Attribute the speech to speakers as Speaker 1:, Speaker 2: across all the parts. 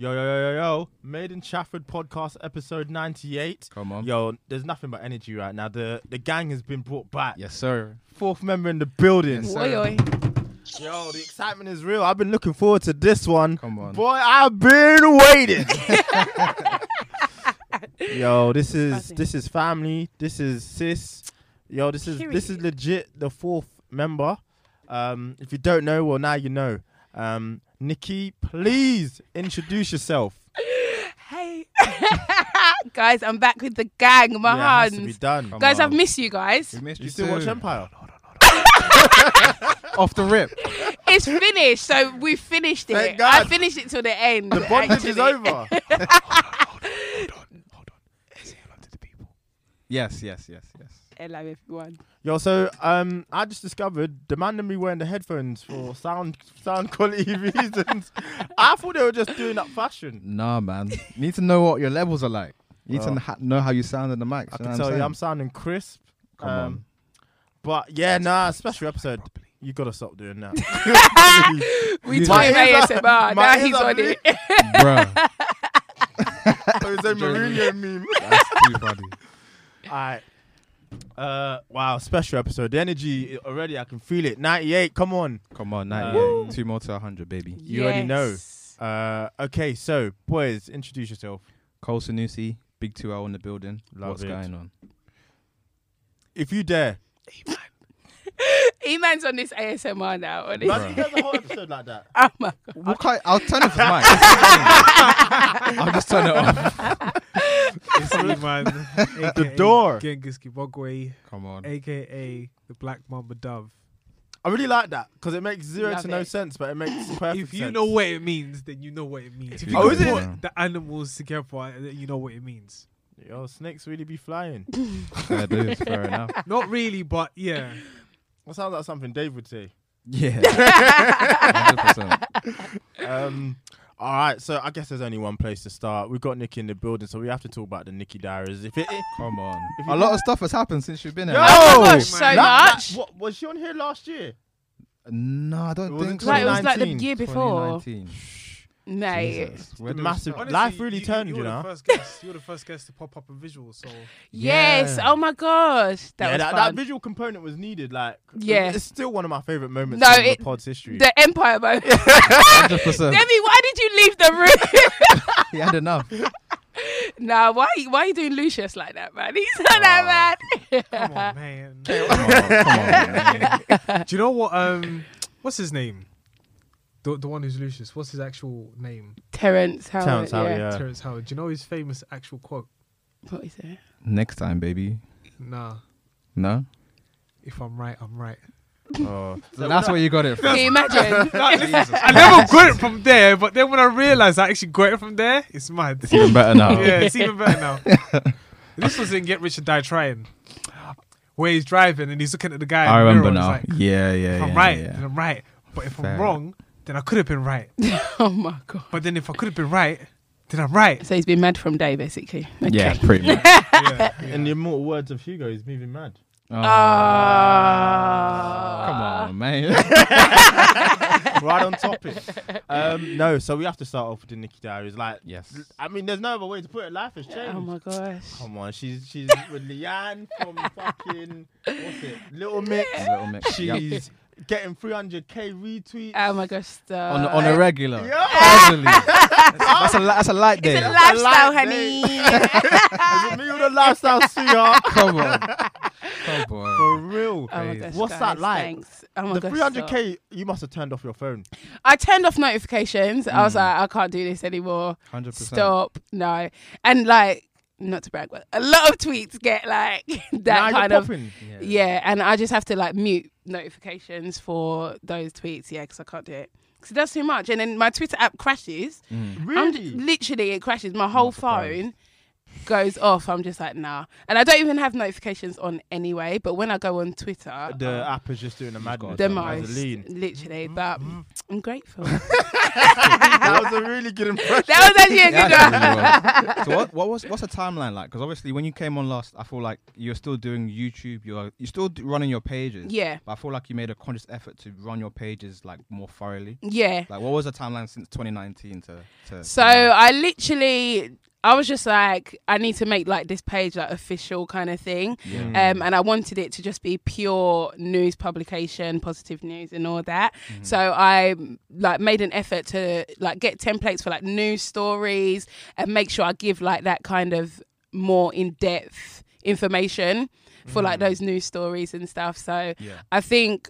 Speaker 1: Yo, yo, yo, yo, yo. Made in Chafford podcast episode 98.
Speaker 2: Come on.
Speaker 1: Yo, there's nothing but energy right now. The the gang has been brought back.
Speaker 2: Yes, sir.
Speaker 1: Fourth member in the building.
Speaker 2: Yes, sir.
Speaker 3: Oi, oi.
Speaker 1: Yo, the excitement is real. I've been looking forward to this one.
Speaker 2: Come on.
Speaker 1: Boy, I've been waiting. yo, this is
Speaker 3: Buzzing.
Speaker 1: this is family. This is sis. Yo, this is this is
Speaker 3: Period.
Speaker 1: legit the fourth member. Um, if you don't know, well now you know. Um, Nikki, please introduce yourself.
Speaker 3: Hey. guys, I'm back with the gang, my
Speaker 1: yeah, it has to be
Speaker 3: hands.
Speaker 1: done.
Speaker 3: Guys,
Speaker 2: on.
Speaker 3: I've missed you guys.
Speaker 2: We missed you,
Speaker 1: You still
Speaker 2: too.
Speaker 1: watch Empire?
Speaker 2: Off the rip.
Speaker 3: It's finished, so we finished it.
Speaker 1: Thank
Speaker 3: I
Speaker 1: God.
Speaker 3: finished it till the end.
Speaker 1: The bondage is
Speaker 3: actually.
Speaker 1: over.
Speaker 2: Yes, yes, yes, yes.
Speaker 3: Hello, everyone.
Speaker 1: Yo, so um, I just discovered the man and me wearing the headphones for sound sound quality reasons. I thought they were just doing up fashion.
Speaker 2: Nah, man. You need to know what your levels are like. You need
Speaker 1: Well,
Speaker 2: to ha- know how you sound in the mic.
Speaker 1: I
Speaker 2: know
Speaker 1: can
Speaker 2: what
Speaker 1: tell you,
Speaker 2: saying?
Speaker 1: I'm sounding crisp. um,
Speaker 2: Come on.
Speaker 1: But yeah, nah, special episode. You gotta stop doing that.
Speaker 3: We
Speaker 2: You
Speaker 3: talk
Speaker 2: know-
Speaker 3: about ASMR.
Speaker 1: My
Speaker 3: Now
Speaker 1: ears
Speaker 3: he's
Speaker 1: are
Speaker 3: on it.
Speaker 2: Bruh.
Speaker 1: Jose Mourinho meme.
Speaker 2: That's too funny.
Speaker 1: Alright. Uh, wow, special episode. The energy i- already, I can feel it. 98, come on.
Speaker 2: Come on, 98.
Speaker 1: Woo.
Speaker 2: Two more to 100, baby.
Speaker 1: You already know.
Speaker 3: Yes.
Speaker 1: Uh, okay, so boys, introduce yourself.
Speaker 2: Cole Sanusi, Big 2L in the building.
Speaker 1: Love
Speaker 2: What's
Speaker 1: it.
Speaker 2: going on?
Speaker 1: If you dare,
Speaker 3: E-man's on this ASMR now. Honestly.
Speaker 1: Man, you guys a whole episode like that.
Speaker 3: Oh my God.
Speaker 2: What kind- I'll turn off his mic. I'll just turn it off.
Speaker 4: It's E-Man,
Speaker 1: The door.
Speaker 4: Genghis Kibogwe,
Speaker 2: Come on.
Speaker 4: aka the Black Mamba Dove.
Speaker 1: I really like that because it makes zero
Speaker 3: Love
Speaker 1: to no
Speaker 3: it.
Speaker 1: sense, but it makes perfect
Speaker 4: If you
Speaker 1: sense.
Speaker 4: know what it means, then you know what it means. If
Speaker 2: you
Speaker 4: you
Speaker 1: Oh,
Speaker 4: can
Speaker 1: is it?
Speaker 4: put the animals together, then you know what it means.
Speaker 1: Yo, snakes really be flying.
Speaker 2: Fair dues, fair enough.
Speaker 4: Not really, but yeah.
Speaker 1: that sounds like something Dave would say.
Speaker 2: Yeah. 100%.
Speaker 1: Um, all right, so I guess there's only one place to start. We've got Nikki in the building, so we have to talk about the Nikki Diaries. If it, it
Speaker 2: Come on.
Speaker 1: If you
Speaker 2: A lot of stuff has happened since you've been here. man.
Speaker 3: Oh my
Speaker 1: Yo!
Speaker 3: gosh, so
Speaker 1: Nah, nah,
Speaker 3: much.
Speaker 1: what, was she on here last year?
Speaker 2: No, I
Speaker 1: It
Speaker 2: don't
Speaker 1: was in
Speaker 2: think so.
Speaker 3: Like, it was like the
Speaker 1: 2019,
Speaker 3: year before.
Speaker 2: 2019.
Speaker 3: Mate.
Speaker 2: Jesus. Where do we
Speaker 1: Massive.
Speaker 2: start?
Speaker 1: Life really turned, you
Speaker 4: were the
Speaker 1: know?
Speaker 4: first guest- you were the first guest to pop up a visual, so
Speaker 3: Yes.
Speaker 2: Yeah.
Speaker 3: Oh my gosh. That
Speaker 1: yeah,
Speaker 3: was
Speaker 1: that,
Speaker 3: fun.
Speaker 1: that visual component was needed. Like,
Speaker 3: Yeah.
Speaker 1: it's still one of my favorite moments
Speaker 3: No,
Speaker 1: in
Speaker 3: it-
Speaker 1: the pod's history.
Speaker 3: the Empire moment.
Speaker 2: Hundred percent.
Speaker 3: Debbie, why did you leave the room?
Speaker 2: He had enough.
Speaker 3: Nah, why why you doing Lucius like that, man? He's not that
Speaker 4: come on, man. Do
Speaker 2: Come on, come on, man.
Speaker 4: you know what? Um, what's his name? The, the one who's Lucius. What's his actual name?
Speaker 3: bad. Terrence Howard.
Speaker 1: Terrence Howard,
Speaker 3: yeah.
Speaker 1: yeah.
Speaker 4: Terrence Howard. Do you know his famous actual quote?
Speaker 3: What is it?
Speaker 2: Next time, baby.
Speaker 4: Nah.
Speaker 2: No,
Speaker 4: If I'm right, I'm right.
Speaker 1: Oh.
Speaker 2: that's where you got it
Speaker 3: Can
Speaker 2: from.
Speaker 3: you imagine?
Speaker 4: I never got it from there, but then when I realised I actually got it from there, it's mad.
Speaker 2: It's even better now.
Speaker 4: yeah, it's even better now. this was in Get Rich or Die Trying, where he's driving and he's looking at the guy. in
Speaker 2: I
Speaker 4: the
Speaker 2: remember
Speaker 4: mirror
Speaker 2: now.
Speaker 4: and he's like,
Speaker 2: yeah, yeah,
Speaker 4: if
Speaker 2: yeah.
Speaker 4: I'm right,
Speaker 2: yeah.
Speaker 4: then I'm right. But if
Speaker 2: Fair.
Speaker 4: I'm wrong, then I could have been right.
Speaker 3: oh my god.
Speaker 4: But then if I could have been right, then I'm right.
Speaker 3: So he's been mad from day basically. Okay.
Speaker 2: Yeah, pretty much.
Speaker 4: Yeah.
Speaker 1: In the immortal words of Hugo, he's moving mad.
Speaker 3: Ah.
Speaker 2: Oh. Come on, man.
Speaker 1: right on topic. Um, no, so we have to start off with the Nikki Diaries. Like,
Speaker 2: yes.
Speaker 1: I mean, there's no other way to put it. Life has changed.
Speaker 3: Oh my gosh.
Speaker 1: Come on, she's she's with Leanne from fucking what's it, Little Mix.
Speaker 2: Little mix. yep.
Speaker 1: She's getting 300k retweets.
Speaker 3: Oh my gosh. Stop.
Speaker 2: on on a regular.
Speaker 1: yeah,
Speaker 2: Easily. that's, that's a li- that's a light day.
Speaker 3: Lifestyle,
Speaker 1: like
Speaker 3: honey.
Speaker 1: Is it me or the lifestyle sweetheart?
Speaker 2: Come on. Come on.
Speaker 1: For real.
Speaker 3: Oh my
Speaker 2: Please.
Speaker 3: gosh,
Speaker 1: What's
Speaker 3: guys,
Speaker 1: that like?
Speaker 3: Thanks. Oh my
Speaker 1: the
Speaker 3: gosh,
Speaker 1: 300k, you must have turned off your phone.
Speaker 3: stop. I turned off notifications. I was like, I can't do this anymore.
Speaker 2: 100%.
Speaker 3: Stop. No. And like, not to brag, but a lot of tweets get like that
Speaker 1: now
Speaker 3: kind
Speaker 1: you're
Speaker 3: of.
Speaker 1: popping.
Speaker 3: Yeah, and I just have to like mute notifications for those tweets. Yeah, because I can't do it. Because it does too much. And then my Twitter app crashes.
Speaker 1: Mm.
Speaker 3: I'm j-
Speaker 1: Really?
Speaker 3: literally, it crashes. My whole phone goes off. I'm just like, nah. And I don't even have notifications on anyway. But when I go on Twitter,
Speaker 1: The
Speaker 3: uh,
Speaker 1: app is just doing a madness.
Speaker 3: the
Speaker 1: man. That
Speaker 3: most,
Speaker 1: was a lean.
Speaker 3: literally. But I'm grateful.
Speaker 1: That was a really good impression.
Speaker 3: that was actually a
Speaker 2: Yeah,
Speaker 3: good
Speaker 2: that's
Speaker 3: one.
Speaker 2: really well. so what, what was what's the timeline like? Because obviously when you came on last, I feel like you're still doing YouTube. You're you're still d- running your pages.
Speaker 3: Yeah.
Speaker 2: But I feel like you made a conscious effort to run your pages like more thoroughly.
Speaker 3: Yeah.
Speaker 2: Like what was the timeline since 2019 to? to
Speaker 3: So I literally, I was just like, I need to make like this page like official kind of thing,
Speaker 2: Mm.
Speaker 3: um, and I wanted it to just be pure news publication, positive news, and all that.
Speaker 2: Mm.
Speaker 3: So I like made an effort to like get templates for like news stories and make sure I give like that kind of more in depth information for like those news stories and stuff. So
Speaker 2: Yeah.
Speaker 3: I think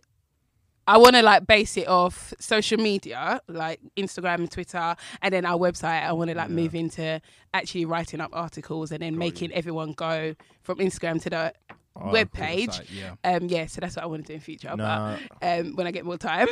Speaker 3: I want to like base it off social media, like Instagram and Twitter, and then our website. I want to like move into actually writing up articles and then making everyone go from Instagram to the
Speaker 2: Oh,
Speaker 3: web page.
Speaker 2: website, yeah.
Speaker 3: Um, yeah, so that's what I want to do in future.
Speaker 1: Oh, Nah.
Speaker 3: But um, when I get more time,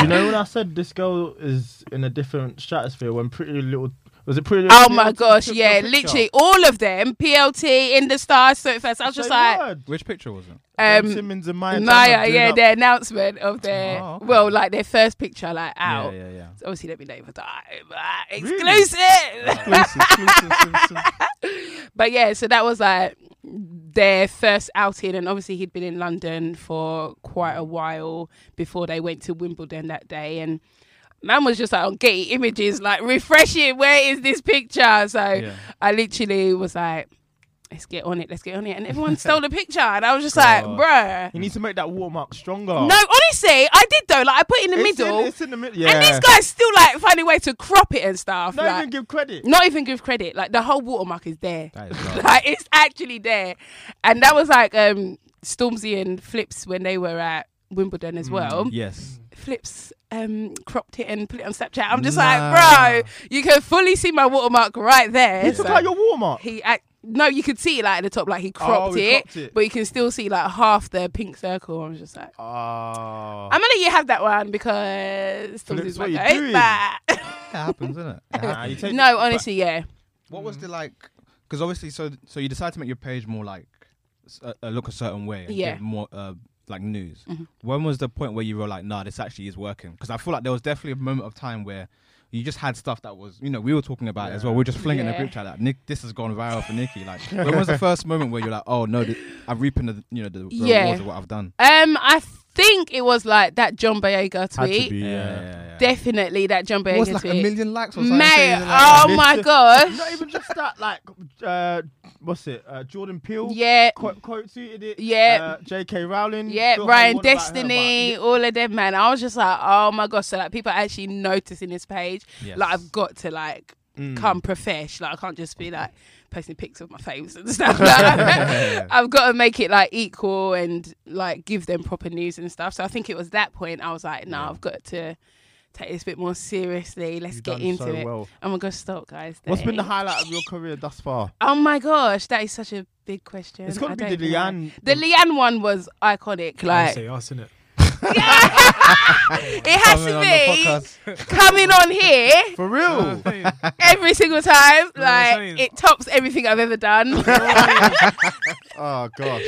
Speaker 1: you know when I said this girl is in a different stratosphere when Pretty Little was it Pretty
Speaker 3: oh
Speaker 1: Little
Speaker 3: my
Speaker 1: took-
Speaker 3: gosh,
Speaker 1: took
Speaker 3: yeah,
Speaker 1: your picture?
Speaker 3: literally all of them. PLT in the stars, so fast. I was just
Speaker 1: Say
Speaker 3: like,
Speaker 1: word.
Speaker 2: which picture was it?
Speaker 1: Ben
Speaker 3: um,
Speaker 1: Simmons and Maya.
Speaker 3: Maya,
Speaker 1: Turner doing
Speaker 3: yeah,
Speaker 1: up-
Speaker 3: their announcement of their
Speaker 2: Oh, okay.
Speaker 3: well, like their first picture, like out.
Speaker 2: Yeah, yeah, yeah.
Speaker 3: So obviously let me know if I die. But
Speaker 1: Really?
Speaker 3: exclusive. but yeah, so that was like their first outing, and obviously he'd been in London for quite a while before they went to Wimbledon that day, and. Man was just like on Getty Images, like refreshing. Where is this picture? So
Speaker 2: Yeah.
Speaker 3: I literally was like, "Let's get on it, let's get on it," and everyone stole the picture, and I was just
Speaker 2: God.
Speaker 3: like, "Bruh,
Speaker 1: You need to make that watermark stronger.
Speaker 3: no, honestly, I did though. Like I put it in the
Speaker 1: Oh. It's in-
Speaker 3: middle,
Speaker 1: it's in the middle. Yeah.
Speaker 3: and this guy's still like finding a way to crop it and stuff.
Speaker 1: Not
Speaker 3: like,
Speaker 1: even give credit.
Speaker 3: not even give credit. Like the whole watermark is there.
Speaker 2: That is love.
Speaker 3: Like it's actually there, and that was like um Stormzy and Flips when they were at Wimbledon
Speaker 1: Mm,
Speaker 3: as well.
Speaker 2: yes.
Speaker 3: Flips um cropped it and put it on Snapchat. I'm just
Speaker 2: Nah.
Speaker 3: like, bro, you can fully see my watermark right there.
Speaker 1: He took
Speaker 3: So-
Speaker 1: out your watermark.
Speaker 3: he act- no, you could see it like at the top, like he
Speaker 1: Oh,
Speaker 3: cropped,
Speaker 1: he
Speaker 3: it,
Speaker 1: cropped it.
Speaker 3: but you can still see like half the pink circle. I was just like.
Speaker 1: Oh.
Speaker 3: I'm gonna let you have that one because
Speaker 1: Phillips,
Speaker 3: Stormzy's
Speaker 1: what
Speaker 3: my
Speaker 1: you doing?
Speaker 3: goat. But
Speaker 2: It happens, isn't it? It
Speaker 1: Nah, you
Speaker 2: happens.
Speaker 1: take
Speaker 3: no, honestly, yeah.
Speaker 2: What
Speaker 3: Mm.
Speaker 2: was the like? Because obviously, so so you decide to make your page more like s- uh, uh, look a certain way. And
Speaker 3: Yeah. Mm-hmm.
Speaker 2: Give more uh, like news. When was the point where you were like, nah, this actually is working? Because I feel like there was definitely a moment of time where. You just had stuff that was, you know, we were talking about it as well. We are just flinging a
Speaker 3: Yeah.
Speaker 2: group chat that Nick, this has gone viral for Nikki. Like, when was the first moment where you're like, oh no, th- I'm reaping the, you know, the, the
Speaker 3: Yeah.
Speaker 2: rewards of what I've done?
Speaker 3: Um, I think it was like that John Boyega
Speaker 1: Had to
Speaker 3: tweet.
Speaker 1: be, yeah.
Speaker 2: yeah,
Speaker 3: Definitely that John
Speaker 2: It was
Speaker 3: Boyega
Speaker 2: like a
Speaker 3: tweet.
Speaker 2: million likes or something.
Speaker 3: Mate,
Speaker 2: crazy like
Speaker 3: oh
Speaker 2: that.
Speaker 3: my gosh.
Speaker 1: Not even just that, like, uh, what's it? Uh, Jordan Peele.
Speaker 3: Yeah.
Speaker 1: Quote, quote tweeted it.
Speaker 3: Yeah.
Speaker 1: Uh, J.K. Rowling.
Speaker 3: Yeah,
Speaker 1: Still
Speaker 3: Ryan
Speaker 1: haven't won about her,
Speaker 3: Destiny, all of them, man. I was just like, oh my gosh. So like people are actually noticing this page.
Speaker 2: Yes.
Speaker 3: Like I've got to like Mm.
Speaker 1: Mm.
Speaker 3: come
Speaker 1: Hmm.
Speaker 3: profesh. Like I can't just be like posting pics of my faves and stuff. Like, I've got to make it like equal and like give them proper news and stuff. So I think it was that point I was like, nah, I've got to take this a bit more seriously. Let's
Speaker 1: You've
Speaker 3: get
Speaker 1: done
Speaker 3: into
Speaker 1: so
Speaker 3: it.
Speaker 1: well.
Speaker 3: Oh my gosh, stop, guys.
Speaker 1: What's been the
Speaker 3: Thanks.
Speaker 1: highlight of your career thus far?
Speaker 3: Oh my gosh, that is such a big question.
Speaker 1: It's gotta
Speaker 3: I
Speaker 1: be the
Speaker 3: don't even know.
Speaker 1: Leanne-
Speaker 3: The Leanne one was iconic. Like
Speaker 4: say us, innit?
Speaker 3: it has
Speaker 2: Coming on the
Speaker 3: to
Speaker 2: podcast.
Speaker 3: be coming on here
Speaker 1: For real.
Speaker 3: every single time.
Speaker 4: what I'm saying?
Speaker 3: Like it tops everything I've ever done.
Speaker 1: oh, gosh.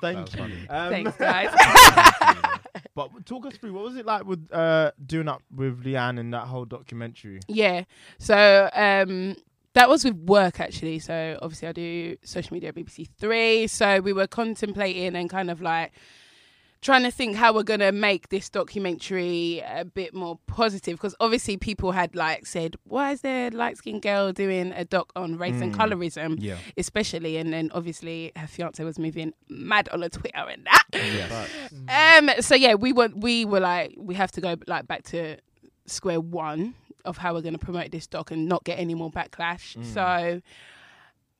Speaker 1: Thank you. Um,
Speaker 3: Thanks, guys.
Speaker 1: But talk us through what was it like with uh, doing up with Leanne and that whole documentary?
Speaker 3: yeah. So um, that was with work actually. So obviously I do social media at BBC Three. So we were contemplating and kind of like trying to think how we're gonna make this documentary a bit more positive because obviously people had like said, why is there a light skinned girl doing a doc on race and colorism?
Speaker 2: Yeah.
Speaker 3: Especially and then obviously her fiance was moving mad on her Twitter and that.
Speaker 2: Yes.
Speaker 3: Um. So yeah, we were we were like we have to go like back to square one of how we're going to promote this doc and not get any more backlash. So,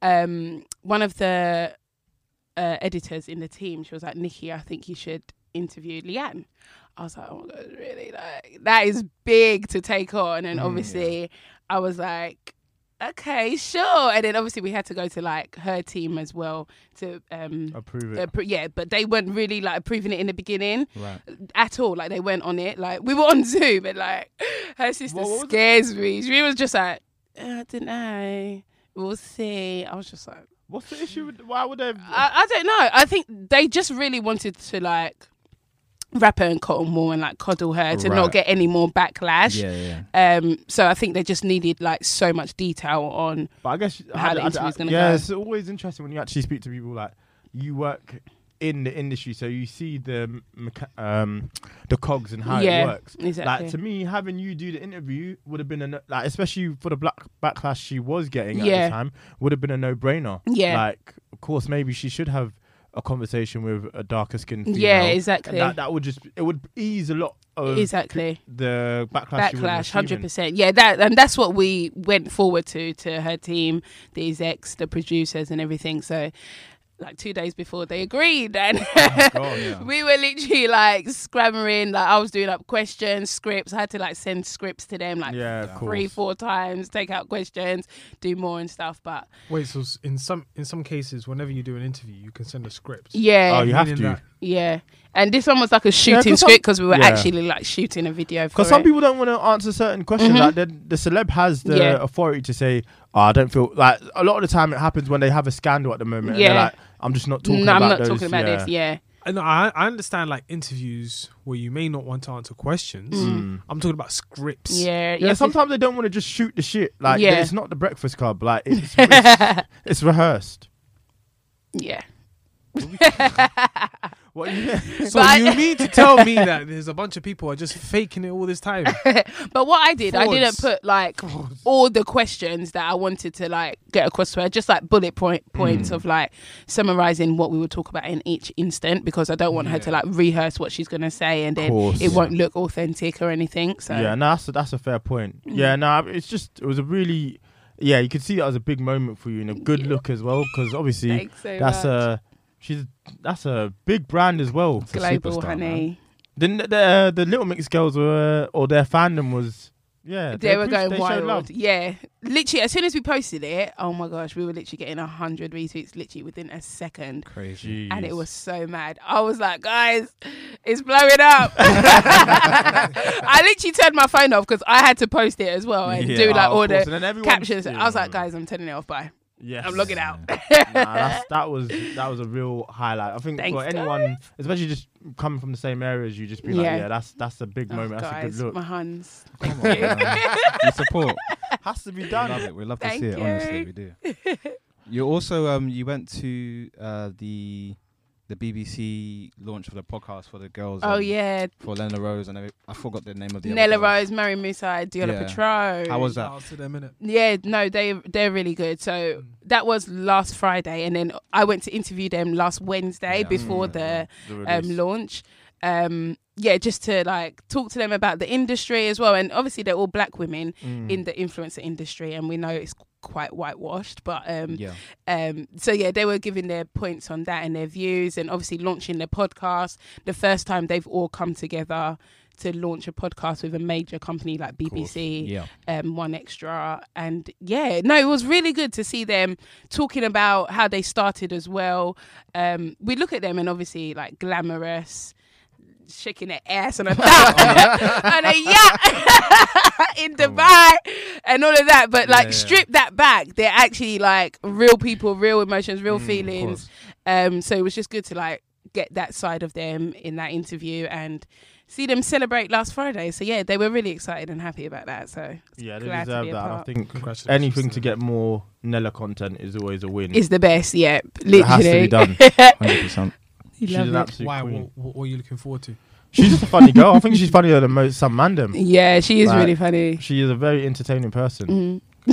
Speaker 3: um, one of the uh, editors in the team, she was like, "Nikki, I think you should interview Leanne." I was like, "Oh my god, really? Like that is big to take on." And obviously, I was like. Okay, sure. And then obviously we had to go to like her team as well to um
Speaker 1: Approve
Speaker 3: uh,
Speaker 1: it.
Speaker 3: pr- yeah, but they weren't really like approving it in the beginning
Speaker 2: Right.
Speaker 3: at all. Like they weren't on it. Like we were on Zoom, and like her sister
Speaker 1: What- what was it?
Speaker 3: scares me. She was just like, "Uh, I don't know. We'll see. I was just like,
Speaker 1: What's the issue? With, why would they?
Speaker 3: I, I don't know. I think they just really wanted to like wrap her in cotton wool and like coddle her to
Speaker 2: Right.
Speaker 3: not get any more backlash.
Speaker 2: Yeah, yeah.
Speaker 3: Um, so I think they just needed like so much detail on
Speaker 1: But I guess
Speaker 3: How
Speaker 1: I-
Speaker 3: the
Speaker 1: I-
Speaker 3: interview's
Speaker 1: I-
Speaker 3: gonna
Speaker 1: yeah,
Speaker 3: go.
Speaker 1: it's always interesting when you actually speak to people like you work in the industry, so you see the mecha- um the cogs and how
Speaker 3: Yeah,
Speaker 1: it works.
Speaker 3: exactly.
Speaker 1: Like to me, having you do the interview would have been a no- like, especially for the black backlash she was getting at
Speaker 3: Yeah.
Speaker 1: the time, would have been a no brainer.
Speaker 3: Yeah.
Speaker 1: like of course maybe she should have a conversation with a darker skinned female.
Speaker 3: Yeah,
Speaker 1: and
Speaker 3: exactly.
Speaker 1: That, that would just it would ease a lot of
Speaker 3: Exactly.
Speaker 1: the backlash. she was
Speaker 3: backlash, hundred
Speaker 1: receiving.
Speaker 3: percent. Yeah, that and that's what we went forward to to her team, the execs, the producers, and everything. So, like two days before, they agreed,
Speaker 1: Oh,
Speaker 3: and
Speaker 2: God, yeah.
Speaker 3: we were literally like scrambling. Like I was doing up questions, scripts. I had to like send scripts to them like
Speaker 1: Yeah, of
Speaker 3: three,
Speaker 1: course.
Speaker 3: four times, take out questions, do more and stuff. But
Speaker 4: Wait, so s- in some in some cases, whenever you do an interview, you can send a script.
Speaker 3: yeah,
Speaker 1: Oh, you have to.
Speaker 4: Meaning that-
Speaker 3: yeah. And this one was like a shooting
Speaker 1: 'cause some-
Speaker 3: script because we were
Speaker 1: Yeah.
Speaker 3: actually like shooting a video for
Speaker 1: Because some
Speaker 3: it.
Speaker 1: people don't want to answer certain questions. Like the, the celeb has the
Speaker 3: Mm-hmm. Yeah.
Speaker 1: authority to say, oh, "I don't feel like." A lot of the time, it happens when they have a scandal at the moment. And
Speaker 3: Yeah.
Speaker 1: they're like, "I'm just not talking
Speaker 3: No, I'm
Speaker 1: about
Speaker 3: not
Speaker 1: those."
Speaker 3: talking about this. Yeah,
Speaker 4: I know. I, I understand like interviews where you may not want to answer questions. I'm talking about scripts.
Speaker 3: yeah,
Speaker 1: Yeah,
Speaker 3: yeah.
Speaker 1: sometimes they don't want to just shoot the shit. Like
Speaker 3: Yeah.
Speaker 1: it's not the Breakfast Club. Like it's it's, it's rehearsed.
Speaker 3: yeah.
Speaker 1: What you
Speaker 4: So
Speaker 3: But I-
Speaker 4: you mean to tell me that there's a bunch of people are just faking it all this time?
Speaker 3: But what I did, I didn't
Speaker 4: Frauds.
Speaker 3: put like all the questions that I wanted to like get across to her, just like bullet point points
Speaker 1: Mm.
Speaker 3: of like summarizing what we would talk about in each instant because I don't want her to like rehearse what she's gonna say and then
Speaker 1: Course.
Speaker 3: it won't look authentic or anything. So Mm.
Speaker 1: Yeah, no, that's a, that's a fair point. Yeah, no, it's just it was a really, yeah, you could see that was a big moment for you and a good look as well because obviously
Speaker 3: Thanks so
Speaker 1: that's
Speaker 3: much.
Speaker 1: a she's that's a big brand as well.
Speaker 2: a
Speaker 3: global
Speaker 2: superstar,
Speaker 3: honey.
Speaker 1: The uh, the, the Little Mix girls were uh, or their fandom was yeah
Speaker 3: They were
Speaker 1: appreci-
Speaker 3: going
Speaker 1: they showed
Speaker 3: wild.
Speaker 1: love.
Speaker 3: Yeah. Literally as soon as we posted it, oh my gosh, we were literally getting a hundred retweets literally within a second.
Speaker 2: Crazy.
Speaker 1: Jeez.
Speaker 3: and it was so mad. I was like, guys, it's blowing up. I literally turned my phone off because I had to post it as well and
Speaker 2: Yeah.
Speaker 3: do like
Speaker 1: Oh, of
Speaker 3: all
Speaker 1: course,
Speaker 3: the
Speaker 1: and then everyone-
Speaker 3: captions. I was
Speaker 1: yeah.
Speaker 3: like, guys, I'm turning it off. Bye.
Speaker 1: yes.
Speaker 3: I'm logging out.
Speaker 1: Nah, that's, that was that was a real highlight. I think
Speaker 3: Thanks,
Speaker 1: for anyone, especially just coming from the same area as you, just be like,
Speaker 3: Yeah.
Speaker 1: yeah, that's that's a big
Speaker 3: Oh,
Speaker 1: moment. that's a
Speaker 3: guys,
Speaker 1: good look.
Speaker 3: my hands.
Speaker 2: Come on, man. you support.
Speaker 1: Has to be
Speaker 2: We love
Speaker 1: done.
Speaker 2: it. We love
Speaker 3: Thank
Speaker 2: to see it. Honestly,
Speaker 3: you.
Speaker 2: we do. You also um you went to uh the the BBC launch for the podcast for the girls.
Speaker 3: Oh
Speaker 2: um,
Speaker 3: yeah,
Speaker 2: For Lena Rose and I, I forgot the name of the other
Speaker 3: Nella
Speaker 2: girl.
Speaker 3: Rose, Mary Musa, Diola
Speaker 2: Yeah.
Speaker 3: Petro.
Speaker 2: How was that?
Speaker 4: I'll sit there a minute.
Speaker 3: Yeah, no, they they're really good. So that was last Friday, and then I went to interview them last Wednesday
Speaker 2: Yeah.
Speaker 3: before
Speaker 2: Mm.
Speaker 3: the.
Speaker 1: The
Speaker 3: um,
Speaker 1: release.
Speaker 3: launch. Um, yeah, just to like talk to them about the industry as well, and obviously they're all black women in the influencer industry, and we know it's quite whitewashed. But um,
Speaker 2: Yeah.
Speaker 3: um, so yeah, they were giving their points on that and their views, and obviously launching their podcast. The first time they've all come together to launch a podcast with a major company like BBC,
Speaker 2: Yeah.
Speaker 3: um, One Extra, and yeah, no, it was really good to see them talking about how they started as well. Um, we look at them and obviously like glamorous, shaking their ass and a and a yacht in Dubai and all of that, but like
Speaker 2: yeah.
Speaker 3: strip that back, they're actually like real people, real emotions,
Speaker 1: Mm,
Speaker 2: Mm,
Speaker 3: real
Speaker 2: course.
Speaker 3: feelings. Um, so it was just good to like get that side of them in that interview and see them celebrate last Friday. So yeah, they were really excited and happy about that. So
Speaker 1: Yeah, they
Speaker 3: glad to
Speaker 1: deserve
Speaker 3: be
Speaker 1: that.
Speaker 3: a
Speaker 1: and I
Speaker 3: part.
Speaker 1: think
Speaker 4: Congratulations
Speaker 1: anything
Speaker 4: to
Speaker 1: to get more Nella content is always a win.
Speaker 3: It's the best. Yeah, literally.
Speaker 1: it has to be done.
Speaker 2: 100%.
Speaker 3: You
Speaker 1: She's
Speaker 3: love
Speaker 1: an
Speaker 3: it.
Speaker 1: absolute
Speaker 4: Why?
Speaker 1: queen.
Speaker 4: What, what, what are you looking forward to?
Speaker 1: She's just a funny girl. I think she's funnier than most some mandem.
Speaker 3: Yeah, she is
Speaker 1: Like,
Speaker 3: really funny.
Speaker 1: She is a very entertaining person.
Speaker 3: Mm-hmm.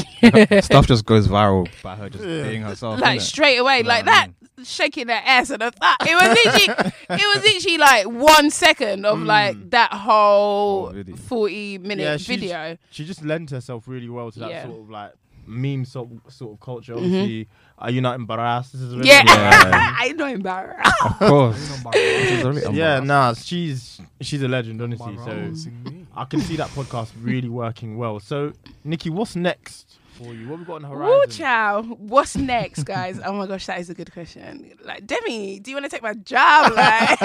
Speaker 2: Stuff just goes viral by her just being herself.
Speaker 3: Like
Speaker 2: innit?
Speaker 3: straight away, like
Speaker 2: what I
Speaker 3: that,
Speaker 1: mm.
Speaker 3: shaking her ass and her thigh. It was literally, it was literally like one second of like that whole
Speaker 2: Whole video.
Speaker 3: forty minute
Speaker 1: Mm. Yeah, she's-
Speaker 3: video.
Speaker 1: She just lends herself really well to that
Speaker 3: Yeah. Mm-hmm.
Speaker 1: sort of like meme sort sort of culture. Obviously, are you not embarrassed? This is really
Speaker 3: Yeah,
Speaker 2: Yeah.
Speaker 3: I know embarrassed.
Speaker 2: Of course. She's really
Speaker 1: yeah,
Speaker 2: unbiased.
Speaker 1: nah, she's she's a legend, honestly. So
Speaker 4: so.
Speaker 1: I can see that podcast really working well. So Nikki, what's next for you? What we got on the
Speaker 3: Woo,
Speaker 1: horizon?
Speaker 3: child. What's next, guys? oh my gosh, that is a good question. Like, Demi, do you want to take my job? Like,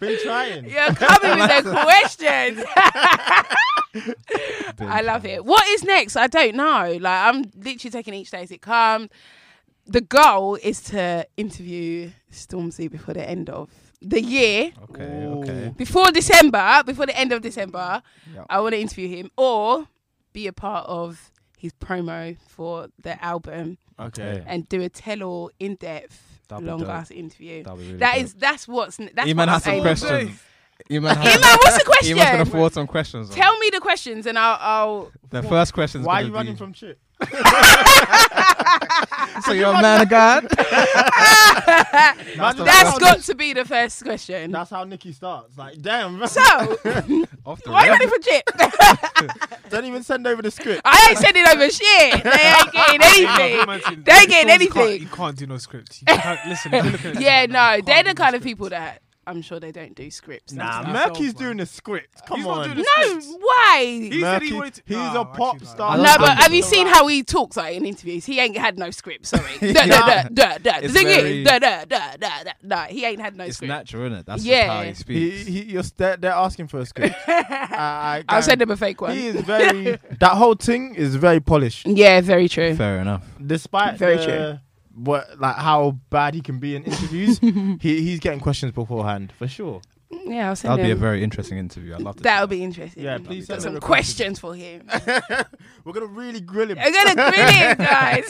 Speaker 1: Been trying.
Speaker 3: you're coming with the questions. I love it. What is next? I don't know. Like, I'm literally taking each day as it comes. The goal is to interview Stormzy before the end of the year.
Speaker 2: Okay, okay.
Speaker 3: Before December, before the end of December,
Speaker 2: Yeah.
Speaker 3: I want to interview him or be a part of his promo for the album.
Speaker 1: Okay.
Speaker 3: and do a tell-all in-depth
Speaker 2: That'd be
Speaker 3: long
Speaker 2: dope.
Speaker 3: ass interview. That
Speaker 2: That'd be
Speaker 3: is
Speaker 2: really
Speaker 3: that's what's n- that's
Speaker 2: Iman has
Speaker 3: what I'm
Speaker 2: some
Speaker 3: aiming
Speaker 2: questions. Iman,
Speaker 3: for.
Speaker 2: has,
Speaker 3: Iman, what's the
Speaker 2: Iman's gonna
Speaker 3: question?
Speaker 2: forward some questions. on.
Speaker 3: Tell me the questions and I'll. I'll
Speaker 2: the first question.
Speaker 1: Why are you running from shit?
Speaker 2: So you're a man of God.
Speaker 1: That's,
Speaker 3: that's
Speaker 1: how,
Speaker 3: got to be the first question.
Speaker 1: that's how Nikki starts. Like, damn,
Speaker 3: So,
Speaker 2: Off the
Speaker 3: why are you
Speaker 2: rip.
Speaker 3: running for chip?
Speaker 1: don't even send over the script.
Speaker 3: I ain't sending over shit. They ain't getting anything. They ain't getting
Speaker 4: Can't, you
Speaker 3: anything.
Speaker 4: can't do no script. You can't, listen, if you're looking at
Speaker 3: Yeah,
Speaker 4: someone, you
Speaker 3: no,
Speaker 4: can't
Speaker 3: they're
Speaker 4: do
Speaker 3: the
Speaker 4: no
Speaker 3: kind of
Speaker 4: script.
Speaker 3: people that I'm sure they don't do scripts.
Speaker 1: Nah,
Speaker 4: That's
Speaker 1: Merky's
Speaker 4: ourselves,
Speaker 1: doing the script. Come
Speaker 4: He's not
Speaker 1: on.
Speaker 4: doing the
Speaker 3: No,
Speaker 4: scripts.
Speaker 3: why?
Speaker 4: He said he
Speaker 1: Merky,
Speaker 4: wanted to-
Speaker 1: he's
Speaker 4: No,
Speaker 1: a pop
Speaker 4: actually, no.
Speaker 1: star.
Speaker 2: I
Speaker 3: No,
Speaker 2: love
Speaker 3: but
Speaker 2: London.
Speaker 3: have you seen how he talks like in interviews? He ain't had no script. Sorry, da, da, da, da, da. The
Speaker 2: It's
Speaker 3: thing
Speaker 2: very-
Speaker 3: is, da, da, da, da, da. No, he ain't had no
Speaker 2: It's
Speaker 3: script.
Speaker 2: natural, isn't it? That's just
Speaker 3: Yeah.
Speaker 2: how he
Speaker 1: He,
Speaker 2: speaks.
Speaker 1: he, you're st- they're asking for a script. I, I
Speaker 3: I'll
Speaker 1: can't-
Speaker 3: send him a fake one.
Speaker 1: He is very. that whole thing is very polished,
Speaker 3: yeah, very true.
Speaker 2: Fair enough.
Speaker 1: despite
Speaker 3: Very
Speaker 1: the-
Speaker 3: true.
Speaker 1: What like how bad he can be in interviews? he he's getting questions beforehand for sure.
Speaker 3: Yeah, I'll send
Speaker 2: That'll be a
Speaker 3: him.
Speaker 2: very interesting interview. I love to. see
Speaker 3: That'll
Speaker 2: that.
Speaker 3: be interesting.
Speaker 1: Yeah, please
Speaker 3: Got
Speaker 1: send him
Speaker 3: some
Speaker 1: a
Speaker 3: questions for him.
Speaker 1: We're gonna really grill him.
Speaker 3: I'm gonna grill him, guys.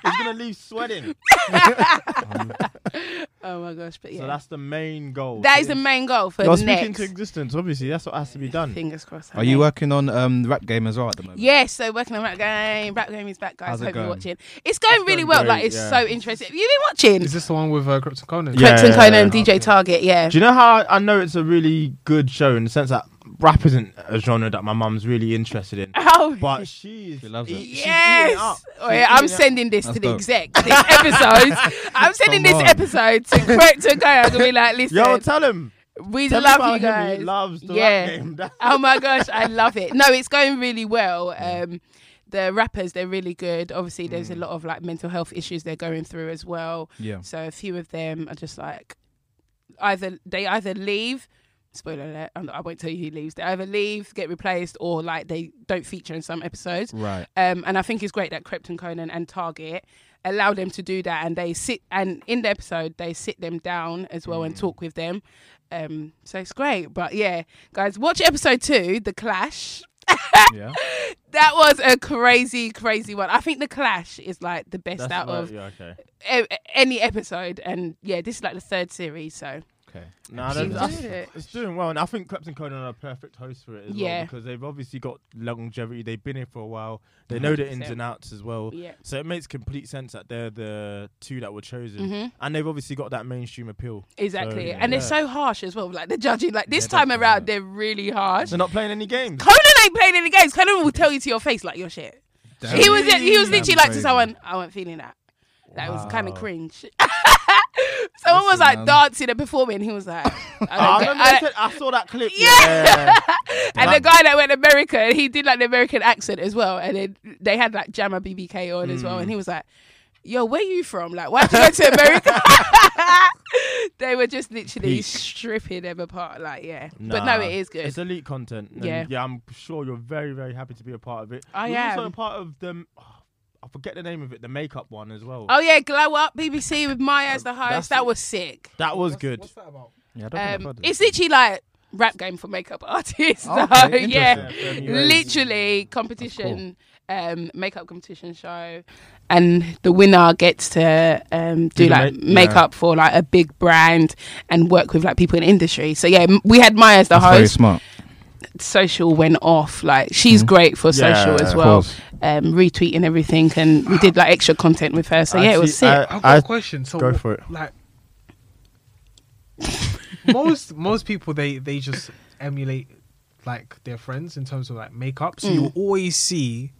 Speaker 1: he's gonna leave sweating.
Speaker 3: oh my gosh, but yeah,
Speaker 1: So that's the main goal.
Speaker 3: that
Speaker 1: So
Speaker 3: is the main goal for
Speaker 1: You're speaking
Speaker 3: next.
Speaker 1: to existence. Obviously, that's what has to be done.
Speaker 3: Fingers crossed. I
Speaker 2: Are you
Speaker 1: uh,
Speaker 3: know.
Speaker 2: working on um the rap game as well at the moment?
Speaker 3: Yes, so working on Rap Game. Rap Game is back, guys.
Speaker 2: How's it
Speaker 3: Hope you're
Speaker 2: going?
Speaker 3: watching. It's going really well.
Speaker 1: great,
Speaker 3: like it's
Speaker 1: yeah.
Speaker 3: so interesting. You've been watching.
Speaker 4: Is this the one with uh, Krypton
Speaker 1: Yeah,
Speaker 3: Clinton
Speaker 1: yeah,
Speaker 3: Conan,
Speaker 1: yeah.
Speaker 3: and DJ Target, yeah.
Speaker 1: Do you know how I know it's a really good show in the sense that rap isn't a genre that my mum's really interested in?
Speaker 3: Oh,
Speaker 1: But she's
Speaker 2: She loves it.
Speaker 1: eat- she's eating it
Speaker 3: yes.
Speaker 1: up.
Speaker 3: Oh, yeah,
Speaker 1: eating
Speaker 3: I'm
Speaker 1: it
Speaker 3: sending this
Speaker 2: That's
Speaker 3: to the
Speaker 2: dope.
Speaker 3: exec. This episode. I'm sending this
Speaker 2: Come on.
Speaker 3: episode to Clinton Conan. I'm going to be like, listen,
Speaker 1: Yo, tell him.
Speaker 3: we
Speaker 1: tell him
Speaker 3: love
Speaker 1: about
Speaker 3: you
Speaker 1: him.
Speaker 3: guys.
Speaker 1: He loves the rap game. That's-
Speaker 3: oh, my gosh. I love it. No, it's going really well. Um, the rappers, they're really good. Obviously, there's a lot of like mental health issues they're going through as well.
Speaker 2: Yeah.
Speaker 3: So a few of them are just like either they either leave. Spoiler alert! I'm, I won't tell you who leaves. They either leave, get replaced, or like they don't feature in some episodes.
Speaker 2: Right.
Speaker 3: Um, and I think it's great that Krypton Conan and Target allow them to do that, and they sit and in the episode they sit them down as well
Speaker 1: Mm.
Speaker 3: and talk with them. Um, so it's great. But yeah, guys, watch episode two, The Clash. Uh,
Speaker 2: Yeah.
Speaker 3: That was a crazy, crazy one. I think The Clash is like the best
Speaker 1: That's
Speaker 3: out
Speaker 1: what-
Speaker 3: of
Speaker 1: yeah, okay.
Speaker 3: e- any episode, and yeah, this is like the third series, so
Speaker 2: Okay.
Speaker 1: Nah,
Speaker 3: She
Speaker 1: that's, that's-
Speaker 3: did it.
Speaker 1: it's doing well, and I think Clapton Conan are a perfect host for it as
Speaker 3: Yeah.
Speaker 1: well because they've obviously got longevity. They've been here for a while. They know the ins
Speaker 3: 100%.
Speaker 1: and outs as well.
Speaker 3: Yeah.
Speaker 1: So it makes complete sense that they're the two that were chosen,
Speaker 3: Mm-hmm.
Speaker 1: and they've obviously got that mainstream appeal.
Speaker 3: exactly.
Speaker 1: yeah.
Speaker 3: and they're
Speaker 1: Yeah.
Speaker 3: so harsh as well. Like the judging, like this
Speaker 2: they're
Speaker 3: time
Speaker 2: quite
Speaker 3: around,
Speaker 2: harsh.
Speaker 3: they're really harsh.
Speaker 1: They're not playing any games.
Speaker 3: Conan ain't playing any games. Conan will tell you to your face like your shit. He was he was
Speaker 2: Damn
Speaker 3: literally like to
Speaker 2: crazy.
Speaker 3: someone, I wasn't feeling that. That was kind of
Speaker 1: Wow.
Speaker 3: cringe. Someone was
Speaker 2: Listen,
Speaker 3: like
Speaker 2: man.
Speaker 3: dancing and performing. He was like,
Speaker 1: Oh, I
Speaker 3: I don't
Speaker 1: remember
Speaker 3: get-
Speaker 1: they
Speaker 3: I-
Speaker 1: said- I saw that clip.
Speaker 3: Yeah. and the guy that went American, he did like the American accent as well. And then they had like Jammer BBK on as well. And he
Speaker 1: Mm.
Speaker 3: was like, Yo, where you from? Like, why'd you go to America? they were just literally
Speaker 1: Peak.
Speaker 3: stripping them apart. Like, yeah. But no, it is good.
Speaker 1: It's elite content. and
Speaker 3: Yeah.
Speaker 1: yeah, I'm sure you're very, very happy to be a part of it.
Speaker 3: I
Speaker 1: You're also
Speaker 3: am.
Speaker 1: a part of the. m- oh, I forget the name of it, the makeup one as well.
Speaker 3: oh, yeah. Glow Up BBC with Maya as the host.
Speaker 1: that's
Speaker 3: That
Speaker 1: it.
Speaker 3: was sick.
Speaker 1: that was good.
Speaker 4: What's that about?
Speaker 2: Yeah, I don't think I've
Speaker 3: Um,
Speaker 2: heard of
Speaker 3: it's
Speaker 2: it.
Speaker 3: literally like rap game for makeup artists.
Speaker 2: Okay,
Speaker 3: so
Speaker 2: interesting.
Speaker 1: Yeah,
Speaker 3: yeah,
Speaker 1: Grammy Awards.
Speaker 3: literally competition, um, makeup competition show, and the winner gets to um, do,
Speaker 1: the
Speaker 3: like
Speaker 1: ma- yeah.
Speaker 3: makeup for like a big brand and work with like people in industry. So yeah, m- we had Maya as the
Speaker 2: That's very
Speaker 3: host.
Speaker 2: smart.
Speaker 3: Social went off. Like she's great for
Speaker 1: Yeah,
Speaker 3: social
Speaker 1: of
Speaker 3: as well,
Speaker 2: course.
Speaker 3: um, retweeting everything, and we did like extra content with her. So yeah, it was sick.
Speaker 1: Actually,
Speaker 4: I've got
Speaker 1: I-
Speaker 4: a question. So
Speaker 1: go
Speaker 4: wh-
Speaker 1: for it.
Speaker 4: Like most most people, they they just emulate like their friends in terms of like makeup. So
Speaker 1: Mm.
Speaker 4: you always see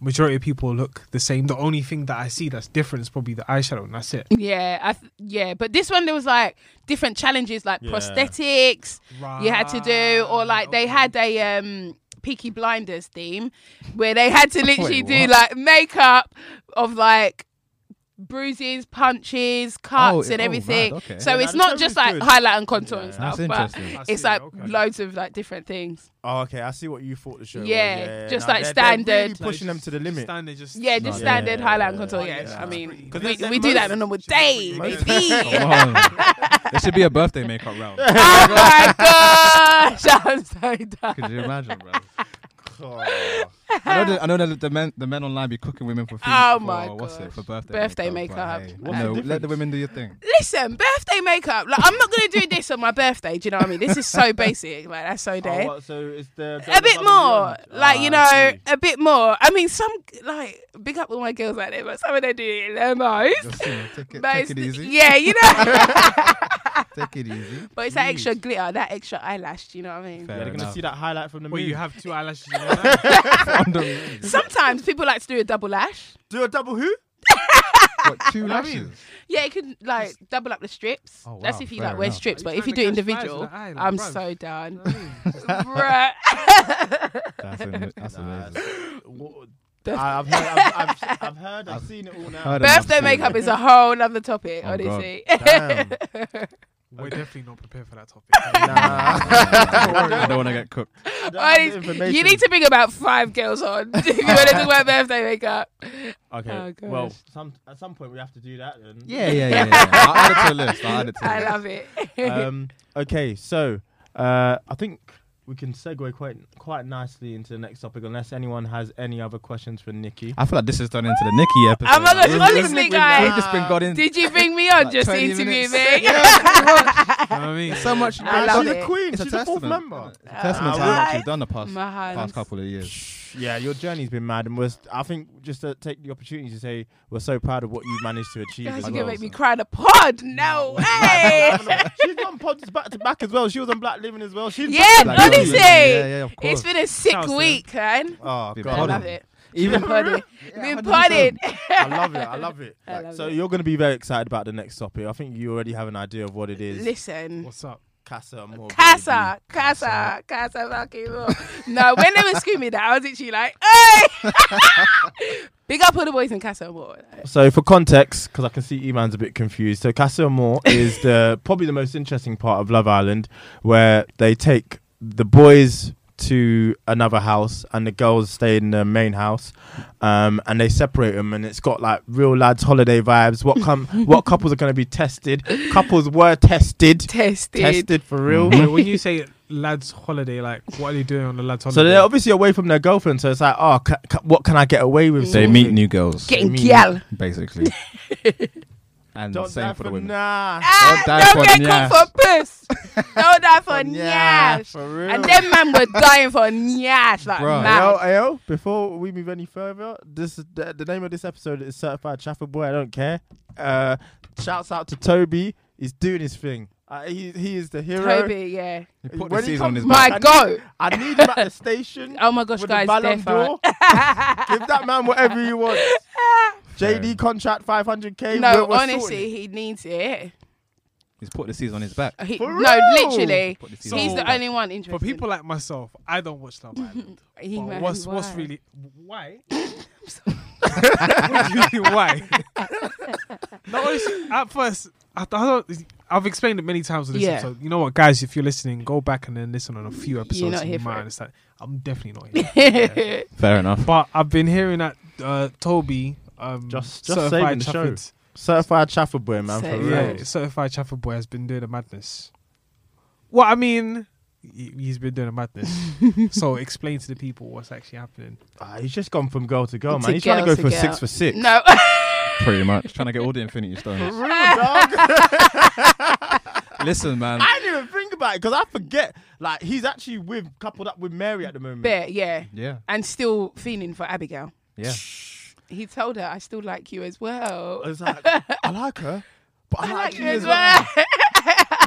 Speaker 4: majority of people look the same. The only thing that I see that's different is probably the eyeshadow, and that's it.
Speaker 3: Yeah, I th- yeah, but this one there was like different challenges, like
Speaker 1: Yeah.
Speaker 3: prosthetics you had to do,
Speaker 4: Ah,
Speaker 3: or like they had a um Peaky Blinders theme where they had to literally do like makeup of like bruises, punches, cuts,
Speaker 2: Oh,
Speaker 3: and
Speaker 2: oh,
Speaker 3: everything.
Speaker 2: right, okay.
Speaker 3: So
Speaker 1: Yeah,
Speaker 3: it's
Speaker 1: that-
Speaker 3: not
Speaker 1: that
Speaker 3: just
Speaker 1: was
Speaker 3: like
Speaker 1: good.
Speaker 3: highlight and contour and
Speaker 1: Yeah.
Speaker 3: stuff,
Speaker 2: That's
Speaker 3: but
Speaker 2: interesting.
Speaker 4: I
Speaker 3: it's
Speaker 4: see,
Speaker 3: like
Speaker 4: okay.
Speaker 3: loads of like different things.
Speaker 1: Oh, okay. I see what you thought the show. was.
Speaker 3: Yeah, just like
Speaker 1: they're- they're really
Speaker 3: standard.
Speaker 1: pushing them to the limit.
Speaker 4: Standard, just
Speaker 3: Yeah, just
Speaker 1: yeah,
Speaker 3: standard
Speaker 1: yeah,
Speaker 3: highlight and
Speaker 1: yeah,
Speaker 3: contour.
Speaker 4: yeah.
Speaker 3: Yeah, I mean,
Speaker 4: Because
Speaker 3: we,
Speaker 1: they
Speaker 3: we
Speaker 1: said
Speaker 3: do that
Speaker 1: most-
Speaker 3: on a normal day,
Speaker 4: most-
Speaker 3: baby.
Speaker 2: there should be a birthday makeup round.
Speaker 3: oh my gosh, I'm so done.
Speaker 2: Could you imagine, bro?
Speaker 1: Oh.
Speaker 2: I know, the, I know that the men, the men online be cooking women for food.
Speaker 3: Oh
Speaker 2: for,
Speaker 3: my
Speaker 2: What's it
Speaker 3: gosh.
Speaker 2: for birthday?
Speaker 3: Birthday
Speaker 2: but
Speaker 3: makeup.
Speaker 2: Hey,
Speaker 3: What's
Speaker 2: you
Speaker 3: the
Speaker 2: know, let the women do your thing.
Speaker 3: Listen, birthday makeup. Like, I'm not gonna do this on my birthday. Do you know what I mean? This is so basic. Like, that's
Speaker 2: Oh,
Speaker 3: so dead.
Speaker 1: Oh, so it's the
Speaker 3: a bit more, like
Speaker 2: Ah,
Speaker 1: Ah,
Speaker 3: you know, a bit more. I mean, some like big up all my girls out there, but some of them do it in their most.
Speaker 2: Just, you know, take, it,
Speaker 3: But
Speaker 2: take it
Speaker 3: it's-
Speaker 2: easy.
Speaker 3: Yeah, you know.
Speaker 2: Take it easy.
Speaker 3: but it's that extra glitter, that extra eyelash. Do you know what I mean?
Speaker 2: Fair
Speaker 1: Yeah, they're gonna
Speaker 2: enough.
Speaker 1: see that highlight from the
Speaker 4: Well,
Speaker 1: movie.
Speaker 4: you have two eyelashes. in your eye.
Speaker 3: Sometimes people like to do a double lash.
Speaker 1: do a double who?
Speaker 2: what, two lashes?
Speaker 3: Yeah, you can like double up the strips.
Speaker 2: Oh,
Speaker 3: That's
Speaker 2: wow,
Speaker 3: if you
Speaker 2: fair
Speaker 3: like wear
Speaker 2: enough.
Speaker 3: strips, but
Speaker 4: you
Speaker 3: if you do
Speaker 4: trying to catch flies
Speaker 3: individual,
Speaker 4: in the eye, like,
Speaker 3: I'm
Speaker 4: bruv?
Speaker 3: so down.
Speaker 4: You know what I mean?
Speaker 3: Bruh.
Speaker 2: That's, am- that's amazing.
Speaker 1: I- I've heard, I've, I've, I've heard, I've seen it all now.
Speaker 2: Heard enough
Speaker 3: Birthday
Speaker 2: to-
Speaker 3: makeup is a whole other topic,
Speaker 2: Oh, God.
Speaker 3: honestly.
Speaker 1: Damn.
Speaker 4: We're definitely not prepared for that topic.
Speaker 2: I don't want to get cooked.
Speaker 3: Honestly, you need to bring about five girls on if you want to talk about birthday makeup.
Speaker 1: Okay.
Speaker 3: Oh,
Speaker 1: well,
Speaker 3: gosh.
Speaker 1: some at some point we have to do that then.
Speaker 2: Yeah, yeah, yeah. yeah. I'll add it to the list. I'll add it to the
Speaker 3: I
Speaker 2: list.
Speaker 3: love it.
Speaker 1: um, okay, so uh, I think we can segue quite quite nicely into the next topic, unless anyone has any other questions for Nikki.
Speaker 2: I feel like this has turned into the Nikki episode.
Speaker 3: I'm not
Speaker 2: We've-
Speaker 3: gonna-
Speaker 2: we've-
Speaker 3: honestly,
Speaker 2: We've
Speaker 3: guys.
Speaker 2: just been got in.
Speaker 3: Did you bring me on
Speaker 2: Like
Speaker 3: just to
Speaker 2: 20
Speaker 3: interview
Speaker 2: minutes.
Speaker 3: me?
Speaker 4: You know what I mean?
Speaker 2: so much.
Speaker 3: I
Speaker 1: Uh, She's
Speaker 3: love
Speaker 1: the
Speaker 3: it.
Speaker 1: queen.
Speaker 2: It's a
Speaker 1: She's the fourth
Speaker 2: testament.
Speaker 1: member. Uh,
Speaker 2: It's a testament to
Speaker 3: Ah,
Speaker 2: how much
Speaker 3: right.
Speaker 2: you've done the past
Speaker 3: My hands.
Speaker 2: past couple of years.
Speaker 1: Yeah, your journey's been mad, and we're, s- I think just to take the opportunity to say we're so proud of what you've managed to achieve.
Speaker 3: Guys,
Speaker 1: as
Speaker 3: you're gonna
Speaker 1: well,
Speaker 3: make me
Speaker 1: so.
Speaker 3: cry in a pod. No way.
Speaker 1: She's done pods back to back as well. She was on Black Living as well. She's
Speaker 3: Yeah,
Speaker 2: Like,
Speaker 3: honestly.
Speaker 2: yeah, yeah, of course.
Speaker 3: It's been a sick
Speaker 4: Shout out to
Speaker 3: week, man.
Speaker 1: Oh
Speaker 2: Been
Speaker 3: I
Speaker 1: god,
Speaker 2: podding.
Speaker 3: love it.
Speaker 2: Even
Speaker 3: Been podded. Been
Speaker 2: 100%.
Speaker 3: podded.
Speaker 1: I love it. I love it.
Speaker 3: I
Speaker 1: Like,
Speaker 3: love
Speaker 1: so
Speaker 3: it.
Speaker 1: you're going to be very excited about the next topic. I think you already have an idea of what it is.
Speaker 3: Listen.
Speaker 4: What's up?
Speaker 1: Casa Amor.
Speaker 3: Casa, casa, casa fucking law. No, when they were screaming that, I was literally like, hey! Big up all the boys in Casa Amor.
Speaker 1: So for context, because I can see Eman's a bit confused. So Casa Amor is the probably the most interesting part of Love Island, where they take the boys to another house and the girls stay in the main house, um, and they separate them. And it's got like real lads holiday vibes. What come? what couples are going to be tested? Couples were tested.
Speaker 3: Tested.
Speaker 1: Tested for real.
Speaker 2: Mm-hmm.
Speaker 4: Wait, when you say lads' holiday, like what are they doing on the lads' holiday?
Speaker 1: So they're obviously away from their girlfriend. So it's like, oh, ca- ca- what can I get away with?
Speaker 2: They meet new girls,
Speaker 3: Getting
Speaker 1: mean-
Speaker 3: gyal.
Speaker 2: basically. And
Speaker 1: Don't
Speaker 2: same
Speaker 1: die
Speaker 2: for
Speaker 1: for
Speaker 2: the women.
Speaker 1: nah.
Speaker 3: Ah,
Speaker 2: die for
Speaker 3: don't get
Speaker 2: nyash.
Speaker 3: caught for puss. Don't die for
Speaker 1: Yeah,
Speaker 3: nyash.
Speaker 1: for real.
Speaker 3: And them man were dying for nyash. Like,
Speaker 2: Bruh.
Speaker 3: mad.
Speaker 1: Ayo, ayo, before we move any further, this is the, the name of this episode is Certified Chaffer Boy. I don't care. Uh, shouts out to Toby. He's doing his thing. Uh, he, he is the hero.
Speaker 3: Toby, yeah.
Speaker 2: He put the
Speaker 1: When he
Speaker 2: season on
Speaker 1: comes
Speaker 2: his
Speaker 1: back-
Speaker 2: back.
Speaker 3: My goat.
Speaker 1: I need him at the station.
Speaker 3: Oh my gosh,
Speaker 1: with
Speaker 3: guys,
Speaker 1: the Ballon
Speaker 3: they're
Speaker 1: d'Or. Give that man whatever he wants. JD contract 500k.
Speaker 3: No,
Speaker 1: we're- we're sorting
Speaker 3: honestly,
Speaker 1: it.
Speaker 3: he needs it.
Speaker 2: He's put the season on his back.
Speaker 3: He,
Speaker 1: For
Speaker 3: no,
Speaker 1: real?
Speaker 3: literally.
Speaker 2: Put the season
Speaker 3: He's
Speaker 2: on
Speaker 3: the
Speaker 2: his
Speaker 3: only one interested.
Speaker 4: for people like myself, I don't watch Love Island.
Speaker 3: He
Speaker 4: But
Speaker 3: might-
Speaker 4: what's what's
Speaker 3: why?
Speaker 4: really why? what do you mean, why? no, it's- at first I, th- I don't. I've explained it many times on this
Speaker 3: Yeah.
Speaker 4: episode. You know what, guys? If you're listening, go back and then listen on a few episodes.
Speaker 3: not
Speaker 4: and
Speaker 3: here
Speaker 4: you
Speaker 3: for
Speaker 4: might
Speaker 3: it.
Speaker 4: understand. I'm definitely not here.
Speaker 2: Fair enough.
Speaker 4: but I've been hearing that uh, Toby, um,
Speaker 1: Just- just
Speaker 4: certified
Speaker 1: saving the show.
Speaker 4: Chafford-
Speaker 1: Certified Chaffer Boy, man. For
Speaker 3: Certified.
Speaker 1: real.
Speaker 4: Yeah, certified Chaffer boy has been doing a madness. Well, I mean, he- he's been doing about this. so explain to the people what's actually happening.
Speaker 1: Ah, he's just gone from girl to girl, man.
Speaker 3: To
Speaker 1: he's trying to
Speaker 3: girl
Speaker 1: go
Speaker 3: to
Speaker 1: for
Speaker 3: girl.
Speaker 1: six for six.
Speaker 3: No,
Speaker 2: Pretty much. Trying to get all the Infinity Stones. Listen, man.
Speaker 1: I didn't even think about it because I forget. Like he's actually with coupled up with Mary at the moment.
Speaker 3: but yeah,
Speaker 2: Yeah.
Speaker 3: and still feeling for Abigail.
Speaker 2: Yeah.
Speaker 3: He told her, "I still like you as well."
Speaker 1: I was like, I like her, but I,
Speaker 3: I
Speaker 1: like,
Speaker 3: like
Speaker 1: you
Speaker 3: you as
Speaker 1: as well.
Speaker 3: well.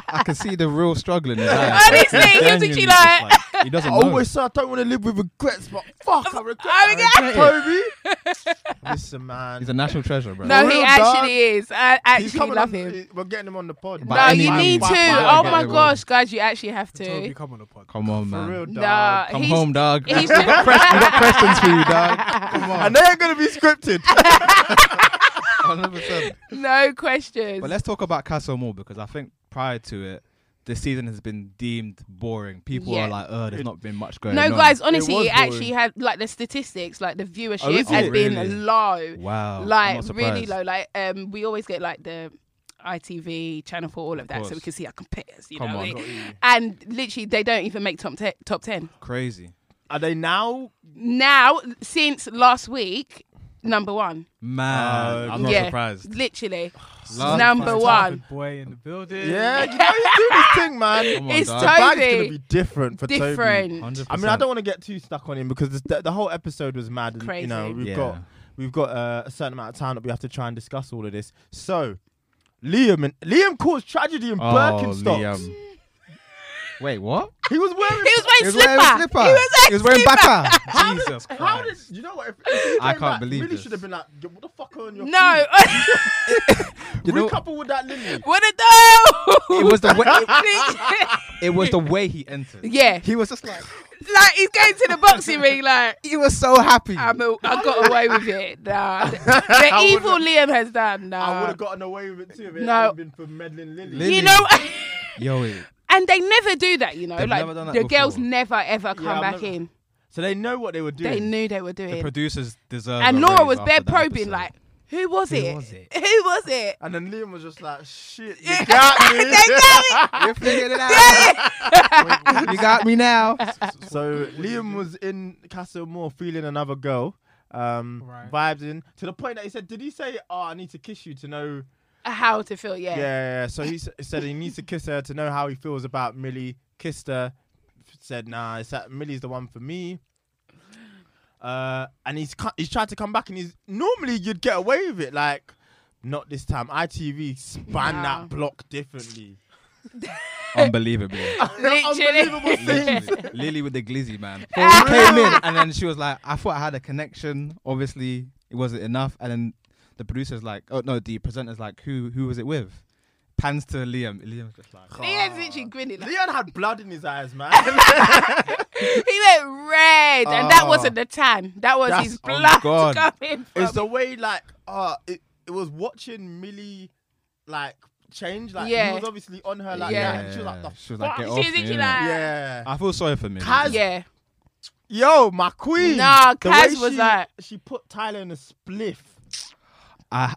Speaker 2: I can see the real struggle in his eyes.
Speaker 3: Honestly,
Speaker 2: Like,
Speaker 3: he was
Speaker 2: genuinely
Speaker 3: actually
Speaker 2: just
Speaker 3: like-
Speaker 2: like, he doesn't
Speaker 1: I
Speaker 2: know.
Speaker 1: always say I don't want to live with regrets, but fuck, I regret,
Speaker 3: I
Speaker 1: I regret it. Toby. Listen, man.
Speaker 2: He's a national treasure, bro.
Speaker 3: No,
Speaker 1: For
Speaker 3: he
Speaker 1: real, dog.
Speaker 3: actually is. I
Speaker 1: He's
Speaker 3: actually
Speaker 1: coming
Speaker 3: love
Speaker 1: on-
Speaker 3: him.
Speaker 1: We're getting him on the pod.
Speaker 2: By
Speaker 3: No,
Speaker 2: any
Speaker 3: you
Speaker 2: means.
Speaker 3: need to.
Speaker 2: By-
Speaker 3: Oh
Speaker 2: by-
Speaker 3: my
Speaker 2: by-
Speaker 3: gosh, guys, you actually have
Speaker 4: Toby,
Speaker 3: to.
Speaker 4: come on the pod.
Speaker 2: Come on,
Speaker 1: For
Speaker 2: man.
Speaker 1: real, dog.
Speaker 3: Nah,
Speaker 2: Come
Speaker 3: he's-
Speaker 2: home, dog.
Speaker 3: he's-
Speaker 2: we, got quest- we got questions for you, dog. Come on.
Speaker 1: And they ain't gonna be scripted.
Speaker 2: 100%.
Speaker 3: No questions.
Speaker 2: But let's talk about Castle more because I think prior to it, this season has been deemed boring. People
Speaker 3: Yeah.
Speaker 2: are like, "Oh, there's not been much going
Speaker 3: no,
Speaker 2: on."
Speaker 3: guys, honestly,
Speaker 1: was
Speaker 3: it,
Speaker 1: boring.
Speaker 3: actually had like the statistics, like the viewership
Speaker 1: is
Speaker 3: has
Speaker 1: it?
Speaker 2: Oh, Really?
Speaker 3: been low.
Speaker 2: Wow. I'm
Speaker 3: like
Speaker 2: not surprised.
Speaker 3: really low. Like um, we always get like the ITV, Channel Four, all of that, so we
Speaker 2: course.
Speaker 3: can see our competitors. You
Speaker 2: Come
Speaker 3: know,
Speaker 2: on.
Speaker 3: what I mean? and literally they don't even make top te- top ten
Speaker 2: Crazy.
Speaker 1: Are they now?
Speaker 3: now since last week. Number one,
Speaker 2: Man,
Speaker 1: Uh,
Speaker 2: I'm not
Speaker 3: yeah,
Speaker 2: surprised.
Speaker 3: literally
Speaker 2: Last
Speaker 3: number
Speaker 4: Topic
Speaker 3: one.
Speaker 4: boy in the building.
Speaker 1: Yeah, you know he's doing his thing, man.
Speaker 2: Come on,
Speaker 3: It's
Speaker 2: dog.
Speaker 3: Toby.
Speaker 1: Bag's gonna be different for Toby.
Speaker 3: Different.
Speaker 2: 100%.
Speaker 1: I mean, I don't want to get too stuck on him because this- the, the whole episode was mad. And, You know,
Speaker 3: Crazy.
Speaker 1: we've
Speaker 2: Yeah.
Speaker 1: got we've got uh, a certain amount of time that we have to try and discuss all of this. So, Liam and Liam caused tragedy in
Speaker 2: Oh,
Speaker 1: Birkenstocks.
Speaker 2: Liam. Wait, what?
Speaker 1: He was wearing.
Speaker 3: He was wearing
Speaker 2: He was wearing
Speaker 3: slipper.
Speaker 2: slipper.
Speaker 3: He was wearing,
Speaker 2: He was wearing baka.
Speaker 4: Jesus Christ.
Speaker 1: How did you know what? If, if he
Speaker 2: I
Speaker 1: came
Speaker 2: can't
Speaker 1: back,
Speaker 2: believe
Speaker 1: Really
Speaker 2: this.
Speaker 1: should have been like, "Yo, what the fuck are on your
Speaker 3: No,
Speaker 2: You know,
Speaker 1: Recouple with that Lily.
Speaker 3: what a no.
Speaker 2: it was the way. It was the way he entered.
Speaker 3: yeah,
Speaker 2: He was just like
Speaker 3: like he's going to the boxing ring. Like
Speaker 2: he was so happy.
Speaker 3: I'm a, I got away with it. Nah, the evil Liam has done. Nah,
Speaker 1: I would have gotten away with it too if it
Speaker 3: no.
Speaker 1: hadn't been for meddling Lily.
Speaker 2: Lily.
Speaker 3: you know.
Speaker 2: Yo, wait.
Speaker 3: And they never do that, you know.
Speaker 2: They've
Speaker 3: like
Speaker 2: never done that
Speaker 3: the girls
Speaker 2: before.
Speaker 3: never ever come
Speaker 1: I've
Speaker 3: back
Speaker 1: never-
Speaker 3: in.
Speaker 1: So they know what they were doing.
Speaker 3: They knew they were
Speaker 2: the
Speaker 3: doing.
Speaker 2: producers deserve.
Speaker 3: And
Speaker 2: a
Speaker 3: Laura
Speaker 2: raise
Speaker 3: was
Speaker 2: after
Speaker 3: bare
Speaker 2: that
Speaker 3: probing,
Speaker 2: episode.
Speaker 3: like, who was it?
Speaker 2: was it?
Speaker 3: Who was it?
Speaker 1: And then Liam was just like, shit, you got me.
Speaker 2: You figured it out. you got me now.
Speaker 1: so Liam was in Castlemore feeling another girl, um,
Speaker 4: Right.
Speaker 1: vibes in, to the point that he said, did he say, oh, I need to kiss you to know?
Speaker 3: How to feel?
Speaker 1: Yeah,
Speaker 3: Yeah.
Speaker 1: yeah, yeah. So he s- said he needs to kiss her to know how he feels about Millie. Kissed her, f- said, nah, it's that Millie's the one for me. Uh, and he's cu- he's tried to come back, and he's normally you'd get away with it, like not this time. ITV span
Speaker 3: Wow.
Speaker 1: that block differently.
Speaker 2: Unbelievably.
Speaker 3: Literally.
Speaker 1: Unbelievable things.
Speaker 2: Literally. Lily with the glizzy, man. She came in and then she was like, I thought I had a connection. Obviously, it wasn't enough. And then the producer's like, oh no, the presenter's like, who who was it with? Pans to Liam. Liam's just like,
Speaker 3: Liam's literally grinning. Like,
Speaker 1: Leon had blood in his eyes, man.
Speaker 3: he went red, and that wasn't the tan. That was
Speaker 1: Ah. That's-
Speaker 3: his
Speaker 2: oh my
Speaker 3: blood
Speaker 2: God.
Speaker 3: coming from.
Speaker 1: it's the way, like, uh, it, it was watching Millie, like, change. Like,
Speaker 3: Yeah.
Speaker 1: he was obviously on her like
Speaker 3: Yeah.
Speaker 1: that, and she was like, the
Speaker 2: She was
Speaker 1: fuck?
Speaker 2: like, get
Speaker 3: She
Speaker 2: off
Speaker 3: was
Speaker 2: me,
Speaker 3: literally
Speaker 2: innit?
Speaker 3: like-
Speaker 1: yeah.
Speaker 2: I feel sorry for me.
Speaker 1: Kaz-
Speaker 3: yeah.
Speaker 1: Yo, my queen.
Speaker 3: Nah,
Speaker 1: The
Speaker 3: Kaz
Speaker 1: way
Speaker 3: was
Speaker 1: she,
Speaker 3: like-
Speaker 1: she put Tyler in a spliff.
Speaker 2: I,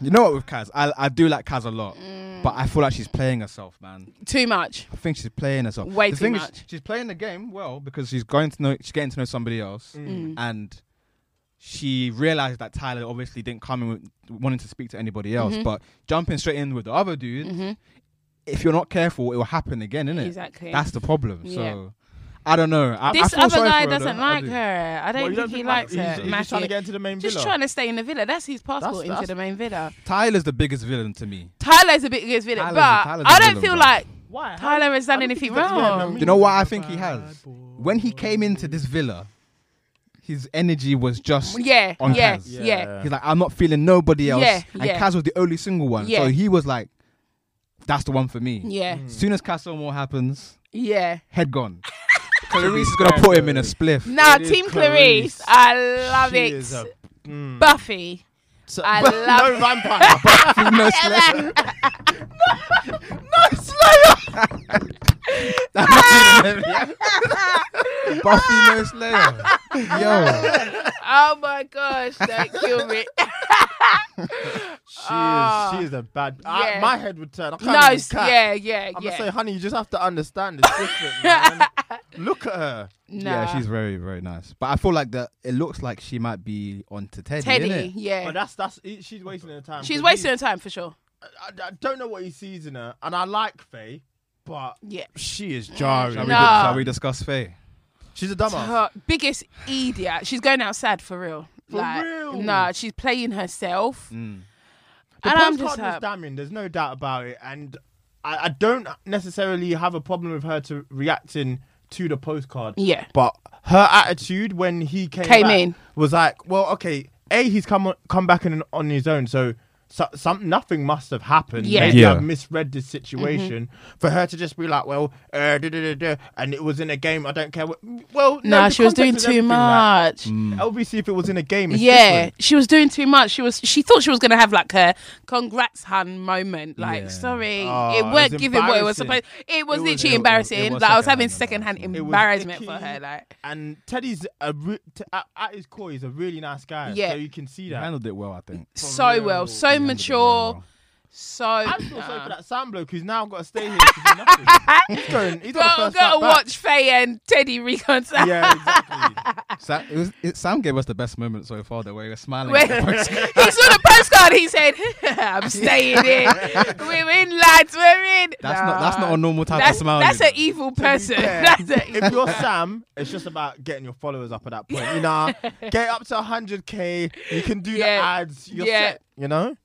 Speaker 2: you know what with Kaz? I, I do like Kaz a lot,
Speaker 3: Mm.
Speaker 2: but I feel like she's playing herself, man.
Speaker 3: Too much.
Speaker 2: I think she's playing herself.
Speaker 3: Way
Speaker 2: the
Speaker 3: too
Speaker 2: thing is,
Speaker 3: much.
Speaker 2: she's playing the game well because she's going to know she's getting to know somebody else,
Speaker 3: Mm.
Speaker 4: Mm.
Speaker 2: and she realized that Tyler obviously didn't come in with, wanting to speak to anybody else.
Speaker 3: Mm-hmm.
Speaker 2: But jumping straight in with the other dude, if you're not careful, it will happen again, innit?
Speaker 3: Mm. Exactly.
Speaker 2: That's the problem.
Speaker 3: Yeah.
Speaker 2: So I don't know. I, I
Speaker 3: This
Speaker 2: feel
Speaker 3: other
Speaker 2: sorry
Speaker 3: guy
Speaker 2: for her, though.
Speaker 3: doesn't
Speaker 2: I
Speaker 3: like
Speaker 2: do.
Speaker 3: her. I don't
Speaker 1: Well, you
Speaker 3: think
Speaker 1: don't
Speaker 3: he
Speaker 1: think
Speaker 3: likes
Speaker 1: like-
Speaker 3: her.
Speaker 1: he's- he's just trying to
Speaker 3: Matthew.
Speaker 1: get into the main
Speaker 3: Just
Speaker 1: villa?
Speaker 3: trying to stay in the villa. That's his passport
Speaker 1: That's-
Speaker 3: into
Speaker 1: that's-
Speaker 3: the main villa.
Speaker 2: Tyler's the biggest villain to me.
Speaker 3: Tyler's a bit against
Speaker 2: Tyler's a-
Speaker 3: villain, but
Speaker 2: Tyler's a
Speaker 3: I don't
Speaker 2: villain,
Speaker 3: feel
Speaker 2: bro.
Speaker 3: like
Speaker 1: Why?
Speaker 3: Tyler has
Speaker 1: I
Speaker 3: done
Speaker 1: don't
Speaker 3: anything
Speaker 1: think he's done- yeah, no,
Speaker 3: wrong.
Speaker 1: me-
Speaker 2: Do you know what I think he has? When he came into this villa, his energy was just
Speaker 3: Yeah,
Speaker 2: on
Speaker 3: yeah,
Speaker 2: Kaz.
Speaker 3: yeah,
Speaker 2: He's like, I'm not feeling nobody else.
Speaker 3: Yeah,
Speaker 2: and
Speaker 3: yeah.
Speaker 2: Kaz was the only single one.
Speaker 3: Yeah.
Speaker 2: So he was like, that's the one for me.
Speaker 3: yeah,
Speaker 1: Mm.
Speaker 2: As soon as Castlemore happens,
Speaker 3: yeah.
Speaker 2: head gone. Clarice is going to put him in a spliff.
Speaker 3: Now,
Speaker 1: It is
Speaker 3: Team Clarice,
Speaker 1: Clarice.
Speaker 3: I love
Speaker 1: She
Speaker 3: it.
Speaker 1: is a- Mm.
Speaker 3: Buffy,
Speaker 1: So-
Speaker 3: I
Speaker 1: but
Speaker 3: love
Speaker 1: no vampire.
Speaker 2: no slayer. no, slayer. Buffy no slayer. Yo.
Speaker 3: oh my gosh, that killed me.
Speaker 1: She
Speaker 3: Ah.
Speaker 1: is. She is a bad. I-
Speaker 3: Yeah.
Speaker 1: my head would turn. I can't
Speaker 3: No,
Speaker 1: even
Speaker 3: s-
Speaker 1: cap.
Speaker 3: yeah, yeah,
Speaker 1: I'm
Speaker 3: yeah.
Speaker 1: gonna say, honey, you just have to understand it's different. man. Look at her.
Speaker 3: no.
Speaker 2: Yeah, she's very, very nice. But I feel like that it looks like she might be onto Teddy.
Speaker 3: Teddy.
Speaker 2: innit?
Speaker 3: Yeah,
Speaker 1: But that's that's it- she's wasting her time.
Speaker 3: Eh. she's
Speaker 1: 'cause
Speaker 3: wasting
Speaker 1: he-
Speaker 3: her time for sure.
Speaker 1: I, I don't know what he sees in her, and I like Faye, but
Speaker 3: Yeah.
Speaker 1: she is jarring.
Speaker 2: Shall, we,
Speaker 3: No.
Speaker 2: di- shall we discuss Faye?
Speaker 1: She's a dumbass.
Speaker 3: Her biggest idiot. She's going out sad for real.
Speaker 1: For
Speaker 3: like,
Speaker 1: real?
Speaker 3: Nah, she's playing herself.
Speaker 2: Mm.
Speaker 1: The
Speaker 3: and I'm
Speaker 1: postcard was
Speaker 3: just like,
Speaker 1: damning. There's no doubt about it, and I, I don't necessarily have a problem with her to reacting to the postcard.
Speaker 3: Yeah.
Speaker 1: but her attitude when he came
Speaker 3: Came
Speaker 1: back
Speaker 3: in.
Speaker 1: was like, well, okay, a he's come on, come back in, on his own, so. So, some nothing must have happened.
Speaker 3: Yeah. Mm-hmm.
Speaker 1: Maybe
Speaker 2: Yeah.
Speaker 1: I've misread this situation for her to just be like, "Well, uh, da, da, da, da, and it was in a game. I don't care." What, well, no,
Speaker 3: nah,
Speaker 1: the
Speaker 3: she was
Speaker 1: context
Speaker 3: doing
Speaker 1: is
Speaker 3: too
Speaker 1: everything, like,
Speaker 3: much.
Speaker 1: Obviously, if it was in a game, it's
Speaker 3: yeah,
Speaker 1: different.
Speaker 3: she was doing too much. She was. She thought she was gonna have like her congrats hun moment. Like, sorry,
Speaker 1: Oh,
Speaker 3: it
Speaker 1: it
Speaker 3: weren't
Speaker 1: was
Speaker 3: giving what it was
Speaker 1: embarrassing.
Speaker 3: supposed. It was
Speaker 1: It was-
Speaker 3: literally
Speaker 2: it- it-
Speaker 3: embarrassing.
Speaker 2: it was
Speaker 3: like, I was
Speaker 2: secondhand
Speaker 3: having secondhand
Speaker 1: It was
Speaker 3: embarrassment for
Speaker 1: icky.
Speaker 3: her. Like,
Speaker 1: And Teddy's a re- t- at, at his core, he's a really nice guy.
Speaker 3: Yeah.
Speaker 1: so you can see
Speaker 2: He
Speaker 1: that.
Speaker 2: handled it well, I think.
Speaker 3: so well, so
Speaker 2: handled it
Speaker 3: mature,
Speaker 2: very well.
Speaker 3: so.
Speaker 1: I feel sorry
Speaker 3: nah.
Speaker 1: for that Sam bloke who's now got to stay here to do nothing. he's going. He's got
Speaker 3: Go,
Speaker 1: a first fight back.
Speaker 3: gotta watch Faye and Teddy reconcile.
Speaker 1: Yeah, exactly.
Speaker 2: Sam, it was, it, Sam gave us the best moment so far, the way we're smiling.
Speaker 3: When
Speaker 2: at
Speaker 3: he saw
Speaker 2: the post-
Speaker 3: the postcard, he said, "I'm staying in. We're in, lads. We're in."
Speaker 2: that's
Speaker 3: Nah.
Speaker 2: not that's not a normal type
Speaker 3: That's,
Speaker 2: of smile.
Speaker 3: that's
Speaker 2: you
Speaker 3: an
Speaker 2: know.
Speaker 3: evil
Speaker 1: To be
Speaker 3: person.
Speaker 1: fair,
Speaker 3: That's an evil
Speaker 1: if you're Sam, it's just about getting your followers up at that point. You know, get up to 100k. You can do
Speaker 3: Yeah.
Speaker 1: the ads. You're
Speaker 3: Yeah.
Speaker 1: set. You know.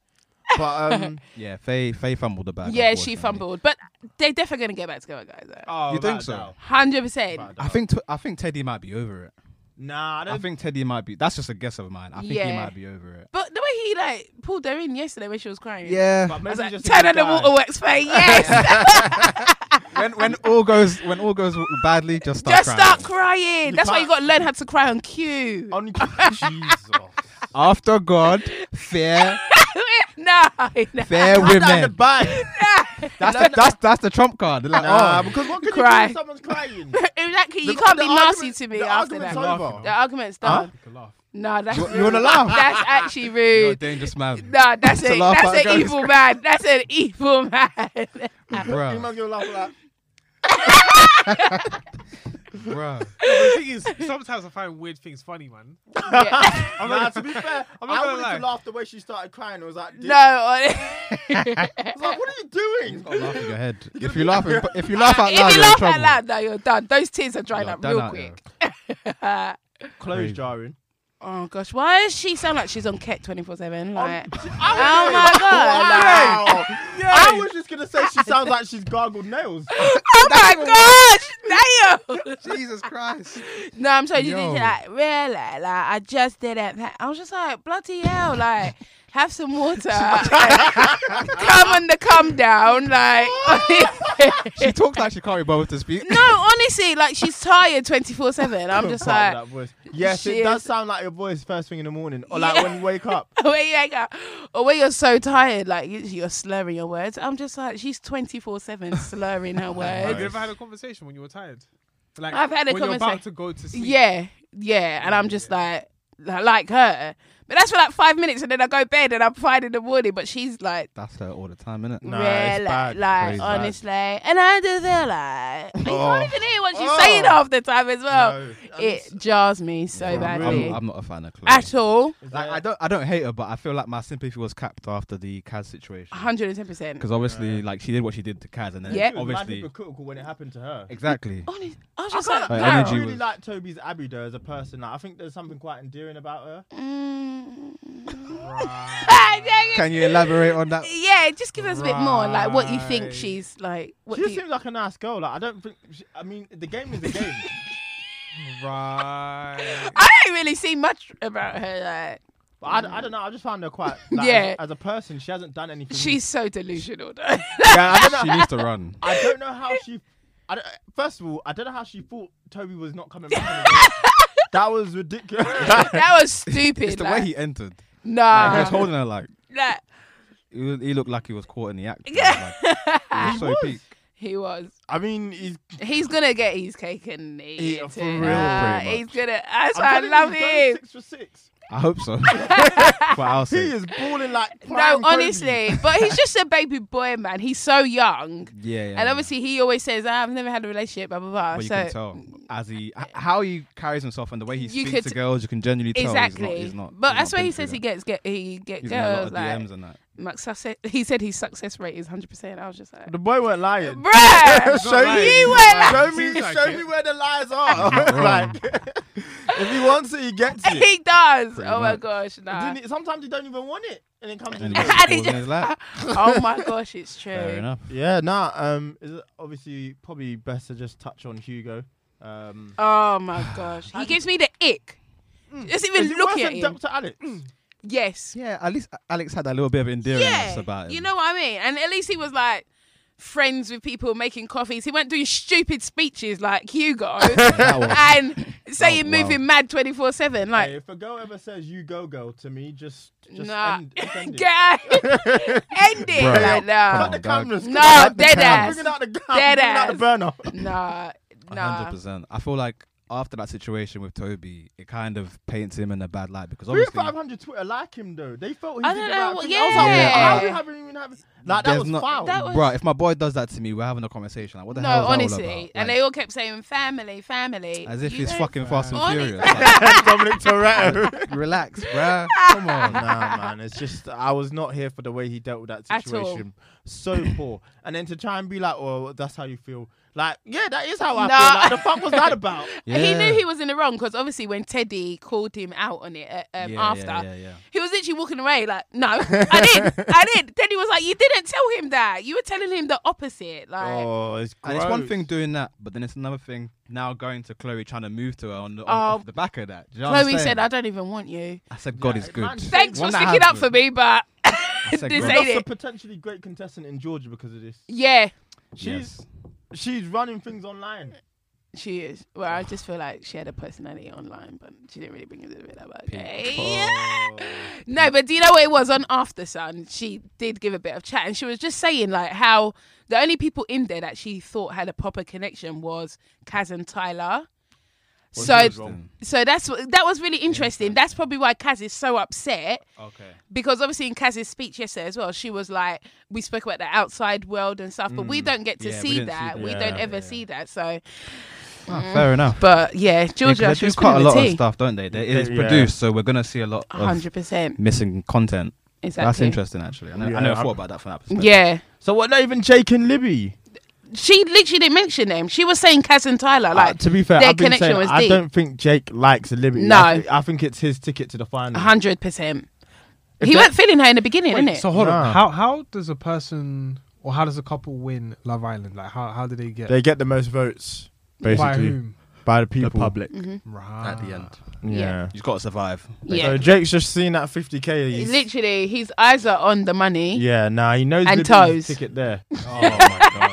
Speaker 1: But um,
Speaker 2: Yeah, Faye Faye fumbled the bag.
Speaker 3: Yeah, she
Speaker 2: unfortunately.
Speaker 3: fumbled, but they're definitely gonna get back together, guys.
Speaker 1: oh,
Speaker 2: You think
Speaker 1: that
Speaker 2: so?
Speaker 1: doubt.
Speaker 3: Hundred percent.
Speaker 1: That
Speaker 2: I
Speaker 1: doubt.
Speaker 2: think t- I think Teddy might be over it.
Speaker 1: Nah, I
Speaker 2: I
Speaker 1: don't.
Speaker 2: think Teddy might be. That's just a guess of mine. I think he
Speaker 3: Yeah.
Speaker 2: might be over it.
Speaker 3: But the way he like pulled her in yesterday when she was crying.
Speaker 2: Yeah.
Speaker 1: But
Speaker 3: I was
Speaker 1: maybe
Speaker 3: like,
Speaker 1: just a
Speaker 3: turn
Speaker 1: good
Speaker 3: on the
Speaker 1: guy.
Speaker 3: waterworks, Faye. Yes,
Speaker 2: when when all goes when all goes badly, just start
Speaker 3: just
Speaker 2: crying. Oh.
Speaker 3: start crying. That's why you
Speaker 1: can't-
Speaker 3: got to learn how to cry on cue.
Speaker 1: On Jesus.
Speaker 2: After God, fair
Speaker 3: no, no.
Speaker 2: fair
Speaker 1: That's the
Speaker 2: women.
Speaker 1: bag.
Speaker 2: That's the, that's that's the trump card. They're like,
Speaker 1: Nah,
Speaker 2: oh,
Speaker 1: because what can
Speaker 3: Cry.
Speaker 1: you do if someone's crying?
Speaker 3: Exactly. You
Speaker 1: The-
Speaker 3: can't
Speaker 1: the
Speaker 3: be nasty
Speaker 1: argument-
Speaker 3: to me
Speaker 1: the
Speaker 3: after that.
Speaker 1: argument's over.
Speaker 3: The argument's done. No, that's
Speaker 2: you wanna
Speaker 3: rude.
Speaker 2: laugh?
Speaker 3: That's actually
Speaker 2: you're a
Speaker 3: rude.
Speaker 2: dangerous man,
Speaker 3: No, that's
Speaker 2: To
Speaker 3: a,
Speaker 2: laugh at
Speaker 3: that's
Speaker 2: a girl
Speaker 3: an
Speaker 2: is
Speaker 3: evil man. That's an evil man.
Speaker 1: You
Speaker 2: bro.
Speaker 1: man's gonna laugh at that.
Speaker 2: bro.
Speaker 4: the thing is, sometimes I find weird things funny, man.
Speaker 3: Yeah.
Speaker 1: I'm nah, to be fair,
Speaker 4: I'm not
Speaker 1: I
Speaker 4: gonna
Speaker 1: wanted
Speaker 4: lie.
Speaker 1: to laugh the way she started crying. I was like, "Dude,"
Speaker 3: No, uh,
Speaker 1: I
Speaker 3: if
Speaker 1: was like, what are you doing?
Speaker 2: Laugh in your head. If you laugh, in- if you laugh out loud,
Speaker 3: you
Speaker 2: you're in
Speaker 3: laugh out
Speaker 2: trouble.
Speaker 3: loud, no, you're done. Those tears are drying
Speaker 2: You're
Speaker 3: up
Speaker 2: done
Speaker 3: real
Speaker 2: out there.
Speaker 3: quick.
Speaker 1: Clothes jarring.
Speaker 3: Oh gosh, why does she sound like she's on Ket twenty four
Speaker 2: Um,
Speaker 3: seven? Like, oh
Speaker 1: I
Speaker 3: my Oh god, like,
Speaker 1: Wow. I was just gonna say she sounds like she's gargled nails.
Speaker 3: oh my gosh, damn.
Speaker 2: Jesus Christ.
Speaker 3: No, I'm sorry,
Speaker 2: Yo.
Speaker 3: you didn't like really like I just did it. I was just like bloody hell, like have some water, come on the come down, like.
Speaker 2: She talks like she can't be bothered to speak.
Speaker 3: No, honestly, like she's tired twenty four seven. I'm just
Speaker 1: Can't
Speaker 3: like,
Speaker 1: with that voice. Yes,
Speaker 3: she
Speaker 1: it does
Speaker 3: is- Oh,
Speaker 1: sound like your voice first thing in the morning, or like when you wake up.
Speaker 3: when you wake up, or when you're so tired, like you- you're slurring your words. I'm just like, she's 24 7 slurring her
Speaker 4: Have you
Speaker 3: words.
Speaker 4: ever had a conversation when you were tired? Like,
Speaker 3: I've had a
Speaker 4: when You're
Speaker 3: conversa-
Speaker 4: about to go to sleep.
Speaker 3: yeah, yeah. And I'm just like, li- like her. But that's for like five minutes, and then I go bed, and I'm fine in the morning. But she's like,
Speaker 2: That's her all the time, innit?
Speaker 1: Nah,
Speaker 3: really,
Speaker 1: it's bad.
Speaker 3: like
Speaker 2: It's bad.
Speaker 3: honestly, and I just feel like you
Speaker 1: Oh.
Speaker 3: can't even hear what she's
Speaker 1: Oh.
Speaker 3: saying half the time as well.
Speaker 1: No.
Speaker 3: It jars me so
Speaker 2: I'm,
Speaker 3: badly
Speaker 2: I'm not a fan of Chloe.
Speaker 3: at all.
Speaker 2: Like, I don't, I don't hate her, but I feel like my sympathy was capped after the Kaz situation.
Speaker 3: 110 percent.
Speaker 2: Because obviously, like she did what she did to Kaz, and then
Speaker 3: Yeah.
Speaker 1: She was mad
Speaker 2: obviously,
Speaker 1: hypocritical when it happened to her.
Speaker 2: exactly.
Speaker 3: Honest, I was
Speaker 1: I,
Speaker 3: just
Speaker 1: can't-
Speaker 3: like,
Speaker 2: Her
Speaker 1: I
Speaker 2: energy
Speaker 1: really
Speaker 2: was-
Speaker 1: like Toby's Abby though as a person. Like, I think there's something quite endearing about her.
Speaker 3: mm.
Speaker 2: Can you elaborate on that?
Speaker 3: yeah, just give us a bit more, like what you think she's like. What
Speaker 1: She
Speaker 3: do
Speaker 1: just
Speaker 3: you,
Speaker 1: seems like a nice girl. Like I don't think. She, I mean, the game is the game.
Speaker 4: Right.
Speaker 3: I don't really see much about her. Like
Speaker 1: but I, d- I don't know. I just found her quite. Like,
Speaker 3: Yeah.
Speaker 1: As, as a person, she hasn't done anything.
Speaker 3: she's so delusional. though.
Speaker 2: yeah, I don't know. She needs to run.
Speaker 1: I don't know how she. I don't, first of all, I don't know how she thought Toby was not coming back. in the game. that was ridiculous.
Speaker 3: that was stupid.
Speaker 2: It's the
Speaker 3: like,
Speaker 2: way he entered. Like, he was
Speaker 3: nah,
Speaker 2: holding her like
Speaker 3: like,
Speaker 2: he, was, he looked like he was caught in the act.
Speaker 3: Yeah.
Speaker 2: Like, he was so peak.
Speaker 3: he was.
Speaker 1: I mean, he's,
Speaker 3: He's gonna get his cake and eat
Speaker 1: Yeah,
Speaker 3: it
Speaker 1: for
Speaker 3: too.
Speaker 1: real,
Speaker 3: Nah,
Speaker 2: pretty
Speaker 3: he's gonna. That's
Speaker 1: I'm
Speaker 3: why I
Speaker 1: telling you,
Speaker 3: love
Speaker 1: he's going
Speaker 3: him.
Speaker 1: Six for six.
Speaker 2: I hope so. That's what I'll
Speaker 1: He
Speaker 2: say.
Speaker 1: is balling like
Speaker 3: No,
Speaker 1: prime Kobe.
Speaker 3: honestly, but he's just a baby boy, man. He's so young.
Speaker 2: Yeah, yeah,
Speaker 3: and
Speaker 2: yeah.
Speaker 3: obviously, he always says, "Ah, "I've never had a relationship." Blah blah blah.
Speaker 2: But you
Speaker 3: so
Speaker 2: can tell as he h- how he carries himself and the way he speaks
Speaker 3: could-
Speaker 2: to girls, you can genuinely tell
Speaker 3: exactly,
Speaker 2: he's not. He's not
Speaker 3: but
Speaker 2: he's
Speaker 3: that's
Speaker 2: not
Speaker 3: why
Speaker 2: been
Speaker 3: he
Speaker 2: through
Speaker 3: says he
Speaker 2: that.
Speaker 3: gets get he get
Speaker 2: He's getting a lot
Speaker 3: girls
Speaker 2: of
Speaker 3: like
Speaker 2: DMs and that.
Speaker 3: Max success, he said his success rate is 100%. I was just like,
Speaker 1: The boy weren't lying.
Speaker 3: bruh!
Speaker 1: show
Speaker 4: lying,
Speaker 1: me,
Speaker 4: he's
Speaker 3: not
Speaker 1: where,
Speaker 3: lying.
Speaker 1: show me,
Speaker 4: Seems like
Speaker 1: show
Speaker 4: it.
Speaker 1: me where the lies are. like, if he wants it, he gets it.
Speaker 3: he does. oh my
Speaker 2: much.
Speaker 3: gosh, nah.
Speaker 1: Didn't he- sometimes you don't even want it, and it comes.
Speaker 2: And
Speaker 1: to
Speaker 2: he
Speaker 1: you.
Speaker 2: just
Speaker 3: And he
Speaker 2: falls in his lap.
Speaker 3: oh my gosh, it's true.
Speaker 2: Fair enough.
Speaker 1: Yeah, nah. Um, is it obviously probably best to just touch on Hugo. Um,
Speaker 3: Oh my gosh, he gives me the ick.
Speaker 2: Mm.
Speaker 3: Just
Speaker 1: is
Speaker 3: even
Speaker 1: it worse
Speaker 3: looking at
Speaker 1: than
Speaker 3: him. Mm.
Speaker 1: Dr. Alex?
Speaker 3: yes.
Speaker 2: Yeah, at least Alex had that little bit of endearingness about him.
Speaker 3: You know what I mean? And at least he was like friends with people making coffees. He went doing stupid speeches like Hugo
Speaker 2: was-
Speaker 3: and saying
Speaker 2: Oh, wow.
Speaker 3: moving mad 24 7. Like,
Speaker 1: Hey, if a girl ever says "you go, girl" to me, just just
Speaker 3: nah,
Speaker 1: end, just end it.
Speaker 3: guy, end it.
Speaker 2: Bruh.
Speaker 3: Like,
Speaker 1: Cut
Speaker 3: nah,
Speaker 1: the
Speaker 2: Come on,
Speaker 1: cameras.
Speaker 3: dog.
Speaker 1: cut
Speaker 3: No,
Speaker 1: out the
Speaker 3: dead
Speaker 1: cameras.
Speaker 3: ass.
Speaker 1: Bringing out the gun.
Speaker 3: Dead
Speaker 1: bringing out the
Speaker 3: ass.
Speaker 1: burner.
Speaker 3: nah, nah.
Speaker 2: 100%. I feel like after that situation with Toby, it kind of paints him in a bad light because
Speaker 1: Three
Speaker 2: obviously
Speaker 1: five hundred Twitter like him though. They felt he
Speaker 3: I
Speaker 1: did
Speaker 3: don't
Speaker 1: the
Speaker 3: know
Speaker 1: right
Speaker 3: what-
Speaker 1: thing. I was like,
Speaker 2: yeah.
Speaker 1: how you haven't even have like that
Speaker 2: there's
Speaker 1: was
Speaker 2: not-
Speaker 1: foul.
Speaker 3: That was-
Speaker 2: Bruh, if my boy does that to me, we're having a conversation. Like, what the hell
Speaker 3: No,
Speaker 2: is
Speaker 3: honestly.
Speaker 2: that all about?
Speaker 3: and
Speaker 2: Like,
Speaker 3: they all kept saying family, family.
Speaker 2: as if
Speaker 3: You
Speaker 2: it's
Speaker 3: know?
Speaker 2: fucking Fast and
Speaker 3: Honest-
Speaker 2: Furious. Like,
Speaker 1: Dominic Toretto.
Speaker 2: relax, bruh. Come on.
Speaker 1: nah, man. It's just I was not here for the way he dealt with that
Speaker 3: At all.
Speaker 1: situation. So poor. And then to try and be like, "Well, that's how you feel." Like, yeah, that is how I
Speaker 3: Nah.
Speaker 1: feel. Like, the fuck was that about?
Speaker 3: He
Speaker 2: Yeah.
Speaker 3: knew he was in the wrong because obviously when Teddy called him out on it uh, um,
Speaker 2: Yeah,
Speaker 3: after,
Speaker 2: yeah, yeah, yeah.
Speaker 3: he was literally walking away like, "No, I did, I did." Teddy was like, "You didn't tell him that. You were telling him the opposite." Like,
Speaker 1: Oh, it's gross.
Speaker 2: And it's one thing doing that, but then it's another thing now going to Chloe trying to move to her on the, on,
Speaker 3: Oh.
Speaker 2: off the back of that. Do you know what I'm
Speaker 3: Chloe
Speaker 2: saying?
Speaker 3: said, "I don't even want you.
Speaker 2: I said, God is good.
Speaker 1: man, she-
Speaker 3: Thanks
Speaker 2: One
Speaker 3: for
Speaker 2: that
Speaker 3: sticking up
Speaker 2: happened.
Speaker 3: for me, but
Speaker 2: That's a
Speaker 3: this
Speaker 2: great-
Speaker 3: ain't
Speaker 1: That's a
Speaker 3: it."
Speaker 1: potentially great contestant in Georgia because of this.
Speaker 3: Yeah,
Speaker 1: She's she's running things online.
Speaker 3: she is. Well, I just feel like she had a personality online, but she didn't really bring it to the that. But okay. No, but do you know what it was on After Sun? She did give a bit of chat, and she was just saying like how the only people in there that she thought had a proper connection was Kaz and Tyler. So, so that's what- that was really interesting. That's probably why Kaz is so upset
Speaker 2: Okay.
Speaker 3: because obviously in Kaz's speech yesterday as well, she was like, "We spoke about the outside world and stuff, but we don't get to
Speaker 2: Mm. Yeah, we
Speaker 3: see
Speaker 2: didn't see
Speaker 3: that.
Speaker 2: that.
Speaker 3: We
Speaker 2: Yeah.
Speaker 3: don't
Speaker 2: Yeah,
Speaker 3: ever see that." So, Mm-hmm.
Speaker 2: Fair enough.
Speaker 3: but yeah, Georgia,
Speaker 2: they
Speaker 3: she
Speaker 2: do
Speaker 3: was
Speaker 2: quite a
Speaker 3: spilling
Speaker 2: lot
Speaker 3: the
Speaker 2: of
Speaker 3: tea.
Speaker 2: stuff, don't they? They- It is
Speaker 1: Yeah.
Speaker 2: produced, so we're going to see a lot of
Speaker 3: Hundred percent,
Speaker 2: missing content.
Speaker 3: exactly.
Speaker 2: That's interesting, actually. I, know,
Speaker 1: Yeah,
Speaker 2: I never
Speaker 1: I'm-
Speaker 2: thought about that from that perspective.
Speaker 3: Yeah.
Speaker 1: So what? Not even Jake and Libby.
Speaker 3: She literally didn't mention them. She was saying Kaz and Tyler. Like
Speaker 1: Ah, Uh, to be fair,
Speaker 3: their
Speaker 1: I've been
Speaker 3: connection
Speaker 1: saying,
Speaker 3: was
Speaker 1: I
Speaker 3: deep.
Speaker 1: don't think Jake likes Liberty.
Speaker 3: No.
Speaker 1: I, thi- I think it's his ticket to the final.
Speaker 3: hundred percent. He
Speaker 1: they-
Speaker 3: weren't feeling her in the beginning,
Speaker 4: Wait,
Speaker 3: innit?
Speaker 4: so hold
Speaker 1: Nah.
Speaker 4: on. How how does a person or how does a couple win Love Island? Like how how do they get
Speaker 1: They get the most votes, basically,
Speaker 4: by whom?
Speaker 1: by the people,
Speaker 2: The public
Speaker 4: Right.
Speaker 2: at the end.
Speaker 1: Yeah.
Speaker 2: You've got to survive.
Speaker 3: Mm-hmm. yeah.
Speaker 1: So Jake's just seen that 50k. He's,
Speaker 3: literally, his eyes are on the money.
Speaker 1: yeah, nah, he knows
Speaker 3: And
Speaker 1: Liberty's
Speaker 3: toes.
Speaker 1: ticket there.
Speaker 2: Oh my god,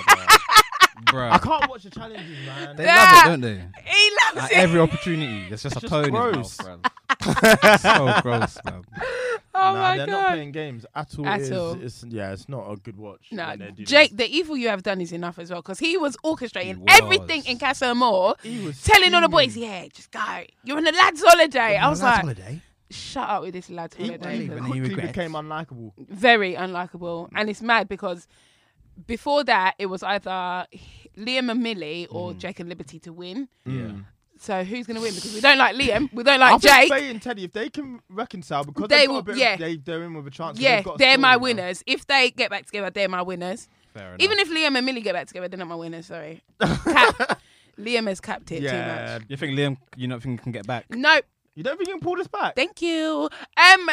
Speaker 2: bro.
Speaker 1: I can't watch the challenges, man.
Speaker 2: They
Speaker 1: They-
Speaker 2: love it, don't they?
Speaker 3: He loves
Speaker 2: At
Speaker 3: it.
Speaker 2: every opportunity, there's just a
Speaker 1: It's
Speaker 2: pony
Speaker 1: just
Speaker 2: in his mouth, bro. so gross, man.
Speaker 3: Oh
Speaker 1: nah,
Speaker 3: my
Speaker 1: they're not
Speaker 3: god.
Speaker 1: playing games at all.
Speaker 3: At
Speaker 1: It is-
Speaker 3: all.
Speaker 1: It's, yeah, it's not a good watch.
Speaker 3: No,
Speaker 1: when they do
Speaker 3: Jake,
Speaker 1: this.
Speaker 3: the evil you have done is enough as well because he was orchestrating
Speaker 2: He was.
Speaker 3: everything in Casa Amor,
Speaker 1: He was
Speaker 3: telling all the boys,
Speaker 1: scheming.
Speaker 3: yeah, just go. You're on a lad's holiday. I was like,
Speaker 2: holiday.
Speaker 3: shut up with this lad's
Speaker 1: He,
Speaker 3: holiday.
Speaker 1: he
Speaker 3: because-
Speaker 2: he
Speaker 1: quickly
Speaker 2: regrets.
Speaker 1: became unlikable.
Speaker 3: very unlikable, and it's mad because before that it was either Liam and Millie or Jake and Liberty to win.
Speaker 2: Mm. Yeah.
Speaker 3: So who's gonna win? Because we don't like Liam, we don't
Speaker 1: I
Speaker 3: like
Speaker 1: think
Speaker 3: Jake.
Speaker 1: Faye and Teddy, if they can reconcile, because
Speaker 3: They
Speaker 1: they got
Speaker 3: will-
Speaker 1: a bit
Speaker 3: yeah.
Speaker 1: of, they, they're in with a chance. 'cause
Speaker 3: yeah,
Speaker 1: they've got a
Speaker 3: they're my
Speaker 1: story now.
Speaker 3: winners. If they get back together, they're my winners.
Speaker 2: Fair enough.
Speaker 3: Even if Liam and Millie get back together, they're not my winners. Sorry, Cap. Liam has capped it too
Speaker 1: Yeah,
Speaker 3: much.
Speaker 2: you think Liam, you don't think he can get back?
Speaker 3: No,
Speaker 1: You don't think you can pull this back?
Speaker 3: thank you. Um,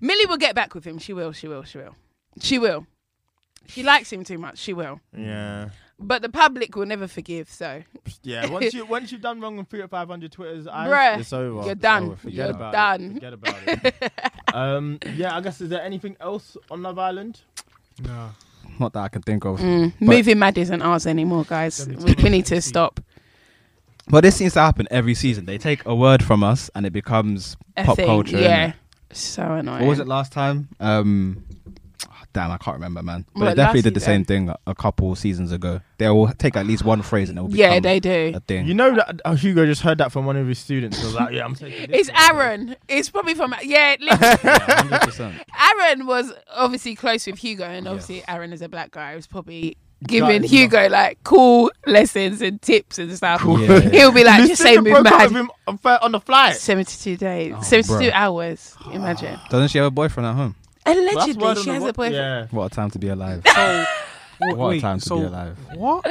Speaker 3: Millie will get back with him. She will. She will. She will. She will. She likes him too much. She will.
Speaker 1: yeah.
Speaker 3: But the public will never forgive. So
Speaker 1: Yeah, once you once you've done wrong on three or five hundred Twitter's eyes,
Speaker 3: Bruh,
Speaker 1: it's over.
Speaker 3: Eh, you're
Speaker 1: It's
Speaker 3: done.
Speaker 1: over. Forget
Speaker 3: You're
Speaker 1: about
Speaker 3: done.
Speaker 1: It. Forget about it. um, yeah, I guess is there anything else on Love Island?
Speaker 4: No.
Speaker 2: Not that I can think of.
Speaker 3: Mm,
Speaker 2: But-
Speaker 3: moving mad isn't ours anymore, guys. We, we need to stop.
Speaker 2: But this seems to happen every season. They take a word from us and it becomes
Speaker 3: I
Speaker 2: pop
Speaker 3: think,
Speaker 2: culture.
Speaker 3: yeah.
Speaker 2: innit?
Speaker 3: So annoying.
Speaker 2: What was it last time? Um, damn, I can't remember, man. But
Speaker 3: Well,
Speaker 2: they definitely did the
Speaker 3: last
Speaker 2: same thing a- a couple seasons ago. They will take at least one phrase and it will become
Speaker 3: Yeah, they do.
Speaker 2: a thing.
Speaker 1: You know that oh, Hugo just heard that from one of his students. I was like, yeah, I'm taking this.
Speaker 3: It's Aaron. It's probably from yeah. literally.
Speaker 2: 100%.
Speaker 3: Aaron was obviously close with Hugo, and obviously Aaron is a black guy. was probably giving
Speaker 1: Guiding
Speaker 3: Hugo like cool lessons and tips and stuff.
Speaker 2: Yeah.
Speaker 3: He'll be like,
Speaker 1: This
Speaker 3: just
Speaker 1: sister
Speaker 3: say move
Speaker 1: broke up
Speaker 3: mad.
Speaker 1: with Oh, him on fa- on the fly.
Speaker 3: 72 days, 72
Speaker 2: bruh.
Speaker 3: hours. Imagine.
Speaker 2: Doesn't she have a boyfriend at home?
Speaker 3: Allegedly,
Speaker 1: That's word on
Speaker 3: she
Speaker 1: the
Speaker 3: has
Speaker 1: wa-
Speaker 3: a boyfriend.
Speaker 1: Yeah.
Speaker 2: What a time to be alive.
Speaker 4: So, w-
Speaker 2: What a
Speaker 4: wait,
Speaker 2: time to
Speaker 4: so
Speaker 2: be alive.
Speaker 4: What?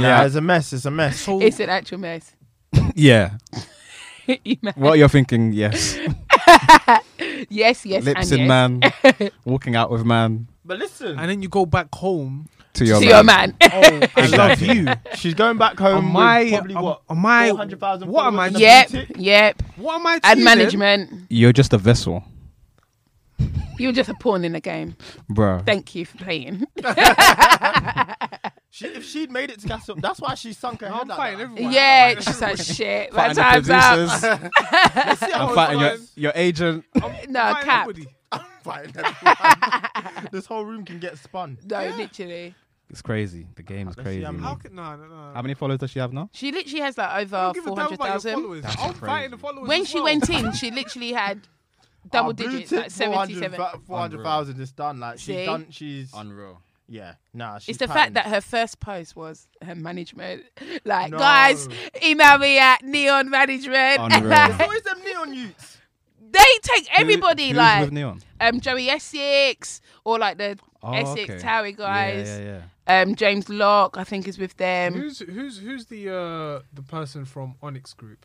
Speaker 1: yeah, it's a mess. It's a mess.
Speaker 4: So
Speaker 3: It's an actual mess.
Speaker 2: Yeah.
Speaker 3: Ima-
Speaker 2: What you're thinking, yes.
Speaker 3: yes, yes,
Speaker 2: Lips
Speaker 3: and
Speaker 2: in
Speaker 3: yes.
Speaker 2: man, walking out with man
Speaker 1: But listen,
Speaker 4: and then you go back home.
Speaker 2: to your
Speaker 3: to
Speaker 2: man.
Speaker 3: your man.
Speaker 4: Oh, I love
Speaker 2: Exactly.
Speaker 4: you.
Speaker 1: she's going back home.
Speaker 4: Am I-
Speaker 1: with probably
Speaker 4: am-
Speaker 1: what?
Speaker 4: am I-
Speaker 1: 400,000
Speaker 4: what am I-
Speaker 1: followers on
Speaker 3: yep,
Speaker 1: BT?
Speaker 3: yep.
Speaker 4: What am I?
Speaker 3: And
Speaker 4: teasing?
Speaker 3: management.
Speaker 2: You're just a vessel,
Speaker 3: You were just a pawn in the game.
Speaker 2: bro.
Speaker 3: Thank you for playing.
Speaker 1: She, if she'd made it to Castle, that's why she sunk her
Speaker 4: No,
Speaker 1: head.
Speaker 4: I'm fighting
Speaker 1: like
Speaker 4: everyone.
Speaker 3: yeah, she's like, shit, my
Speaker 2: Fighting the
Speaker 3: time's up.
Speaker 2: producers,
Speaker 1: that.
Speaker 2: I'm fighting your, your agent.
Speaker 3: No,
Speaker 4: Fight
Speaker 3: cap.
Speaker 4: everybody.
Speaker 1: I'm fighting everyone. this whole room can get spun.
Speaker 3: No, literally.
Speaker 2: It's crazy. The game is
Speaker 1: Let's see
Speaker 2: crazy.
Speaker 1: how many-
Speaker 4: How
Speaker 2: man.
Speaker 4: can no, no, no.
Speaker 2: How many followers does she have now?
Speaker 3: She literally has like
Speaker 4: I don't
Speaker 3: over
Speaker 4: give a damn about
Speaker 3: 400,000.
Speaker 4: your followers. I'm fighting the followers.
Speaker 3: When
Speaker 4: as
Speaker 3: she
Speaker 4: well.
Speaker 3: went in, she literally had double
Speaker 1: Our blue
Speaker 3: digits,
Speaker 1: tick
Speaker 3: like 77.
Speaker 1: 400,000 400,000 is done. Like, she's
Speaker 3: See?
Speaker 1: done. She's.
Speaker 2: Unreal.
Speaker 1: Yeah. Nah, she's.
Speaker 3: It's the fact that her first post was her management. Like,
Speaker 1: No.
Speaker 3: guys, email me at neon management.
Speaker 2: Unreal.
Speaker 1: What is them neon youths?
Speaker 3: they take everybody,
Speaker 2: Who, who's
Speaker 3: like
Speaker 2: with Neon.
Speaker 3: um, Joey Essex or like the
Speaker 2: Oh,
Speaker 3: Essex
Speaker 2: okay.
Speaker 3: Towie guys.
Speaker 2: Yeah, yeah, yeah.
Speaker 3: Um, James Locke, I think, is with them.
Speaker 4: Who's who's who's the uh the person from Onyx Group?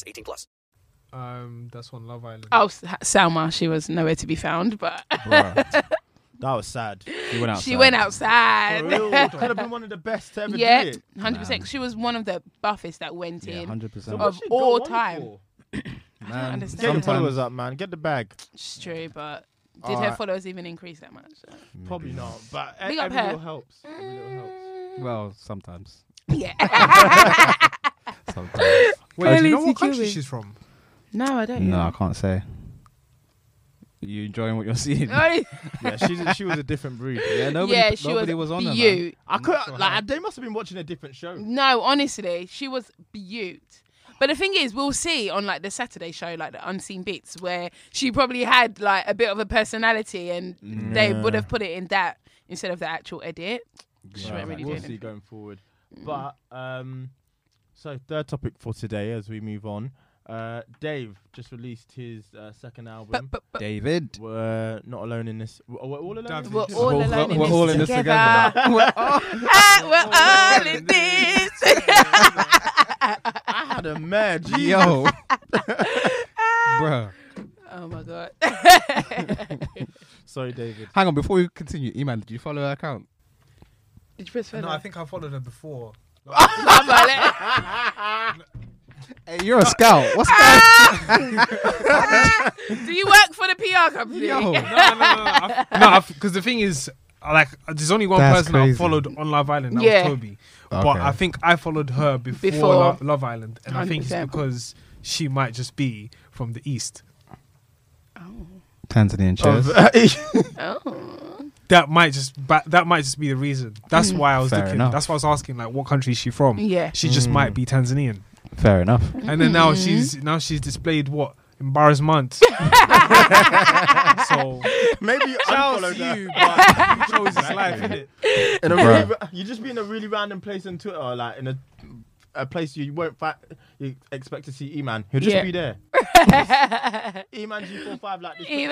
Speaker 5: 18 plus.
Speaker 4: Um, that's on Love Island.
Speaker 3: Oh, S- Salma, she was nowhere to be found, but
Speaker 2: Bruh.
Speaker 1: That was sad.
Speaker 2: She went outside.
Speaker 3: she went
Speaker 1: For
Speaker 3: outside.
Speaker 1: real. Could have been one of the best to ever do
Speaker 3: Yeah,
Speaker 1: it.
Speaker 3: hundred percent. She was one of the buffest that went
Speaker 2: Yeah,
Speaker 3: in.
Speaker 2: 100%.
Speaker 1: So
Speaker 3: Of
Speaker 1: what's she got
Speaker 3: all
Speaker 1: on
Speaker 3: time.
Speaker 1: for?
Speaker 3: I don't understand.
Speaker 1: Get the
Speaker 3: Sometimes-
Speaker 1: followers up, man. Get the bag.
Speaker 3: It's true, but did her
Speaker 1: Alright.
Speaker 3: followers even increase that much?
Speaker 1: Probably not. But e- every
Speaker 3: Big up
Speaker 1: little
Speaker 3: her.
Speaker 1: helps. Every little helps.
Speaker 2: Well, sometimes.
Speaker 3: Yeah.
Speaker 2: Sometimes.
Speaker 4: Wait, do
Speaker 3: Kylie
Speaker 4: you know what country
Speaker 3: Securi.
Speaker 4: she's from?
Speaker 3: no, I don't.
Speaker 2: no, I
Speaker 3: know.
Speaker 2: can't say. You enjoying what you're seeing?
Speaker 3: Only-
Speaker 1: Yeah, she's a, she was a different breed.
Speaker 2: Yeah, nobody,
Speaker 3: yeah, she
Speaker 2: nobody was, on
Speaker 3: was,
Speaker 2: her, man.
Speaker 3: beaut.
Speaker 1: I could
Speaker 4: sure
Speaker 1: like
Speaker 4: how.
Speaker 1: they must have been watching a different show.
Speaker 3: No, honestly, she was beaut. But the thing is, we'll see on like the Saturday show, like the unseen bits, where she probably had like a bit of a personality, and they would have put it in that instead of the actual edit. She
Speaker 1: Right,
Speaker 3: weren't really
Speaker 1: we'll
Speaker 3: doing
Speaker 1: see
Speaker 3: it. Mm.
Speaker 1: going forward. But um, so third topic for today as we move on. Uh, Dave just released his uh, second album.
Speaker 3: But, but, but
Speaker 2: David.
Speaker 1: we're not alone in this. We're we're all alone. in
Speaker 4: David.
Speaker 3: we're
Speaker 1: this?
Speaker 3: all
Speaker 2: We're-
Speaker 3: alone in
Speaker 2: we're
Speaker 3: this
Speaker 2: all in this
Speaker 3: together.
Speaker 2: together.
Speaker 3: we're all, ah, we're all in this.
Speaker 1: I had a mare. Jesus.
Speaker 2: Yo. Bro.
Speaker 3: Oh my god.
Speaker 1: Sorry, David.
Speaker 2: Hang on, before we continue, Iman, did you follow her account?
Speaker 3: Did you press
Speaker 4: No, I think I followed her before.
Speaker 2: Hey, you're a scout. What's that?
Speaker 3: Do you work for the PR company?
Speaker 2: Yo.
Speaker 4: No, no, no, no. no, because the thing is, I like, there's only one
Speaker 2: That's
Speaker 4: person I
Speaker 2: crazy.
Speaker 4: followed on Love Island. That
Speaker 3: Yeah.
Speaker 4: was Toby.
Speaker 2: Okay.
Speaker 4: But I think I followed her before,
Speaker 3: Before.
Speaker 4: Lo- Love Island, and I think it's
Speaker 3: 100%.
Speaker 4: because she might just be from the east.
Speaker 2: Tanzanian
Speaker 1: Oh,
Speaker 2: chairs.
Speaker 4: That might just ba- that might just be the reason. That's why I was
Speaker 2: Fair
Speaker 4: looking.
Speaker 2: enough. Mm.
Speaker 4: That's why I was asking, like, what country is she from?
Speaker 3: Mm. Yeah. Mm-hmm.
Speaker 4: she just might be Tanzanian.
Speaker 2: Fair enough.
Speaker 4: And then now she's now she's displayed what embarrassment. so
Speaker 1: Maybe
Speaker 4: shout
Speaker 1: unfollow
Speaker 4: to
Speaker 1: you.
Speaker 4: you, but you chose this life, innit?
Speaker 1: In a
Speaker 2: Bruh.
Speaker 1: really, ra- you just be in a really random place on Twitter, like in a a place you won't fa- you expect to see E-Man. He'll just
Speaker 3: Yeah.
Speaker 1: be there. E-Man G45 like this. E-,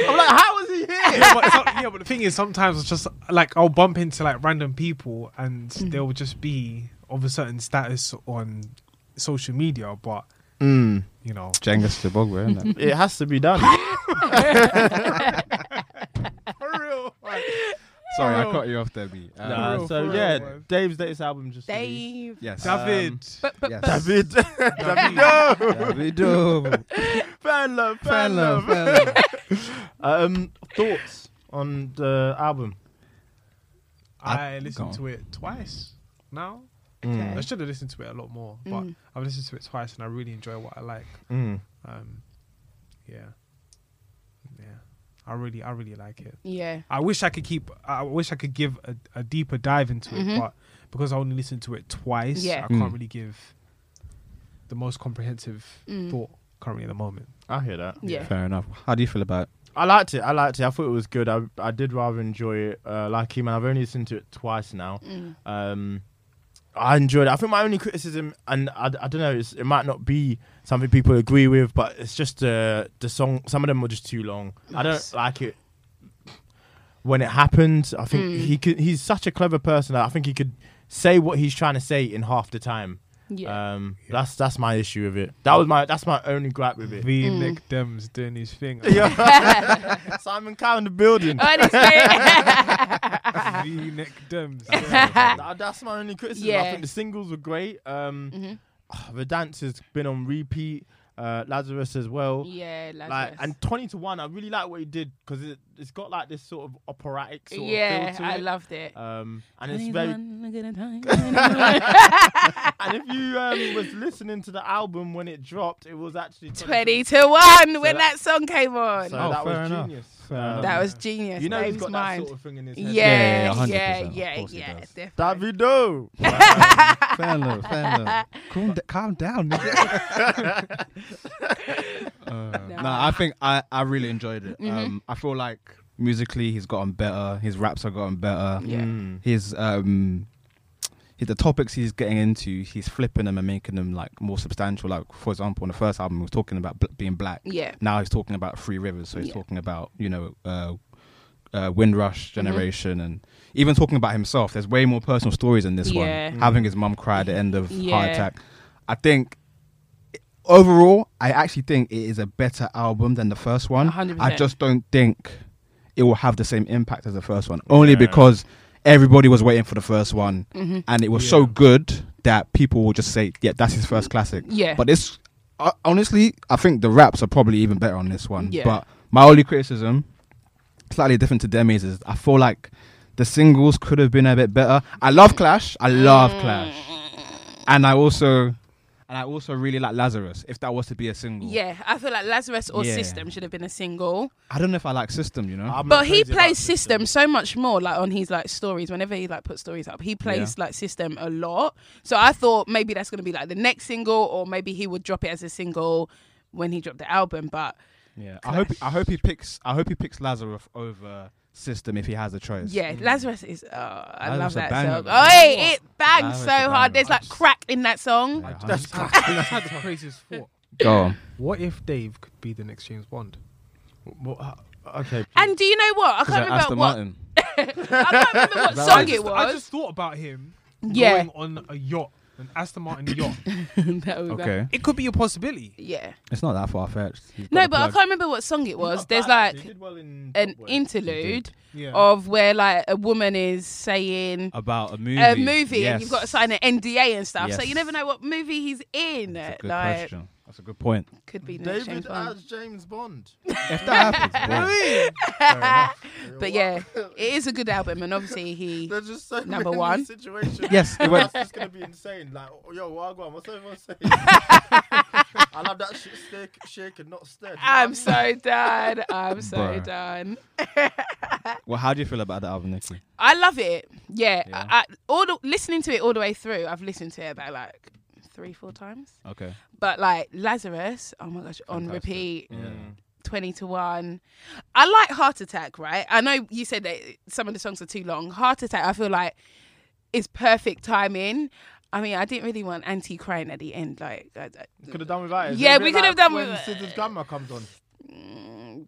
Speaker 1: I'm like, how is he here?
Speaker 4: Yeah, but, some- yeah, but the thing is, sometimes it's just like I'll bump into like random people, Mm-hmm. and they'll just be of a certain status on social media, but You know,
Speaker 2: Jenga's Zimbabwe, isn't it?
Speaker 1: It has to be done.
Speaker 4: for real. Like,
Speaker 2: Sorry, I cut you off there, B. Um,
Speaker 1: Nah,
Speaker 4: real,
Speaker 1: so
Speaker 4: for real,
Speaker 1: yeah,
Speaker 4: man.
Speaker 1: Dave's latest album just released.
Speaker 3: Dave.
Speaker 2: Yes.
Speaker 4: David.
Speaker 3: But, but,
Speaker 2: yes.
Speaker 3: but
Speaker 1: David, Davido,
Speaker 2: Davido.
Speaker 1: fan love, fan
Speaker 2: Fan love,
Speaker 1: love.
Speaker 2: fan love.
Speaker 1: Um, thoughts on the album?
Speaker 4: I,
Speaker 2: I- go
Speaker 4: listened
Speaker 2: on.
Speaker 4: to it twice now.
Speaker 3: Okay.
Speaker 1: Mm,
Speaker 4: I should have listened to it a lot more, but I've listened to it twice and I really enjoy what I like.
Speaker 1: Mm.
Speaker 4: Um, yeah, yeah, I really, I really like it.
Speaker 3: yeah.
Speaker 4: I wish I could keep. I wish I could give a, a deeper dive into it, but because I only listened to it twice,
Speaker 3: Mm-hmm. Yeah.
Speaker 4: I can't
Speaker 2: Mm.
Speaker 4: really give the most comprehensive
Speaker 3: Mm.
Speaker 4: thought currently at the moment.
Speaker 1: I hear that.
Speaker 3: Yeah.
Speaker 2: Fair enough. How do you feel about it?
Speaker 1: I liked it. I liked it. I thought it was good. I I did rather enjoy it. Uh, like him, and I've only listened to it twice now. Um, I enjoyed it. I think my only criticism, and I, I don't know, it's, it might not be something people agree with, but it's just uh, the song. Some of them were just too long. I don't
Speaker 3: Yes.
Speaker 1: like it when it happened. I think he could. He's such a clever person. that I think he could say what he's trying to say in half the time.
Speaker 3: Yeah.
Speaker 1: Um, that's that's my issue with it. That was my that's my only gripe with it.
Speaker 4: V
Speaker 3: Mm.
Speaker 4: Nick Dem's doing his thing.
Speaker 1: Simon Cowell in the building.
Speaker 3: I didn't say it.
Speaker 4: V Nick Dem's.
Speaker 1: That- that's my only criticism. I
Speaker 3: Yeah. Mm-hmm.
Speaker 1: think the singles were great. Um, The dance has been on repeat. Uh, Lazarus as well.
Speaker 3: yeah,
Speaker 1: Like
Speaker 3: Lazarus.
Speaker 1: and twenty to one, I really like what he did because it, it's got like this sort of operatic sort
Speaker 3: yeah,
Speaker 1: of feel to
Speaker 3: I
Speaker 1: it.
Speaker 3: loved it.
Speaker 1: Um, and it's very
Speaker 3: Twenty
Speaker 1: and if you um, was listening to the album when it dropped, it was actually 20.
Speaker 3: to one when
Speaker 1: that-
Speaker 3: that song came on.
Speaker 1: So
Speaker 2: Oh,
Speaker 1: that
Speaker 2: fair
Speaker 1: was
Speaker 2: enough.
Speaker 1: genius.
Speaker 2: Fair
Speaker 1: Um,
Speaker 2: enough.
Speaker 3: that was genius.
Speaker 1: you know he's
Speaker 3: Dave's
Speaker 1: got
Speaker 3: mind.
Speaker 1: that sort of thing in his head.
Speaker 3: yeah,
Speaker 2: Yeah, yeah, 100%,
Speaker 3: yeah, yeah,
Speaker 2: of
Speaker 3: yeah,
Speaker 2: course he does.
Speaker 3: definitely.
Speaker 1: Davido.
Speaker 2: Fair enough. Fair enough. Calm, d- calm down. nigga. No, I think I, I really enjoyed it.
Speaker 1: Mm-hmm.
Speaker 2: Um, I feel like musically he's gotten better. His raps have gotten better.
Speaker 3: Yeah.
Speaker 1: Hmm.
Speaker 2: His um, he, the topics he's getting into, he's flipping them and making them like more substantial. Like for example, on the first album, he was talking about bl- being black.
Speaker 3: Yeah.
Speaker 2: Now he's talking about Three Rivers. So he's
Speaker 3: Yeah.
Speaker 2: talking about you know. Uh, uh, Windrush
Speaker 3: Mm-hmm.
Speaker 2: generation, and even talking about himself, there's way more personal stories in this
Speaker 3: Yeah.
Speaker 2: one. Having his mum cry at the end of Heart
Speaker 3: Yeah.
Speaker 2: Attack, I think overall, I actually think it is a better album than the first one.
Speaker 3: 100%.
Speaker 2: I just don't think it will have the same impact as the first one, only because everybody was waiting for the first one,
Speaker 3: Mm-hmm.
Speaker 2: and it was so good that people will just say, "Yeah, that's his first classic."
Speaker 3: Yeah.
Speaker 2: but this, uh, honestly, I think the raps are probably even better on this one.
Speaker 3: Yeah.
Speaker 2: But my only criticism, slightly different to Demi's, is I feel like. The singles could have been a bit better. I love Clash. I love Clash and I also and I also really like Lazarus. If that was to be a
Speaker 1: Mm.
Speaker 2: single,
Speaker 3: Yeah, I feel like Lazarus or
Speaker 2: Yeah.
Speaker 3: System should have been a single.
Speaker 2: I don't know if I like System. You know,
Speaker 1: I'm not
Speaker 3: But he
Speaker 1: crazy about
Speaker 3: plays system so much more, like on his like stories. Whenever he like puts stories up, he plays like system a lot. So I thought maybe that's gonna be like the next single, or maybe he would drop it as a single when he dropped the album. But
Speaker 2: yeah. I hope I hope he picks I hope he picks Lazarus over System if he has a choice.
Speaker 3: yeah, Lazarus is. Oh, I
Speaker 2: Lazarus
Speaker 3: love
Speaker 2: a
Speaker 3: that
Speaker 2: banger,
Speaker 3: song.
Speaker 2: man.
Speaker 3: Oh, hey, it bangs
Speaker 2: Lazarus
Speaker 3: so
Speaker 2: a banger.
Speaker 3: hard. There's
Speaker 4: I
Speaker 3: like
Speaker 4: just-
Speaker 3: crack in that song.
Speaker 2: Yeah,
Speaker 4: I just had, I just had the craziest thought.
Speaker 2: Go on.
Speaker 4: What if Dave could be the next James Bond?
Speaker 1: Okay.
Speaker 3: And do you know what? I can't remember
Speaker 2: Aston
Speaker 3: what.
Speaker 2: Martin.
Speaker 3: I can't remember what
Speaker 4: I
Speaker 3: song
Speaker 4: just,
Speaker 3: it
Speaker 4: I
Speaker 3: was.
Speaker 4: just thought about him
Speaker 3: Yeah.
Speaker 4: going on a yacht, an Aston Martin yacht.
Speaker 3: That was like-
Speaker 2: Okay,
Speaker 4: It could be a possibility.
Speaker 3: Yeah.
Speaker 2: it's not that far fetched.
Speaker 3: No, but I can't remember what song it was. There's like an interlude
Speaker 4: Yeah.
Speaker 3: of where like a woman is saying
Speaker 2: about a movie.
Speaker 3: a movie and you've got to sign an NDA and stuff. So
Speaker 2: Yes.
Speaker 3: you never know what movie he's in.
Speaker 2: That's a good
Speaker 3: like
Speaker 2: question. That's a good point.
Speaker 3: could be next
Speaker 1: David as
Speaker 3: James Bond.
Speaker 1: James Bond.
Speaker 2: If that happens,
Speaker 3: But yeah, it is a good album and obviously he
Speaker 1: There's just so
Speaker 3: Number
Speaker 1: many
Speaker 3: one.
Speaker 1: situations.
Speaker 2: Yes, it went-
Speaker 1: That's just gonna be insane. Like, oh, yo, Wagwan, what's everyone saying? I love that shit steak shaken, not stirred. You know
Speaker 3: I'm
Speaker 1: what I
Speaker 3: so done. I'm so
Speaker 2: Bruh.
Speaker 3: done.
Speaker 2: well, how do you feel about the album, Nikki?
Speaker 3: I love it. Yeah. I, I, all the, listening to it all the way through, I've listened to it about like three, four times.
Speaker 2: Okay,
Speaker 3: But like Lazarus, oh my gosh, on
Speaker 2: Fantastic.
Speaker 3: repeat. 20 to 1. I like Heart Attack, right? I know you said that some of the songs are too long. Heart Attack, I feel like it's perfect timing. I mean, I didn't really want Auntie crying at the end. Like, I, I-
Speaker 1: Could have done without it. It's
Speaker 3: Yeah,
Speaker 1: a bit
Speaker 3: we could
Speaker 1: like
Speaker 3: have done
Speaker 1: when
Speaker 3: with-
Speaker 1: Sid's grandma comes on.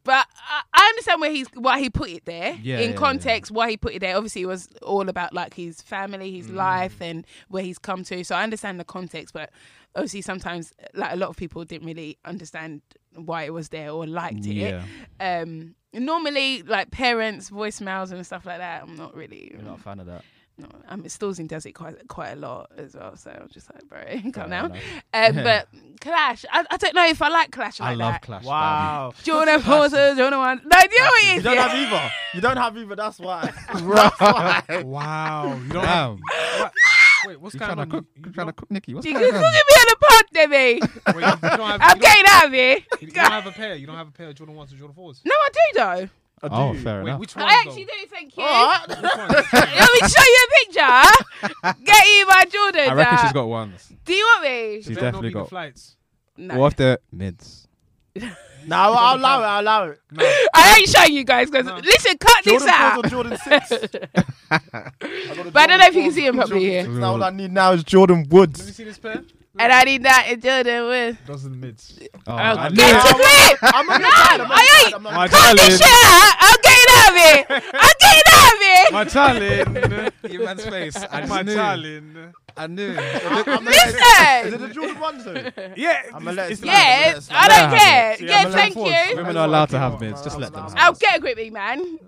Speaker 3: but I, I understand where he's why he put it there
Speaker 2: Yeah, yeah,
Speaker 3: in
Speaker 2: yeah.
Speaker 3: context why he put it there obviously it was all about like his family
Speaker 2: Mm.
Speaker 3: his life and where he's come to so i understand the context but obviously sometimes like a lot of people didn't really understand why it was there or liked
Speaker 2: Yeah.
Speaker 3: it um normally like parents voicemails and stuff like that i'm not really
Speaker 2: You're not a fan of that.
Speaker 3: no, I mean, Stalzing does it quite quite a lot as well. So I'm just like, bro, calm down. Um, but Clash, I, I don't know if I like Clash like
Speaker 2: I love
Speaker 3: that.
Speaker 2: Clash.
Speaker 1: Wow.
Speaker 3: Do you want to pause? Do you want to one? No, do you know what it
Speaker 1: You
Speaker 3: is?
Speaker 1: don't
Speaker 3: yeah?
Speaker 1: have either. You don't have either. That's why.
Speaker 4: Wow. You don't have,
Speaker 2: Damn.
Speaker 4: wait, what's
Speaker 2: You
Speaker 4: going
Speaker 2: trying to
Speaker 4: on?
Speaker 2: cook?
Speaker 4: You-
Speaker 2: You
Speaker 4: you
Speaker 2: trying to
Speaker 4: don't-
Speaker 2: cook, Nikki? What's
Speaker 3: You
Speaker 2: going
Speaker 3: can look at me
Speaker 2: on?
Speaker 3: on the pod, Debbie.
Speaker 4: wait, you don't have-
Speaker 3: I'm
Speaker 4: you don't-
Speaker 3: getting out of here.
Speaker 4: you don't have a pair. You don't have a pair of Jordan 1s or Jordan 4s.
Speaker 3: No, I do though.
Speaker 2: Oh, fair
Speaker 4: Wait,
Speaker 2: enough.
Speaker 4: which one?
Speaker 3: I actually do. Thank you.
Speaker 4: Which one?
Speaker 3: Let me show you a picture. Get you my Jordan. uh,
Speaker 2: I reckon she's got ones.
Speaker 3: Do you want me?
Speaker 2: She's
Speaker 4: They'll not
Speaker 2: definitely
Speaker 4: be the
Speaker 2: got.
Speaker 4: flights.
Speaker 3: No.
Speaker 2: What if they're mids?
Speaker 1: no, I'll allow it. I'll allow it.
Speaker 3: I ain't showing you guys because listen, cut
Speaker 1: Jordan
Speaker 3: this out.
Speaker 1: fours or Jordan six.
Speaker 3: But I don't know if you can see him properly here.
Speaker 1: Now all I need now is Jordan Woods.
Speaker 4: Have you seen this pair?
Speaker 3: And I need that in Jordan with.
Speaker 4: Dozen mids.
Speaker 2: Oh,
Speaker 3: I'll
Speaker 2: I
Speaker 3: get to grip.
Speaker 1: I'm on your side. I'm on your side. I'm on your
Speaker 4: My
Speaker 1: side.
Speaker 3: Cut this
Speaker 4: darling.
Speaker 3: shit out. I'm getting out of it. I'm getting out of it.
Speaker 4: My darling.
Speaker 2: Your man's face. I
Speaker 4: My
Speaker 2: just knew.
Speaker 4: darling.
Speaker 2: I knew.
Speaker 1: I'm on your side. Is it
Speaker 3: Listen.
Speaker 1: the Jordan ones though?
Speaker 4: Yeah.
Speaker 1: I'ma let it
Speaker 4: it's- it's like-
Speaker 1: Yeah,
Speaker 3: Yeah,
Speaker 1: it's
Speaker 3: I
Speaker 1: like-
Speaker 3: don't care.
Speaker 1: Yeah,
Speaker 3: Yeah,
Speaker 1: I'm allowed
Speaker 3: thank
Speaker 1: force.
Speaker 3: you.
Speaker 2: Women are allowed to have mids. Just let them. have
Speaker 3: I'll get a grip, big man.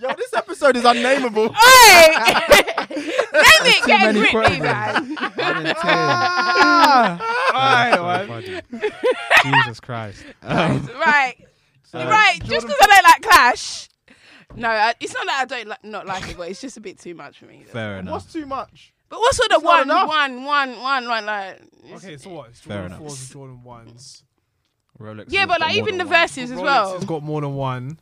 Speaker 1: Yo, this episode is unnameable.
Speaker 3: Oi! Name it, get a
Speaker 2: many
Speaker 3: grip,
Speaker 2: quotes.
Speaker 3: big man.
Speaker 2: it. I didn't tell you. Ah!
Speaker 4: Alright, man.
Speaker 2: Jesus Christ.
Speaker 3: Right. right, just because I don't like Clash. No, I, it's not that I don't li- not like it, but it's just a bit too much for me.
Speaker 2: Fair enough.
Speaker 1: What's too much?
Speaker 3: But what's sort of
Speaker 1: not
Speaker 3: one,
Speaker 1: enough.
Speaker 3: one, one, one, one, like? it's-
Speaker 4: Okay, so what? It's
Speaker 2: Fair
Speaker 4: Jordan
Speaker 2: enough.
Speaker 4: 4s or Jordan 1s.
Speaker 2: Rolex
Speaker 3: yeah,
Speaker 2: has
Speaker 3: but
Speaker 2: got
Speaker 3: like
Speaker 2: more
Speaker 3: even the
Speaker 2: than one.
Speaker 3: verses as
Speaker 4: Rolex
Speaker 3: well.
Speaker 4: has got more than one.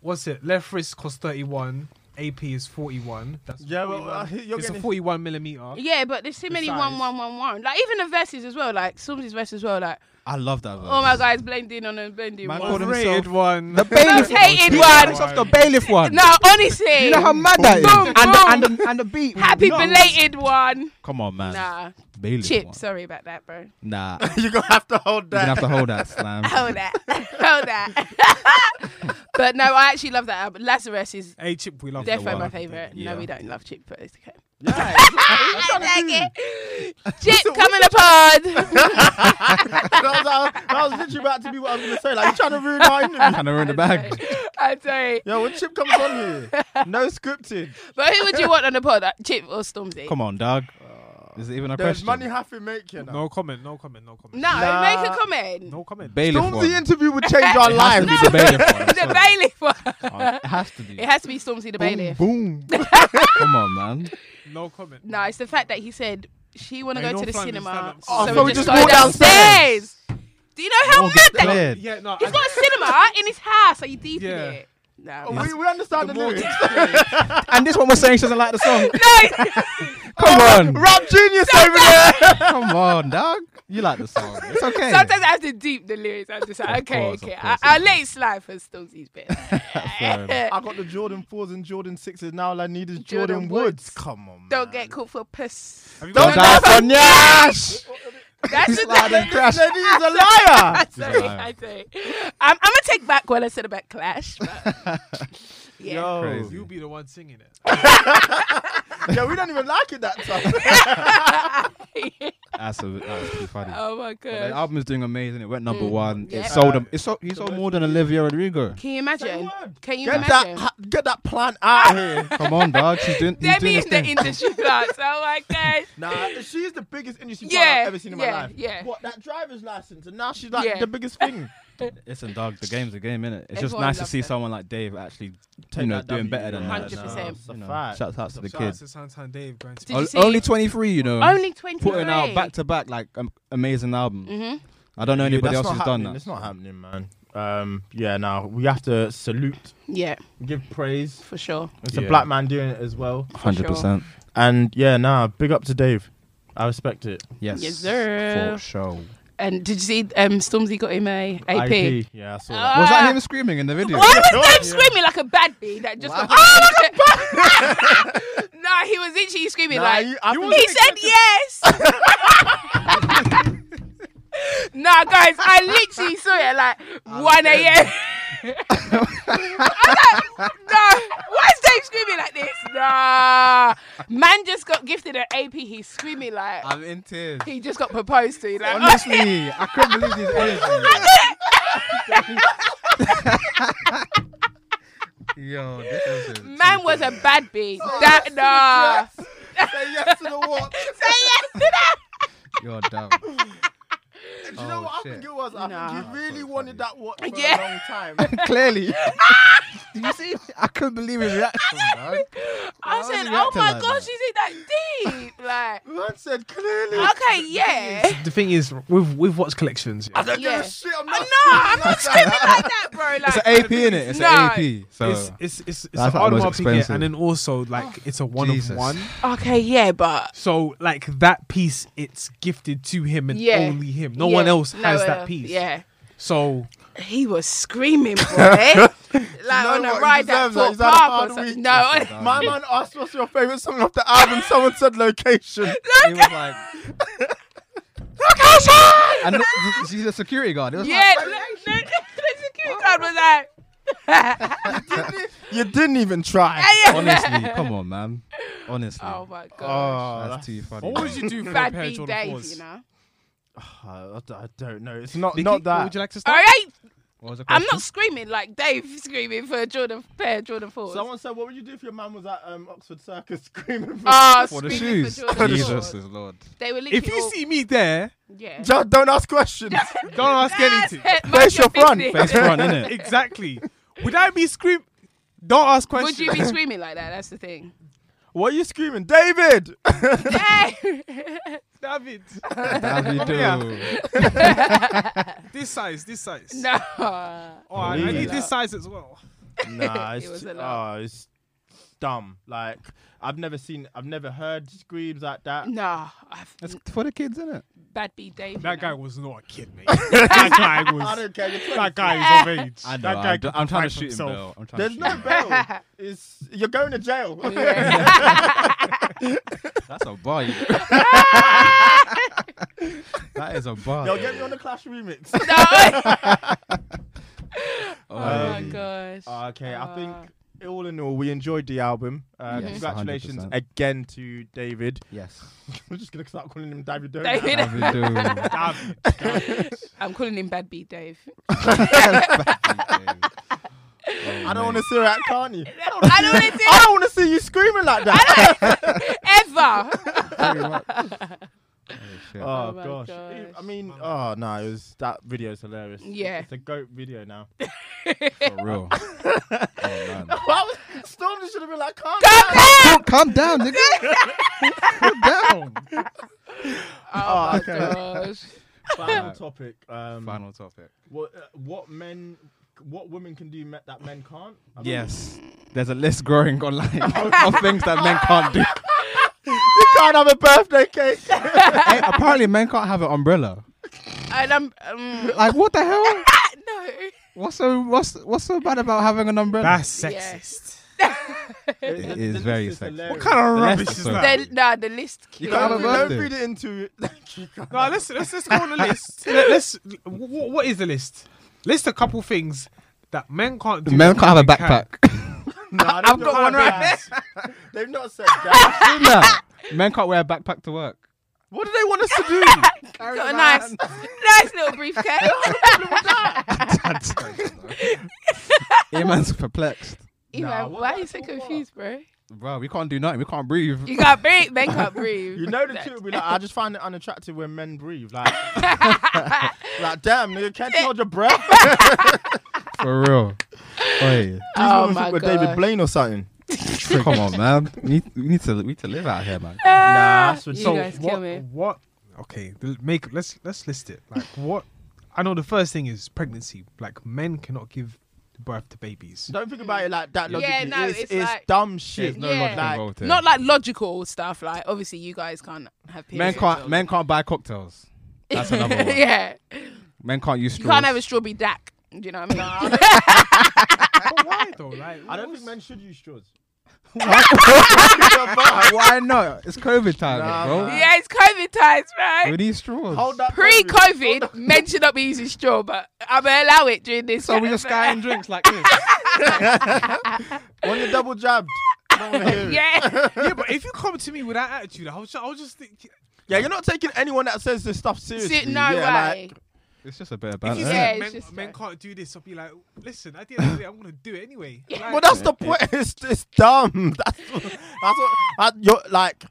Speaker 4: What's it? Left wrist costs 31. AP is 41. That's
Speaker 1: Yeah, well,
Speaker 4: 41.
Speaker 1: uh, you're
Speaker 4: it's a
Speaker 1: getting-
Speaker 4: 41 millimeter.
Speaker 3: Yeah, but there's too many
Speaker 4: size.
Speaker 3: one, one, one, one. Like even the verses as well. Like Stormzy's verse as well. Like
Speaker 2: I love that verse.
Speaker 3: all Oh my guys blending on and blending.
Speaker 2: Man
Speaker 3: one.
Speaker 2: called himself-
Speaker 4: Overrated one.
Speaker 2: The bailiff.
Speaker 3: Most hated
Speaker 2: He
Speaker 3: one.
Speaker 2: called himself the bailiff one.
Speaker 3: No, honestly.
Speaker 2: You know how mad that is.
Speaker 3: Boom,
Speaker 2: And the, and
Speaker 3: boom.
Speaker 2: the and the beat.
Speaker 3: Happy
Speaker 2: No.
Speaker 3: belated one.
Speaker 2: Come on, man.
Speaker 3: Nah,
Speaker 2: Bailiff
Speaker 3: Chip.
Speaker 2: one.
Speaker 3: Sorry about that, bro.
Speaker 2: Nah.
Speaker 1: You're gonna have to hold
Speaker 2: You're gonna
Speaker 1: that.
Speaker 2: have to hold that slam.
Speaker 3: Hold that. Hold that. but no, I actually love that album. Lazarus is
Speaker 4: Hey, Chip, we love
Speaker 3: definitely
Speaker 2: one.
Speaker 3: my favorite.
Speaker 2: Yeah.
Speaker 3: No, we don't love Chip, but it's okay. I like it. Chip, come in the pod.
Speaker 1: that, was, that was literally about to be what I was gonna say. Like you're trying to ruin my interview.
Speaker 2: And they're in the bag.
Speaker 3: I'm sorry.
Speaker 1: Yo, when Chip comes on here, no scripted.
Speaker 3: But who would you want on the pod? Uh, Chip or Stormzy?
Speaker 2: Come on, dog. Is it even a
Speaker 1: There's
Speaker 2: question?
Speaker 1: money half in make here now.
Speaker 4: No comment, no comment, no comment.
Speaker 3: No,
Speaker 1: Nah.
Speaker 3: make a comment.
Speaker 4: No comment.
Speaker 2: bailiff one.
Speaker 1: Stormzy interview would change our
Speaker 2: it has
Speaker 1: lives.
Speaker 2: to be the bailiff one.
Speaker 3: the bailiff one.
Speaker 2: bailiff. It has to be.
Speaker 3: It has to be Stormzy the bailiff.
Speaker 2: Boom. Come on, man.
Speaker 4: No comment.
Speaker 3: No, it's the fact that he said she want to
Speaker 4: Ain't
Speaker 3: go
Speaker 4: no
Speaker 3: to the
Speaker 4: fun in
Speaker 3: cinema,
Speaker 4: stand-up.
Speaker 1: Oh,
Speaker 3: so,
Speaker 1: so
Speaker 3: we
Speaker 1: we
Speaker 3: just
Speaker 1: just
Speaker 3: go
Speaker 1: walk
Speaker 3: downstairs. Do you know how
Speaker 2: We'll
Speaker 3: mad
Speaker 2: get
Speaker 3: that?
Speaker 2: cleared.
Speaker 4: Yeah, no.
Speaker 3: He's
Speaker 4: I-
Speaker 3: got a cinema in his house. Are you deep
Speaker 4: Yeah.
Speaker 3: in it? No.
Speaker 1: Oh, We, we understand the,
Speaker 4: more
Speaker 1: lyrics.
Speaker 2: And this one was saying she doesn't like the song.
Speaker 3: no.
Speaker 2: Come on.
Speaker 1: Rap genius over there.
Speaker 2: Come on, dog. You like the song. It's okay.
Speaker 3: Sometimes I have to deep the lyrics. I'm just like,
Speaker 2: Of
Speaker 3: okay,
Speaker 2: course, of
Speaker 3: okay.
Speaker 2: course,
Speaker 3: I, I'll
Speaker 2: of
Speaker 3: let it slide for Stormzy's bit.
Speaker 1: I got the Jordan fours and Jordan sixes. Now all I need is Jordan,
Speaker 3: Jordan Woods.
Speaker 1: Woods. Come on, man.
Speaker 3: Don't get caught for puss.
Speaker 4: Have you
Speaker 1: Don't
Speaker 4: got
Speaker 1: die
Speaker 3: die
Speaker 1: for Nyash.
Speaker 3: That's the
Speaker 2: Slide and crash.
Speaker 1: Lady is a liar.
Speaker 3: I'm sorry,
Speaker 2: liar.
Speaker 3: I'm sorry. I'm, I'm gonna take back what I said about Clash. But yeah.
Speaker 1: Yo,
Speaker 2: Crazy.
Speaker 4: You'll be the one singing it.
Speaker 1: Oh. yeah, we don't even like it that time.
Speaker 2: That's, a, that's pretty funny.
Speaker 3: Oh my
Speaker 2: The
Speaker 3: god.
Speaker 2: album is doing amazing. It went number one.
Speaker 3: Mm. Yeah.
Speaker 2: It sold him. It sold, he sold more than Olivia Rodrigo.
Speaker 3: Can you imagine? Can you
Speaker 1: Get
Speaker 3: imagine?
Speaker 1: that, ha- get that plant out of here.
Speaker 2: Come on, dog. She's doing. He's
Speaker 3: Let
Speaker 2: doing
Speaker 3: me
Speaker 2: his
Speaker 3: in the
Speaker 2: thing.
Speaker 3: industry plants. Oh my gosh.
Speaker 1: Nah, she's the biggest industry
Speaker 3: Yeah,
Speaker 1: plant I've ever seen in
Speaker 3: yeah,
Speaker 1: my life.
Speaker 3: yeah.
Speaker 1: What that driver's license, and now she's like
Speaker 3: Yeah.
Speaker 1: the biggest thing.
Speaker 2: Listen, dog. The game's a game, innit? It's just
Speaker 3: Everyone
Speaker 2: nice to
Speaker 3: loves
Speaker 2: see
Speaker 3: it.
Speaker 2: someone like Dave actually, you
Speaker 1: Take
Speaker 2: know,
Speaker 1: that
Speaker 2: doing
Speaker 1: W,
Speaker 2: better than
Speaker 1: yeah.
Speaker 2: that.
Speaker 3: 100%.
Speaker 2: It's a
Speaker 1: It's a
Speaker 2: fact.
Speaker 1: fact.
Speaker 2: Shout out to the
Speaker 1: Shout
Speaker 2: kid.
Speaker 4: That's the Santan Dave going to
Speaker 3: Did you see-
Speaker 2: Only 23, you know.
Speaker 3: Only Mm. 23.
Speaker 2: putting out back to back like um, amazing album.
Speaker 3: Mm-hmm.
Speaker 2: I don't know
Speaker 1: Yeah,
Speaker 2: anybody
Speaker 1: that's
Speaker 2: else who's
Speaker 1: not
Speaker 2: done
Speaker 1: happening.
Speaker 2: that.
Speaker 1: It's not happening, man. Um, yeah, now we have to salute,
Speaker 3: Yeah,
Speaker 1: give praise.
Speaker 3: for sure.
Speaker 1: It's
Speaker 2: Yeah.
Speaker 1: a black man doing it as well.
Speaker 2: Hundred percent.
Speaker 1: And yeah, nah, big up to Dave. I respect it.
Speaker 2: Yes.
Speaker 3: Yes, sir.
Speaker 2: For sure.
Speaker 3: And did you see um, Stormzy got him a AP?
Speaker 1: IP. Yeah, I saw that.
Speaker 2: Was
Speaker 3: Ah.
Speaker 2: that him screaming in the video?
Speaker 3: Why was Dave screaming like a bad bee that just got, oh, like a bad No, he was literally screaming
Speaker 1: Nah,
Speaker 3: like,
Speaker 1: you- I
Speaker 3: he
Speaker 1: think-
Speaker 3: said yes. Nah, guys, I literally saw it at like 1 a.m. I'm like, no, why is Dave screaming like this? Nah, man just got gifted an AP. He's screaming like
Speaker 2: I'm in tears.
Speaker 3: he just got proposed to. Like,
Speaker 2: Honestly, I couldn't believe his energy. Yo, this is
Speaker 3: man was a bad bee. that nah,
Speaker 2: Say yes to the what?
Speaker 3: say yes to that.
Speaker 2: You're dumb. Oh,
Speaker 1: Do you know what I think it was? I
Speaker 3: Nah.
Speaker 1: think he really wanted that watch for
Speaker 3: Yeah.
Speaker 1: a long time.
Speaker 2: Clearly. Did you see? I couldn't believe his reaction, dog.
Speaker 3: I
Speaker 2: was
Speaker 3: said,
Speaker 2: he
Speaker 3: oh
Speaker 2: acting
Speaker 3: my
Speaker 2: like
Speaker 3: gosh,
Speaker 2: that?
Speaker 3: you is it that deep?
Speaker 1: Man said clearly.
Speaker 3: Like, okay, yeah.
Speaker 4: The thing is, with with what's collections, yeah,
Speaker 1: don't give
Speaker 3: Yeah.
Speaker 1: a shit. I'm
Speaker 3: Uh,
Speaker 1: not.
Speaker 3: no, I'm not screaming like that, bro. Like,
Speaker 2: It's an AP, in it? It's
Speaker 3: No.
Speaker 2: an AP. So
Speaker 4: it's it's it's, it's
Speaker 2: That's like
Speaker 4: an odd
Speaker 2: the most
Speaker 4: one to get,
Speaker 2: expensive.
Speaker 4: and then also
Speaker 3: Oh.
Speaker 4: like it's a one
Speaker 2: Jesus.
Speaker 4: of one.
Speaker 3: Okay, yeah, but
Speaker 4: So like that piece, it's gifted to him and
Speaker 3: yeah,
Speaker 4: only him. No
Speaker 3: Yeah.
Speaker 4: one else
Speaker 3: No
Speaker 4: has
Speaker 3: one
Speaker 4: that
Speaker 3: else.
Speaker 4: piece.
Speaker 3: Yeah,
Speaker 4: So
Speaker 3: he was screaming for it, like on a
Speaker 1: what? He
Speaker 3: ride at
Speaker 1: deserves that.
Speaker 3: Fort
Speaker 1: He's had a
Speaker 3: Park
Speaker 1: hard
Speaker 3: or something.
Speaker 1: week.
Speaker 2: Oh,
Speaker 3: No,
Speaker 1: My man asked what's your favorite song off the album. Someone said location.
Speaker 2: he was like, and look, she's a security guard. It was
Speaker 3: yeah,
Speaker 2: like,
Speaker 3: the, the, the security guard was like,
Speaker 1: You didn't even try.
Speaker 2: Oh. honestly, come on, man. Honestly,
Speaker 3: oh my god,
Speaker 1: Oh,
Speaker 2: that's too funny.
Speaker 4: what would you do for a
Speaker 3: bad
Speaker 4: pair of
Speaker 3: B
Speaker 4: Jordan
Speaker 3: days, you
Speaker 4: fours?
Speaker 3: know.
Speaker 1: I, I don't know. It's not
Speaker 2: Vicky,
Speaker 1: not that.
Speaker 2: Would you like to
Speaker 3: All
Speaker 2: start?
Speaker 3: right,
Speaker 2: What was the
Speaker 3: I'm
Speaker 2: question?
Speaker 3: not screaming like Dave screaming for a Jordan pair of Jordan fours.
Speaker 1: Someone said, "What would you do if your man was at um, Oxford Circus screaming?" For
Speaker 3: Ah,
Speaker 2: for the
Speaker 3: screaming
Speaker 2: shoes.
Speaker 3: For Jordan
Speaker 2: Jesus
Speaker 3: fours.
Speaker 2: is Lord.
Speaker 3: They were
Speaker 4: If
Speaker 3: literally
Speaker 4: you
Speaker 3: all-
Speaker 4: see me there,
Speaker 3: yeah.
Speaker 1: Just don't ask questions.
Speaker 4: don't ask anything.
Speaker 3: Mind
Speaker 1: Face your Oh, front.
Speaker 3: business.
Speaker 2: front, innit?
Speaker 4: exactly. Would I be scream? Don't ask questions.
Speaker 3: Would you be screaming like that? That's the thing.
Speaker 1: what are you screaming, David?
Speaker 3: Hey!
Speaker 4: David?
Speaker 2: How do you do?
Speaker 4: Yeah. This size, this size.
Speaker 3: no.
Speaker 4: Oh, I, I need this size as well.
Speaker 1: nah,
Speaker 3: It
Speaker 1: it's,
Speaker 3: was a lot.
Speaker 1: oh, it's dumb. Like I've never seen, I've never heard screams like that.
Speaker 3: No. I've
Speaker 2: It's for the kids, isn't it?
Speaker 3: bad B Dave.
Speaker 4: That guy was not a kid, mate. that guy
Speaker 1: I
Speaker 4: was.
Speaker 1: don't care. You're
Speaker 4: That guy is of age.
Speaker 2: I
Speaker 4: that
Speaker 2: know.
Speaker 4: guy
Speaker 2: I'm,
Speaker 4: could
Speaker 2: I'm trying to
Speaker 4: fight for
Speaker 2: shoot him,
Speaker 4: himself.
Speaker 2: though. I'm trying
Speaker 1: There's
Speaker 2: to
Speaker 1: no
Speaker 2: shoot him.
Speaker 1: bail. It's you're going to jail.
Speaker 2: That's a bar. you- that is a bar.
Speaker 1: Yo, get me on the Clash remix.
Speaker 3: No.
Speaker 2: Oh,
Speaker 3: oh my
Speaker 2: yeah.
Speaker 3: gosh.
Speaker 1: okay, I
Speaker 3: Ah.
Speaker 1: think all in all, we enjoyed the album. Uh,
Speaker 2: Yes,
Speaker 1: congratulations
Speaker 2: 100%.
Speaker 1: again to David.
Speaker 2: Yes.
Speaker 1: We're just gonna start calling him David. Don't we?
Speaker 3: David,
Speaker 2: How do you do?
Speaker 3: I'm calling him Bad B Dave.
Speaker 1: I
Speaker 2: Oh,
Speaker 1: don't want to see her at Carney.
Speaker 3: I don't want to
Speaker 1: I don't want to see you screaming like that.
Speaker 3: do it ever.
Speaker 2: Shit.
Speaker 1: Oh,
Speaker 3: Oh my
Speaker 1: gosh.
Speaker 3: gosh.
Speaker 1: I mean, oh no, it was that video's hilarious.
Speaker 3: Yeah.
Speaker 1: It's a goat video now.
Speaker 2: For real. Oh, man.
Speaker 1: Why was Storm should have been like Carney?
Speaker 2: Calm, calm down, nigga. calm down.
Speaker 3: Oh my gosh.
Speaker 1: Final topic. Um,
Speaker 2: Final topic.
Speaker 1: What, uh, what men, what women can do me- that men can't? I mean,
Speaker 2: Yes. There's a list growing online of things that men can't do.
Speaker 1: You can't have a birthday cake.
Speaker 2: hey, apparently, men can't have an umbrella.
Speaker 3: And I'm. Um,
Speaker 2: Like, what the hell?
Speaker 3: no.
Speaker 2: What's so what's what's so bad about having an umbrella?
Speaker 4: That's
Speaker 3: Yeah.
Speaker 4: sexist.
Speaker 1: it
Speaker 2: is very sexy.
Speaker 1: What
Speaker 4: What kind of
Speaker 2: The rest
Speaker 4: rubbish
Speaker 2: is
Speaker 4: is
Speaker 2: so
Speaker 4: that?
Speaker 3: The, nah, the list
Speaker 1: You
Speaker 3: kills
Speaker 1: can't have a
Speaker 3: me.
Speaker 1: birthday.
Speaker 2: birthday.
Speaker 1: Don't read it into it.
Speaker 4: No, let's let's let's go on the list. Let, us what, what is the list? List a couple things that men can't do.
Speaker 2: Men
Speaker 4: that
Speaker 2: can't have a
Speaker 4: women can.
Speaker 2: backpack.
Speaker 1: No, I've got
Speaker 4: one right
Speaker 1: They've not said that.
Speaker 2: No. Men can't wear a backpack to work.
Speaker 1: what do they want us to do?
Speaker 3: Got a nice, nice little briefcase.
Speaker 2: Your man's perplexed.
Speaker 3: Emo,
Speaker 1: Nah, what
Speaker 3: why are
Speaker 1: the
Speaker 3: you so
Speaker 1: fuck?
Speaker 3: confused, bro?
Speaker 2: Bro, we can't do nothing. We can't breathe.
Speaker 3: You can't breathe. They can't breathe.
Speaker 1: You know the two would be like, I just find it unattractive when men breathe. Like, like damn, nigga, can't you hold your breath?
Speaker 2: For real. Oi.
Speaker 3: oh
Speaker 1: Women
Speaker 3: my
Speaker 1: think we're
Speaker 3: god.
Speaker 1: David Blaine or
Speaker 3: Ah,
Speaker 1: something.
Speaker 2: Come on, man. We need, we need to we need to live out here, man.
Speaker 1: Nah, that's
Speaker 3: you
Speaker 4: So
Speaker 3: guys kill
Speaker 4: what?
Speaker 3: me.
Speaker 4: What? Okay, th- make let's let's list it. Like what? I know the first thing is pregnancy. Like men cannot give birth to babies.
Speaker 1: Don't think about it like that
Speaker 3: Yeah,
Speaker 1: logically.
Speaker 3: no,
Speaker 1: it's,
Speaker 3: it's
Speaker 1: it's
Speaker 3: like-
Speaker 1: dumb shit.
Speaker 2: There's no
Speaker 3: Yeah.
Speaker 2: logic
Speaker 1: Like,
Speaker 2: involved here.
Speaker 3: Not like logical stuff. Like obviously, you guys can't have
Speaker 2: men
Speaker 3: periods.
Speaker 2: can't men can't buy cocktails. That's another one.
Speaker 3: yeah,
Speaker 2: Men can't use
Speaker 3: you
Speaker 2: straws.
Speaker 3: can't have a strawberry dack. Do you know what I mean?
Speaker 4: But why though? Like
Speaker 1: I don't think men should use straws.
Speaker 2: Why not? It's COVID time, bro.
Speaker 3: Yeah, it's COVID times,
Speaker 2: With
Speaker 3: man.
Speaker 2: these straws.
Speaker 3: Pre-COVID, men should not be using straw, but I'm gonna allow it during this.
Speaker 2: So we just skying drinks like this.
Speaker 1: When you're double jabbed.
Speaker 3: yeah,
Speaker 4: yeah, but if you come to me with that attitude, I was just, I was just think,
Speaker 1: Yeah, you're not taking anyone that says this stuff seriously.
Speaker 3: Sit- no
Speaker 1: yeah,
Speaker 3: way.
Speaker 1: Like,
Speaker 2: it's just a bit of
Speaker 4: if you
Speaker 2: balance.
Speaker 3: Yeah,
Speaker 4: say
Speaker 3: it's
Speaker 4: men,
Speaker 3: just
Speaker 4: men
Speaker 3: like-
Speaker 4: can't do this, I'll be like, listen, at the end of the day, I'm gonna do it anyway. Like,
Speaker 1: well, that's the point. It's, it's dumb. That's that's what that, you're like.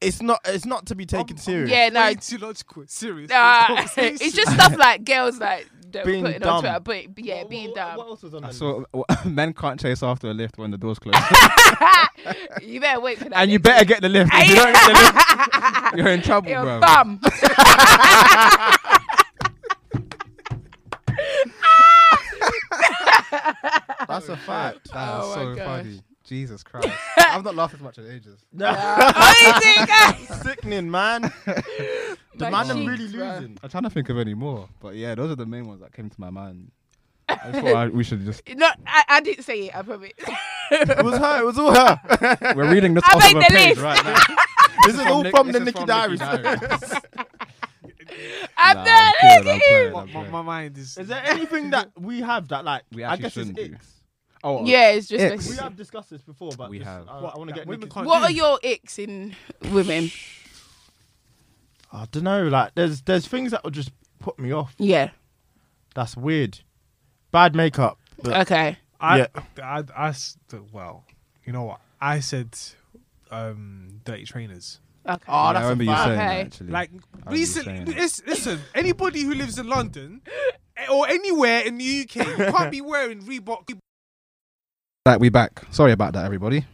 Speaker 1: It's not. It's not to be
Speaker 2: Oh,
Speaker 1: taken serious.
Speaker 3: yeah, no,
Speaker 4: way too logical, serious.
Speaker 3: nah.
Speaker 4: conversation.
Speaker 3: it's just stuff like girls like that
Speaker 1: Being
Speaker 3: putting
Speaker 1: dumb.
Speaker 3: on Twitter, but but yeah, being dumb.
Speaker 1: else was on
Speaker 2: I saw men can't chase after a lift when the door's closed.
Speaker 3: You better wait for that.
Speaker 2: and you
Speaker 3: next
Speaker 2: better get the lift. If you don't get the lift, you're in trouble,
Speaker 3: You're
Speaker 2: bro.
Speaker 3: a bum.
Speaker 1: That's a fact.
Speaker 2: That was
Speaker 3: Oh my
Speaker 2: so
Speaker 3: gosh.
Speaker 2: funny. Jesus Christ. I've not laughed as much in ages.
Speaker 3: Amazing, guys.
Speaker 1: Sickening, man. The
Speaker 3: My
Speaker 1: man am
Speaker 3: cheeks,
Speaker 1: really
Speaker 3: bro.
Speaker 1: losing.
Speaker 2: I'm trying to think of any more. But yeah, those are the main ones that came to my mind. I just thought I, we should just.
Speaker 3: No, I, I didn't say it. I promise.
Speaker 1: It was her. It was all her.
Speaker 2: We're reading this
Speaker 3: I
Speaker 2: off of
Speaker 3: made
Speaker 2: a
Speaker 3: the
Speaker 2: page
Speaker 3: list.
Speaker 2: right now.
Speaker 1: this is all
Speaker 2: Nick-
Speaker 1: from
Speaker 2: this
Speaker 1: the
Speaker 2: is
Speaker 1: Nicky
Speaker 2: Nicky
Speaker 1: Diaries.
Speaker 2: Diaries.
Speaker 3: I'm
Speaker 2: Nah,
Speaker 3: done.
Speaker 2: I'm
Speaker 3: Look
Speaker 2: kidding, I'm
Speaker 3: at him.
Speaker 2: kidding.
Speaker 4: my, my,
Speaker 1: Oh,
Speaker 4: my mind is.
Speaker 1: Is there anything that we have that like
Speaker 2: We
Speaker 1: I
Speaker 2: actually
Speaker 1: guess it's
Speaker 2: shouldn't do.
Speaker 1: icks?
Speaker 2: Oh,
Speaker 3: Yeah, it's just.
Speaker 2: Icks.
Speaker 1: We
Speaker 3: like-
Speaker 1: have discussed this before, but
Speaker 2: We
Speaker 1: this-
Speaker 2: have.
Speaker 1: I, I want to get
Speaker 4: women
Speaker 1: Nicky's-
Speaker 4: can't
Speaker 3: What
Speaker 4: do
Speaker 3: are your icks in women?
Speaker 1: I don't know. Like, there's there's things that would just put me off.
Speaker 3: Yeah.
Speaker 1: That's weird. Bad makeup. but-
Speaker 3: Okay.
Speaker 4: I,
Speaker 1: Yeah.
Speaker 4: I, I s- well, you know what? I said um, dirty trainers.
Speaker 3: Okay.
Speaker 1: Oh,
Speaker 2: I
Speaker 1: that's
Speaker 2: remember
Speaker 1: a
Speaker 2: you
Speaker 1: fact.
Speaker 2: saying that
Speaker 3: Okay.
Speaker 2: actually.
Speaker 4: Like,
Speaker 2: remember you
Speaker 4: recently,
Speaker 2: saying that.
Speaker 4: it's, listen, anybody who lives in London eh, or anywhere in the UK, you can't be wearing Reebok.
Speaker 2: Right, we back. Sorry about that, everybody.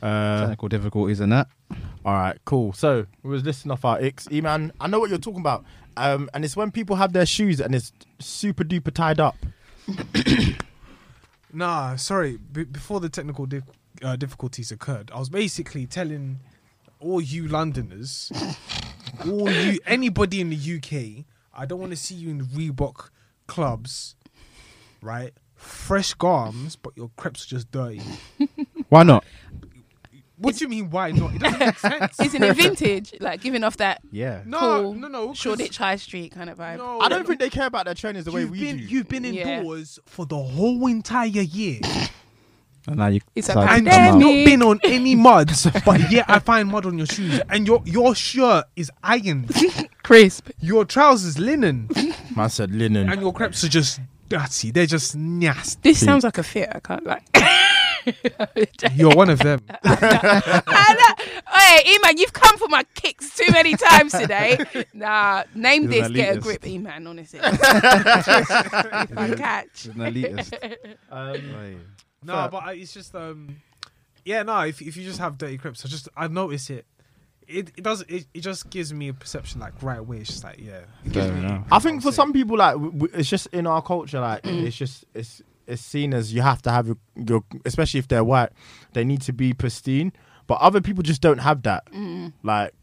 Speaker 1: Uh,
Speaker 2: Technical difficulties and that.
Speaker 1: all right, cool. So we was listing off our icks. E-man, I know what you're talking about. Um, and it's when people have their shoes and it's super duper tied up.
Speaker 4: Nah, sorry. B- before the technical dif- uh, difficulties occurred, I was basically telling all you Londoners, all you anybody in the UK, I don't want to see you in Reebok clubs, right? Fresh garms, but your crepes are just dirty.
Speaker 2: Why not?
Speaker 4: What do you mean? Why not? It doesn't make sense.
Speaker 3: Isn't it vintage? Like giving off that
Speaker 2: Yeah.
Speaker 4: no,
Speaker 3: cool
Speaker 4: no, no, 'cause-
Speaker 3: Shoreditch High Street kind of vibe.
Speaker 4: No,
Speaker 1: I don't think they care about their trainers the way
Speaker 4: You've
Speaker 1: we
Speaker 4: been,
Speaker 1: do.
Speaker 4: you've been
Speaker 3: Yeah.
Speaker 4: indoors for the whole entire year.
Speaker 2: And now you.
Speaker 3: It's
Speaker 2: decide
Speaker 3: a
Speaker 2: to
Speaker 4: and
Speaker 3: pandemic.
Speaker 4: you've
Speaker 2: come out.
Speaker 4: not been on any muds, but yet I find mud on your shoes, and your your shirt is ironed,
Speaker 3: Crisp.
Speaker 4: your trousers linen,
Speaker 1: Man said linen.
Speaker 4: and your crepes are just dirty. They're just nasty.
Speaker 3: This sounds like a fit. I can't like.
Speaker 4: You're one of them.
Speaker 3: Hey, Eman, you've come for my kicks too many times today. Nah, name
Speaker 2: He's
Speaker 3: this,
Speaker 2: an
Speaker 3: get a
Speaker 2: elitist.
Speaker 3: grip, Eman, honestly. if I catch.
Speaker 2: An elitist. Um, Oi.
Speaker 4: no, but I, it's just um, yeah, no. If if you just have dirty crepes, I just I notice it. It it does it, it just gives me a perception like right away. It's just like yeah, it gives
Speaker 2: Fair
Speaker 4: me-
Speaker 2: enough.
Speaker 1: I think for some people, like w- w- it's just in our culture, like
Speaker 4: Mm.
Speaker 1: it's just it's it's seen as you have to have your, your especially if they're white, they need to be pristine. But other people just don't have that. Like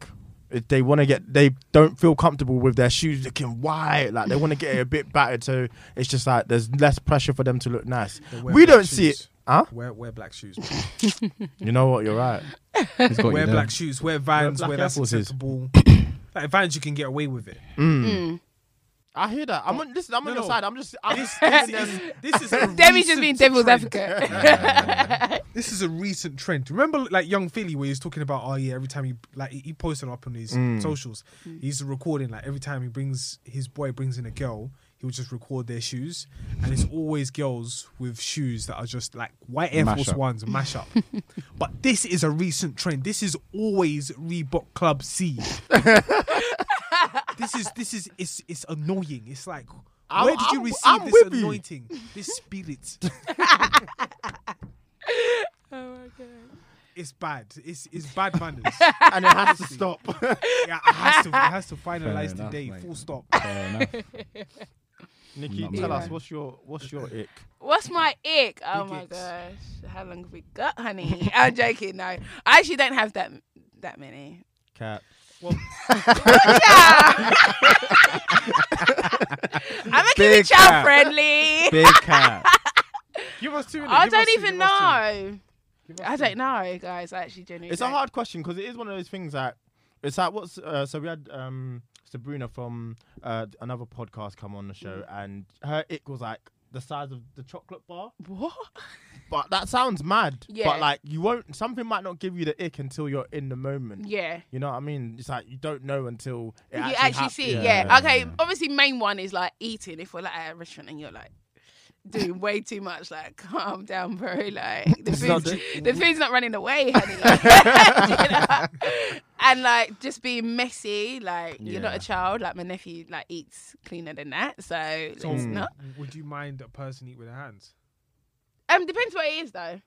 Speaker 1: if they want to get, they don't feel comfortable with their shoes looking white. Like they want to get it a bit battered, so it's just like there's less pressure for them to look nice.
Speaker 4: They wear
Speaker 1: We
Speaker 4: black
Speaker 1: don't see
Speaker 4: shoes.
Speaker 1: it. Huh?
Speaker 4: Wear wear black shoes.
Speaker 1: You know what? You're right.
Speaker 2: He's got you
Speaker 4: wear
Speaker 2: there.
Speaker 4: black shoes, wear vans,
Speaker 1: black
Speaker 4: where that's
Speaker 1: Air Forces.
Speaker 4: acceptable. like vans, you can get away with it.
Speaker 1: I hear that. I'm on. Listen, I'm on
Speaker 4: No,
Speaker 1: your
Speaker 4: no.
Speaker 1: side. I'm just. I'm
Speaker 4: This,
Speaker 1: just
Speaker 4: this,
Speaker 1: giving them-
Speaker 4: is, this is a
Speaker 3: Demi's just
Speaker 4: recent
Speaker 3: being devil's
Speaker 4: trend.
Speaker 3: advocate.
Speaker 4: This is a recent trend. Remember, like young Philly, where he was talking about, oh yeah, every time he like he- he posted up on his
Speaker 1: Mm.
Speaker 4: socials, he's recording like every time he brings his boy brings in a girl, he would just record their shoes, and it's always girls with shoes that are just like white Air
Speaker 2: Mash
Speaker 4: Force
Speaker 2: up.
Speaker 4: Ones mash up. but this is a recent trend. This is always Reebok Club C. this is this is it's it's annoying. It's like.
Speaker 1: I'm-
Speaker 4: Where did you
Speaker 1: I'm-
Speaker 4: receive
Speaker 1: I'm
Speaker 4: this
Speaker 1: with you.
Speaker 4: anointing, this spirit? It's bad. It's it's bad manners.
Speaker 1: and it has to stop.
Speaker 4: yeah, it has to it has to finalize
Speaker 2: enough,
Speaker 4: today.
Speaker 2: mate.
Speaker 4: Full stop.
Speaker 2: Fair enough.
Speaker 1: Nikki,
Speaker 2: Not
Speaker 1: tell
Speaker 2: me.
Speaker 1: us what's your what's your ick.
Speaker 3: What's my ick? Oh
Speaker 4: Big
Speaker 3: my
Speaker 4: icks.
Speaker 3: gosh. How long have we got, honey? I'm joking, no. I actually don't have that that many.
Speaker 1: Cat.
Speaker 3: I'm a kid
Speaker 2: Big
Speaker 3: child
Speaker 2: cap.
Speaker 3: friendly.
Speaker 2: Big cat.
Speaker 4: Give us two. Minutes.
Speaker 3: I don't even know. I don't know, guys. I actually genuinely.
Speaker 1: It's a
Speaker 3: don't.
Speaker 1: hard question because it is one of those things that it's like what's uh, so we had um Sabrina from uh, another podcast come on the show
Speaker 3: Mm.
Speaker 1: and her ick was like the size of the chocolate bar.
Speaker 3: What?
Speaker 1: But that sounds mad.
Speaker 3: Yeah.
Speaker 1: But like you won't something might not give you the ick until you're in the moment.
Speaker 3: Yeah.
Speaker 1: You know what I mean? It's like you don't know until it
Speaker 3: you
Speaker 1: actually
Speaker 3: actually
Speaker 1: hap-
Speaker 3: see it. Yeah. Okay. Obviously, main one is like eating. If we're like at a restaurant and you're like doing way too much, like calm down, bro. Like the
Speaker 1: not
Speaker 3: food's,
Speaker 1: the-
Speaker 3: the food's not running away, honey. Like, you know? And like just being messy. Like you're not
Speaker 2: Yeah.
Speaker 3: a child. Like my nephew like eats cleaner than that, so it's
Speaker 4: mm.
Speaker 3: not.
Speaker 4: Would you mind a person eat with their hands?
Speaker 3: Um, depends what it is though.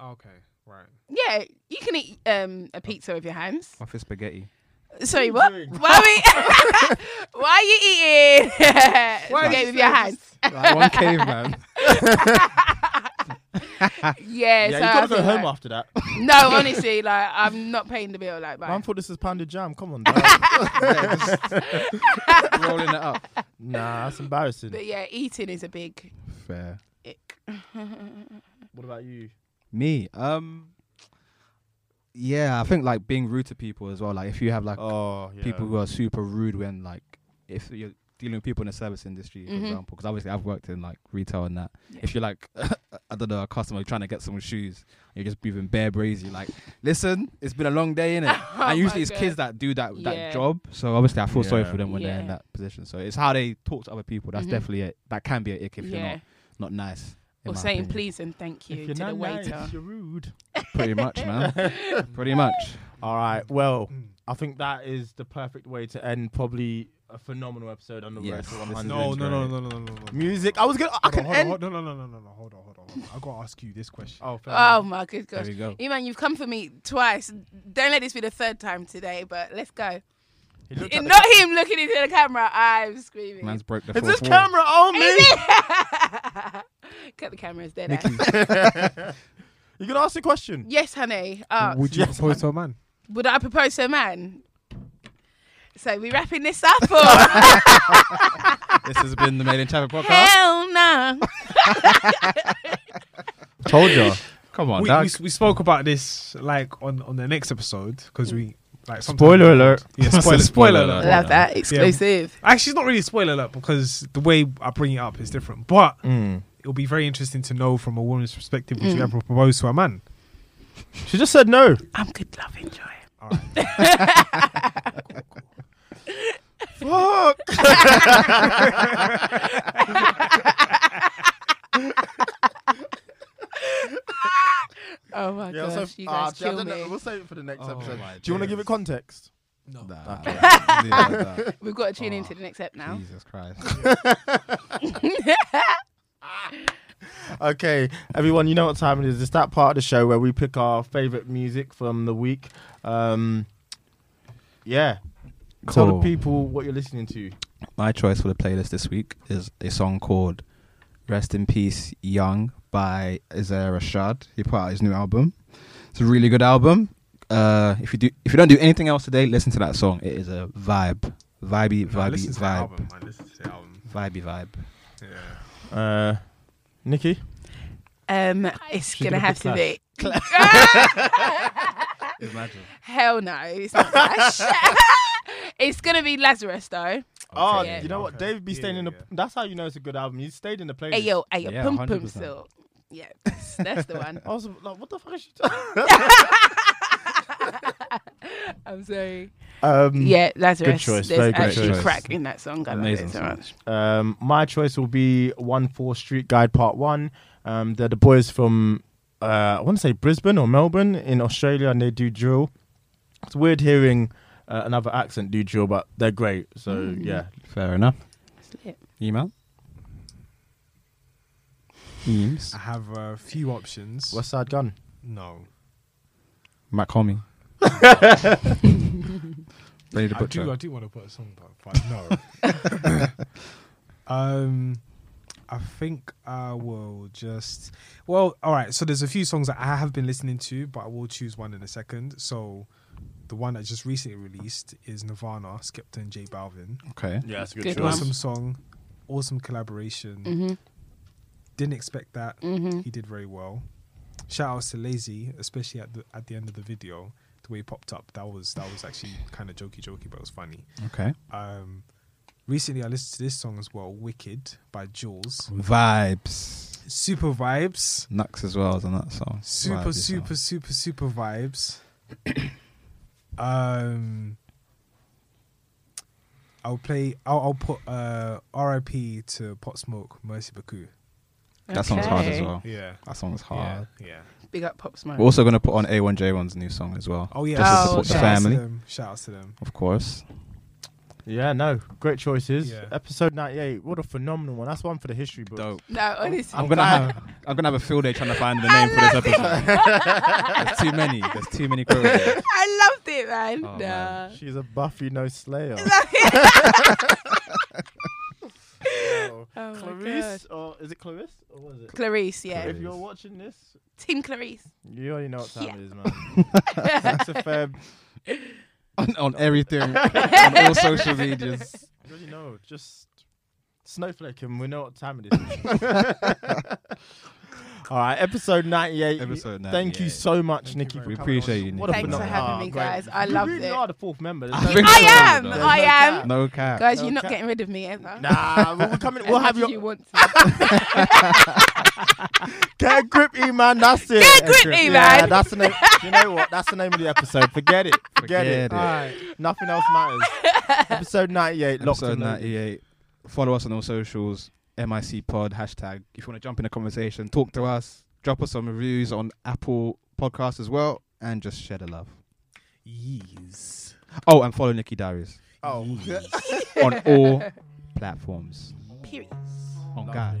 Speaker 4: Okay, right.
Speaker 3: Yeah, you can eat um a pizza with your hands.
Speaker 2: Off his spaghetti.
Speaker 3: Sorry, what? Why are we? Why are you eating? Spaghetti with your hands.
Speaker 2: Like one caveman.
Speaker 3: Yeah,
Speaker 1: Yeah, you
Speaker 3: so I
Speaker 1: gotta go
Speaker 3: think,
Speaker 1: home
Speaker 3: like-
Speaker 1: after that.
Speaker 3: No, honestly, like I'm not paying the bill. Like, bye.
Speaker 1: Man thought this is pounded jam. Come on, dog.
Speaker 2: Rolling it up.
Speaker 1: nah, that's embarrassing.
Speaker 3: but yeah, eating is a big
Speaker 2: Fair.
Speaker 3: ick.
Speaker 1: What about you?
Speaker 2: Me. Um. Yeah, I think like being rude to people as well. Like if you have like
Speaker 1: Oh, yeah.
Speaker 2: people who are super rude when like if you're dealing with people in the service industry, for
Speaker 3: Mhm.
Speaker 2: example, because obviously I've worked in like retail and that. If you're like I don't know a customer trying to get someone's shoes, you're just breathing bare breezy. Like, listen, it's been a long day, innit?
Speaker 3: Oh my
Speaker 2: and usually it's
Speaker 3: God.
Speaker 2: kids that do that
Speaker 3: Yeah.
Speaker 2: that job. So obviously I feel sorry
Speaker 1: Yeah.
Speaker 2: for them when they're in
Speaker 3: Yeah.
Speaker 2: that position. So it's how they talk to other people. That's
Speaker 3: Mhm.
Speaker 2: definitely it. That can be a ick if you're
Speaker 3: yeah,
Speaker 2: not not nice. in
Speaker 3: or
Speaker 2: my
Speaker 3: saying
Speaker 2: opinion.
Speaker 3: please and thank you to the waiter.
Speaker 1: you're rude.
Speaker 2: Pretty much, man. Pretty much.
Speaker 1: All right. Well, I think that is the perfect way to end probably a phenomenal episode on the
Speaker 2: Yes,
Speaker 1: road
Speaker 2: this
Speaker 1: to
Speaker 2: is
Speaker 1: 100.
Speaker 4: No, no, no, no, no, no, no, no.
Speaker 1: Music. I was gonna. I
Speaker 4: Hold on,
Speaker 1: can
Speaker 4: hold on,
Speaker 1: end.
Speaker 4: hold on, no, no, no, no, no. Hold on, hold on. hold on. I gotta ask you this question.
Speaker 1: Oh, fair
Speaker 3: Oh my good gosh,
Speaker 2: we go.
Speaker 3: Iman, you've come for me twice. Don't let this be the third time today. But let's go.
Speaker 1: He looked at
Speaker 3: And
Speaker 1: the-
Speaker 3: not him looking into the camera. I'm screaming.
Speaker 2: Man's broke the
Speaker 1: Is this
Speaker 2: fourth wall.
Speaker 1: camera on me?
Speaker 3: Cut the cameras dead.
Speaker 2: Nikki,
Speaker 3: ass.
Speaker 1: You can ask a question.
Speaker 3: Yes, honey. Uh,
Speaker 4: Would you
Speaker 1: Oh, Yes,
Speaker 4: propose to a man?
Speaker 3: Would I propose to a man? So we wrapping this up or
Speaker 2: this has been the Made in Chapel podcast.
Speaker 3: hell no?
Speaker 2: Told you. Come on,
Speaker 4: We,
Speaker 1: Oh,
Speaker 2: dog.
Speaker 4: we, we spoke about this like on on the next episode because we like sometimes-
Speaker 1: Spoiler alert.
Speaker 4: Yeah,
Speaker 2: That's a
Speaker 4: spoiler, spoiler
Speaker 2: spoiler
Speaker 4: alert.
Speaker 2: alert.
Speaker 3: Love that exclusive.
Speaker 4: Actually, it's not really a spoiler alert because the way I bring it up is different. But
Speaker 2: Hmm.
Speaker 4: it'll be very interesting to know from a woman's perspective would you ever propose to a man?
Speaker 1: She just said no.
Speaker 3: I'm good love enjoy.
Speaker 1: Fuck.
Speaker 3: Oh my
Speaker 1: Yeah,
Speaker 3: gosh,
Speaker 1: so,
Speaker 3: you
Speaker 1: ah,
Speaker 3: guys
Speaker 1: actually, I
Speaker 3: kill
Speaker 1: don't know.
Speaker 3: me.
Speaker 1: We'll save it for the next
Speaker 2: Oh
Speaker 1: episode.
Speaker 2: my
Speaker 1: Do you want to give
Speaker 2: days.
Speaker 1: it context?
Speaker 2: Nah, yeah, nah.
Speaker 3: We've got to
Speaker 1: Oh,
Speaker 3: tune into the next app now.
Speaker 2: Jesus Christ.
Speaker 1: Okay, everyone, you know what time it is. It's that part of the show where we pick our favorite music from the week. Um, yeah. Tell
Speaker 2: Cool.
Speaker 1: the people what you're listening to.
Speaker 2: My choice for the playlist this week is a song called Rest in Peace Young by Isaiah Rashad. He put out his new album. It's a really good album. Uh, if you do if you don't do anything else today, listen to that song. It is a vibe. Vibey,
Speaker 4: Nah,
Speaker 2: vibey,
Speaker 4: listen to the
Speaker 2: vibe.
Speaker 4: album, man. Listen to the album.
Speaker 2: Vibey vibe.
Speaker 4: Yeah.
Speaker 1: Uh, Nikki?
Speaker 3: Um, it's
Speaker 1: She's
Speaker 3: gonna
Speaker 1: gonna
Speaker 3: have to be.
Speaker 1: pick
Speaker 2: Imagine.
Speaker 3: Hell no, it's not Flash. it's gonna be Lazarus though.
Speaker 1: Oh,
Speaker 3: yeah.
Speaker 1: you know what?
Speaker 4: Okay.
Speaker 1: Dave be
Speaker 4: Yeah,
Speaker 1: staying in the.
Speaker 4: yeah,
Speaker 1: That's how you know it's a good album. You stayed in the playlist.
Speaker 3: Ayo, ayo,
Speaker 2: Yeah,
Speaker 3: pum pum
Speaker 2: 100%.
Speaker 3: silk. Yeah, that's, that's the one.
Speaker 1: I was like, what the fuck is she talking
Speaker 3: I'm sorry.
Speaker 1: um,
Speaker 3: Yeah, Lazarus.
Speaker 1: choice,
Speaker 3: There's
Speaker 1: very good
Speaker 3: actually
Speaker 2: choice.
Speaker 3: crack in that song. I love
Speaker 2: Amazing
Speaker 3: it so
Speaker 2: song.
Speaker 3: much.
Speaker 1: Um, my choice will be One Four Street Guide Part One. Um, they're the boys from uh, I want to say Brisbane or Melbourne in Australia, and they do drill. It's weird hearing uh, another accent do drill, but they're great. So
Speaker 3: Mm.
Speaker 1: yeah,
Speaker 2: Fair enough.
Speaker 3: That's lit.
Speaker 2: Email. Eames.
Speaker 4: I have a few options.
Speaker 1: West Side Gun.
Speaker 4: no.
Speaker 2: Matt Comey. Ready to
Speaker 4: I do, I
Speaker 2: butcher.
Speaker 4: do want to put a song, but, but no. um, I think I will just. Well, all right. So there's a few songs that I have been listening to, but I will choose one in a second. So the one that just recently released is Nirvana, Skepta, and J Balvin.
Speaker 2: Okay.
Speaker 1: Yeah, that's a
Speaker 3: Good choice.
Speaker 4: Awesome song, awesome collaboration. Didn't expect that. He did very well. shout outs to Lazy, especially at the at the end of the video, the way he popped up. That was that was actually kind of jokey jokey, but it was funny.
Speaker 2: Okay.
Speaker 4: Um, recently, I listened to this song as well, "Wicked" by Jules.
Speaker 2: Vibes.
Speaker 4: Super vibes.
Speaker 2: Nux as well is on that song. Vibes
Speaker 4: super
Speaker 2: is
Speaker 4: super
Speaker 2: on.
Speaker 4: super super vibes um i'll play i'll, I'll put uh rip to pot smoke mercy baku Ah.
Speaker 2: That song's hard as
Speaker 3: Okay.
Speaker 2: well.
Speaker 4: yeah
Speaker 2: That song's hard.
Speaker 4: yeah yeah
Speaker 3: Big up Pop Smoke.
Speaker 2: We're also going to put on A1J1's new song as well.
Speaker 4: oh yeah
Speaker 3: Just to support
Speaker 4: oh,
Speaker 3: the
Speaker 4: shout outs to
Speaker 2: family.
Speaker 4: them, shout outs to them
Speaker 2: Of course.
Speaker 1: Yeah, no, great choices.
Speaker 4: Yeah.
Speaker 1: Episode 98, what a phenomenal one. That's one for the history book.
Speaker 2: Dope.
Speaker 3: No, honestly.
Speaker 2: I'm gonna have I'm gonna have a field day trying to find the name for this episode. There's too many. There's too many quotes. there.
Speaker 3: I loved it, man.
Speaker 2: Oh,
Speaker 3: nah.
Speaker 2: man.
Speaker 1: She's a Buffy no Slayer. Oh,
Speaker 3: Oh my God.
Speaker 1: Clarice, or is it Clarice? Or was it?
Speaker 3: Clarice, yeah.
Speaker 1: If you're watching this,
Speaker 3: Team Clarice.
Speaker 1: you already know what time
Speaker 3: Yeah.
Speaker 1: it is, man. Six of Feb.
Speaker 2: on, on everything on all social medias.
Speaker 1: You already know. Just snowflake, and we know what time it is. All right, episode 98.
Speaker 2: Episode
Speaker 1: Thank you
Speaker 2: 98.
Speaker 1: so much, Nikki.
Speaker 2: very
Speaker 1: for coming
Speaker 2: much. We appreciate
Speaker 1: on.
Speaker 2: you,
Speaker 1: What a
Speaker 3: Thanks for
Speaker 1: phenom-
Speaker 3: having
Speaker 1: Ah,
Speaker 3: me,
Speaker 1: great.
Speaker 3: guys. I
Speaker 1: You
Speaker 3: loved
Speaker 1: really
Speaker 3: it.
Speaker 1: are the fourth member. There's
Speaker 2: I
Speaker 1: no-
Speaker 2: think so,
Speaker 3: I am.
Speaker 2: though.
Speaker 1: there's
Speaker 3: I
Speaker 1: no
Speaker 3: am.
Speaker 1: doubt.
Speaker 2: No cap.
Speaker 3: Guys,
Speaker 1: No
Speaker 3: you're not
Speaker 1: cap.
Speaker 3: getting rid of me ever.
Speaker 1: Nah, we're coming. We'll
Speaker 3: As
Speaker 1: have your
Speaker 3: much as you want to.
Speaker 1: Get a grip, E man. That's it.
Speaker 3: Get a grip, E,
Speaker 1: Yeah,
Speaker 3: man.
Speaker 1: that's the name. You know what? That's the name of the episode. Forget it. Forget,
Speaker 2: Forget
Speaker 1: it.
Speaker 2: it.
Speaker 1: Alright, Nothing else matters. episode ninety-eight. Locked
Speaker 2: Episode
Speaker 1: and loaded.
Speaker 2: 98. Follow us on all socials. MIC Pod hashtag. If you want to jump in a conversation, talk to us. Drop us some reviews on Apple Podcasts as well, and just share the love.
Speaker 4: Yeez.
Speaker 2: Oh, and follow Nikki Diaries
Speaker 1: Oh,
Speaker 2: on all platforms.
Speaker 3: Period.
Speaker 2: On God.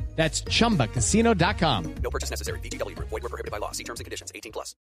Speaker 6: That's chumbacasino.com.
Speaker 5: No purchase necessary. VGW Group. Void where prohibited by law. See terms and conditions. 18 plus.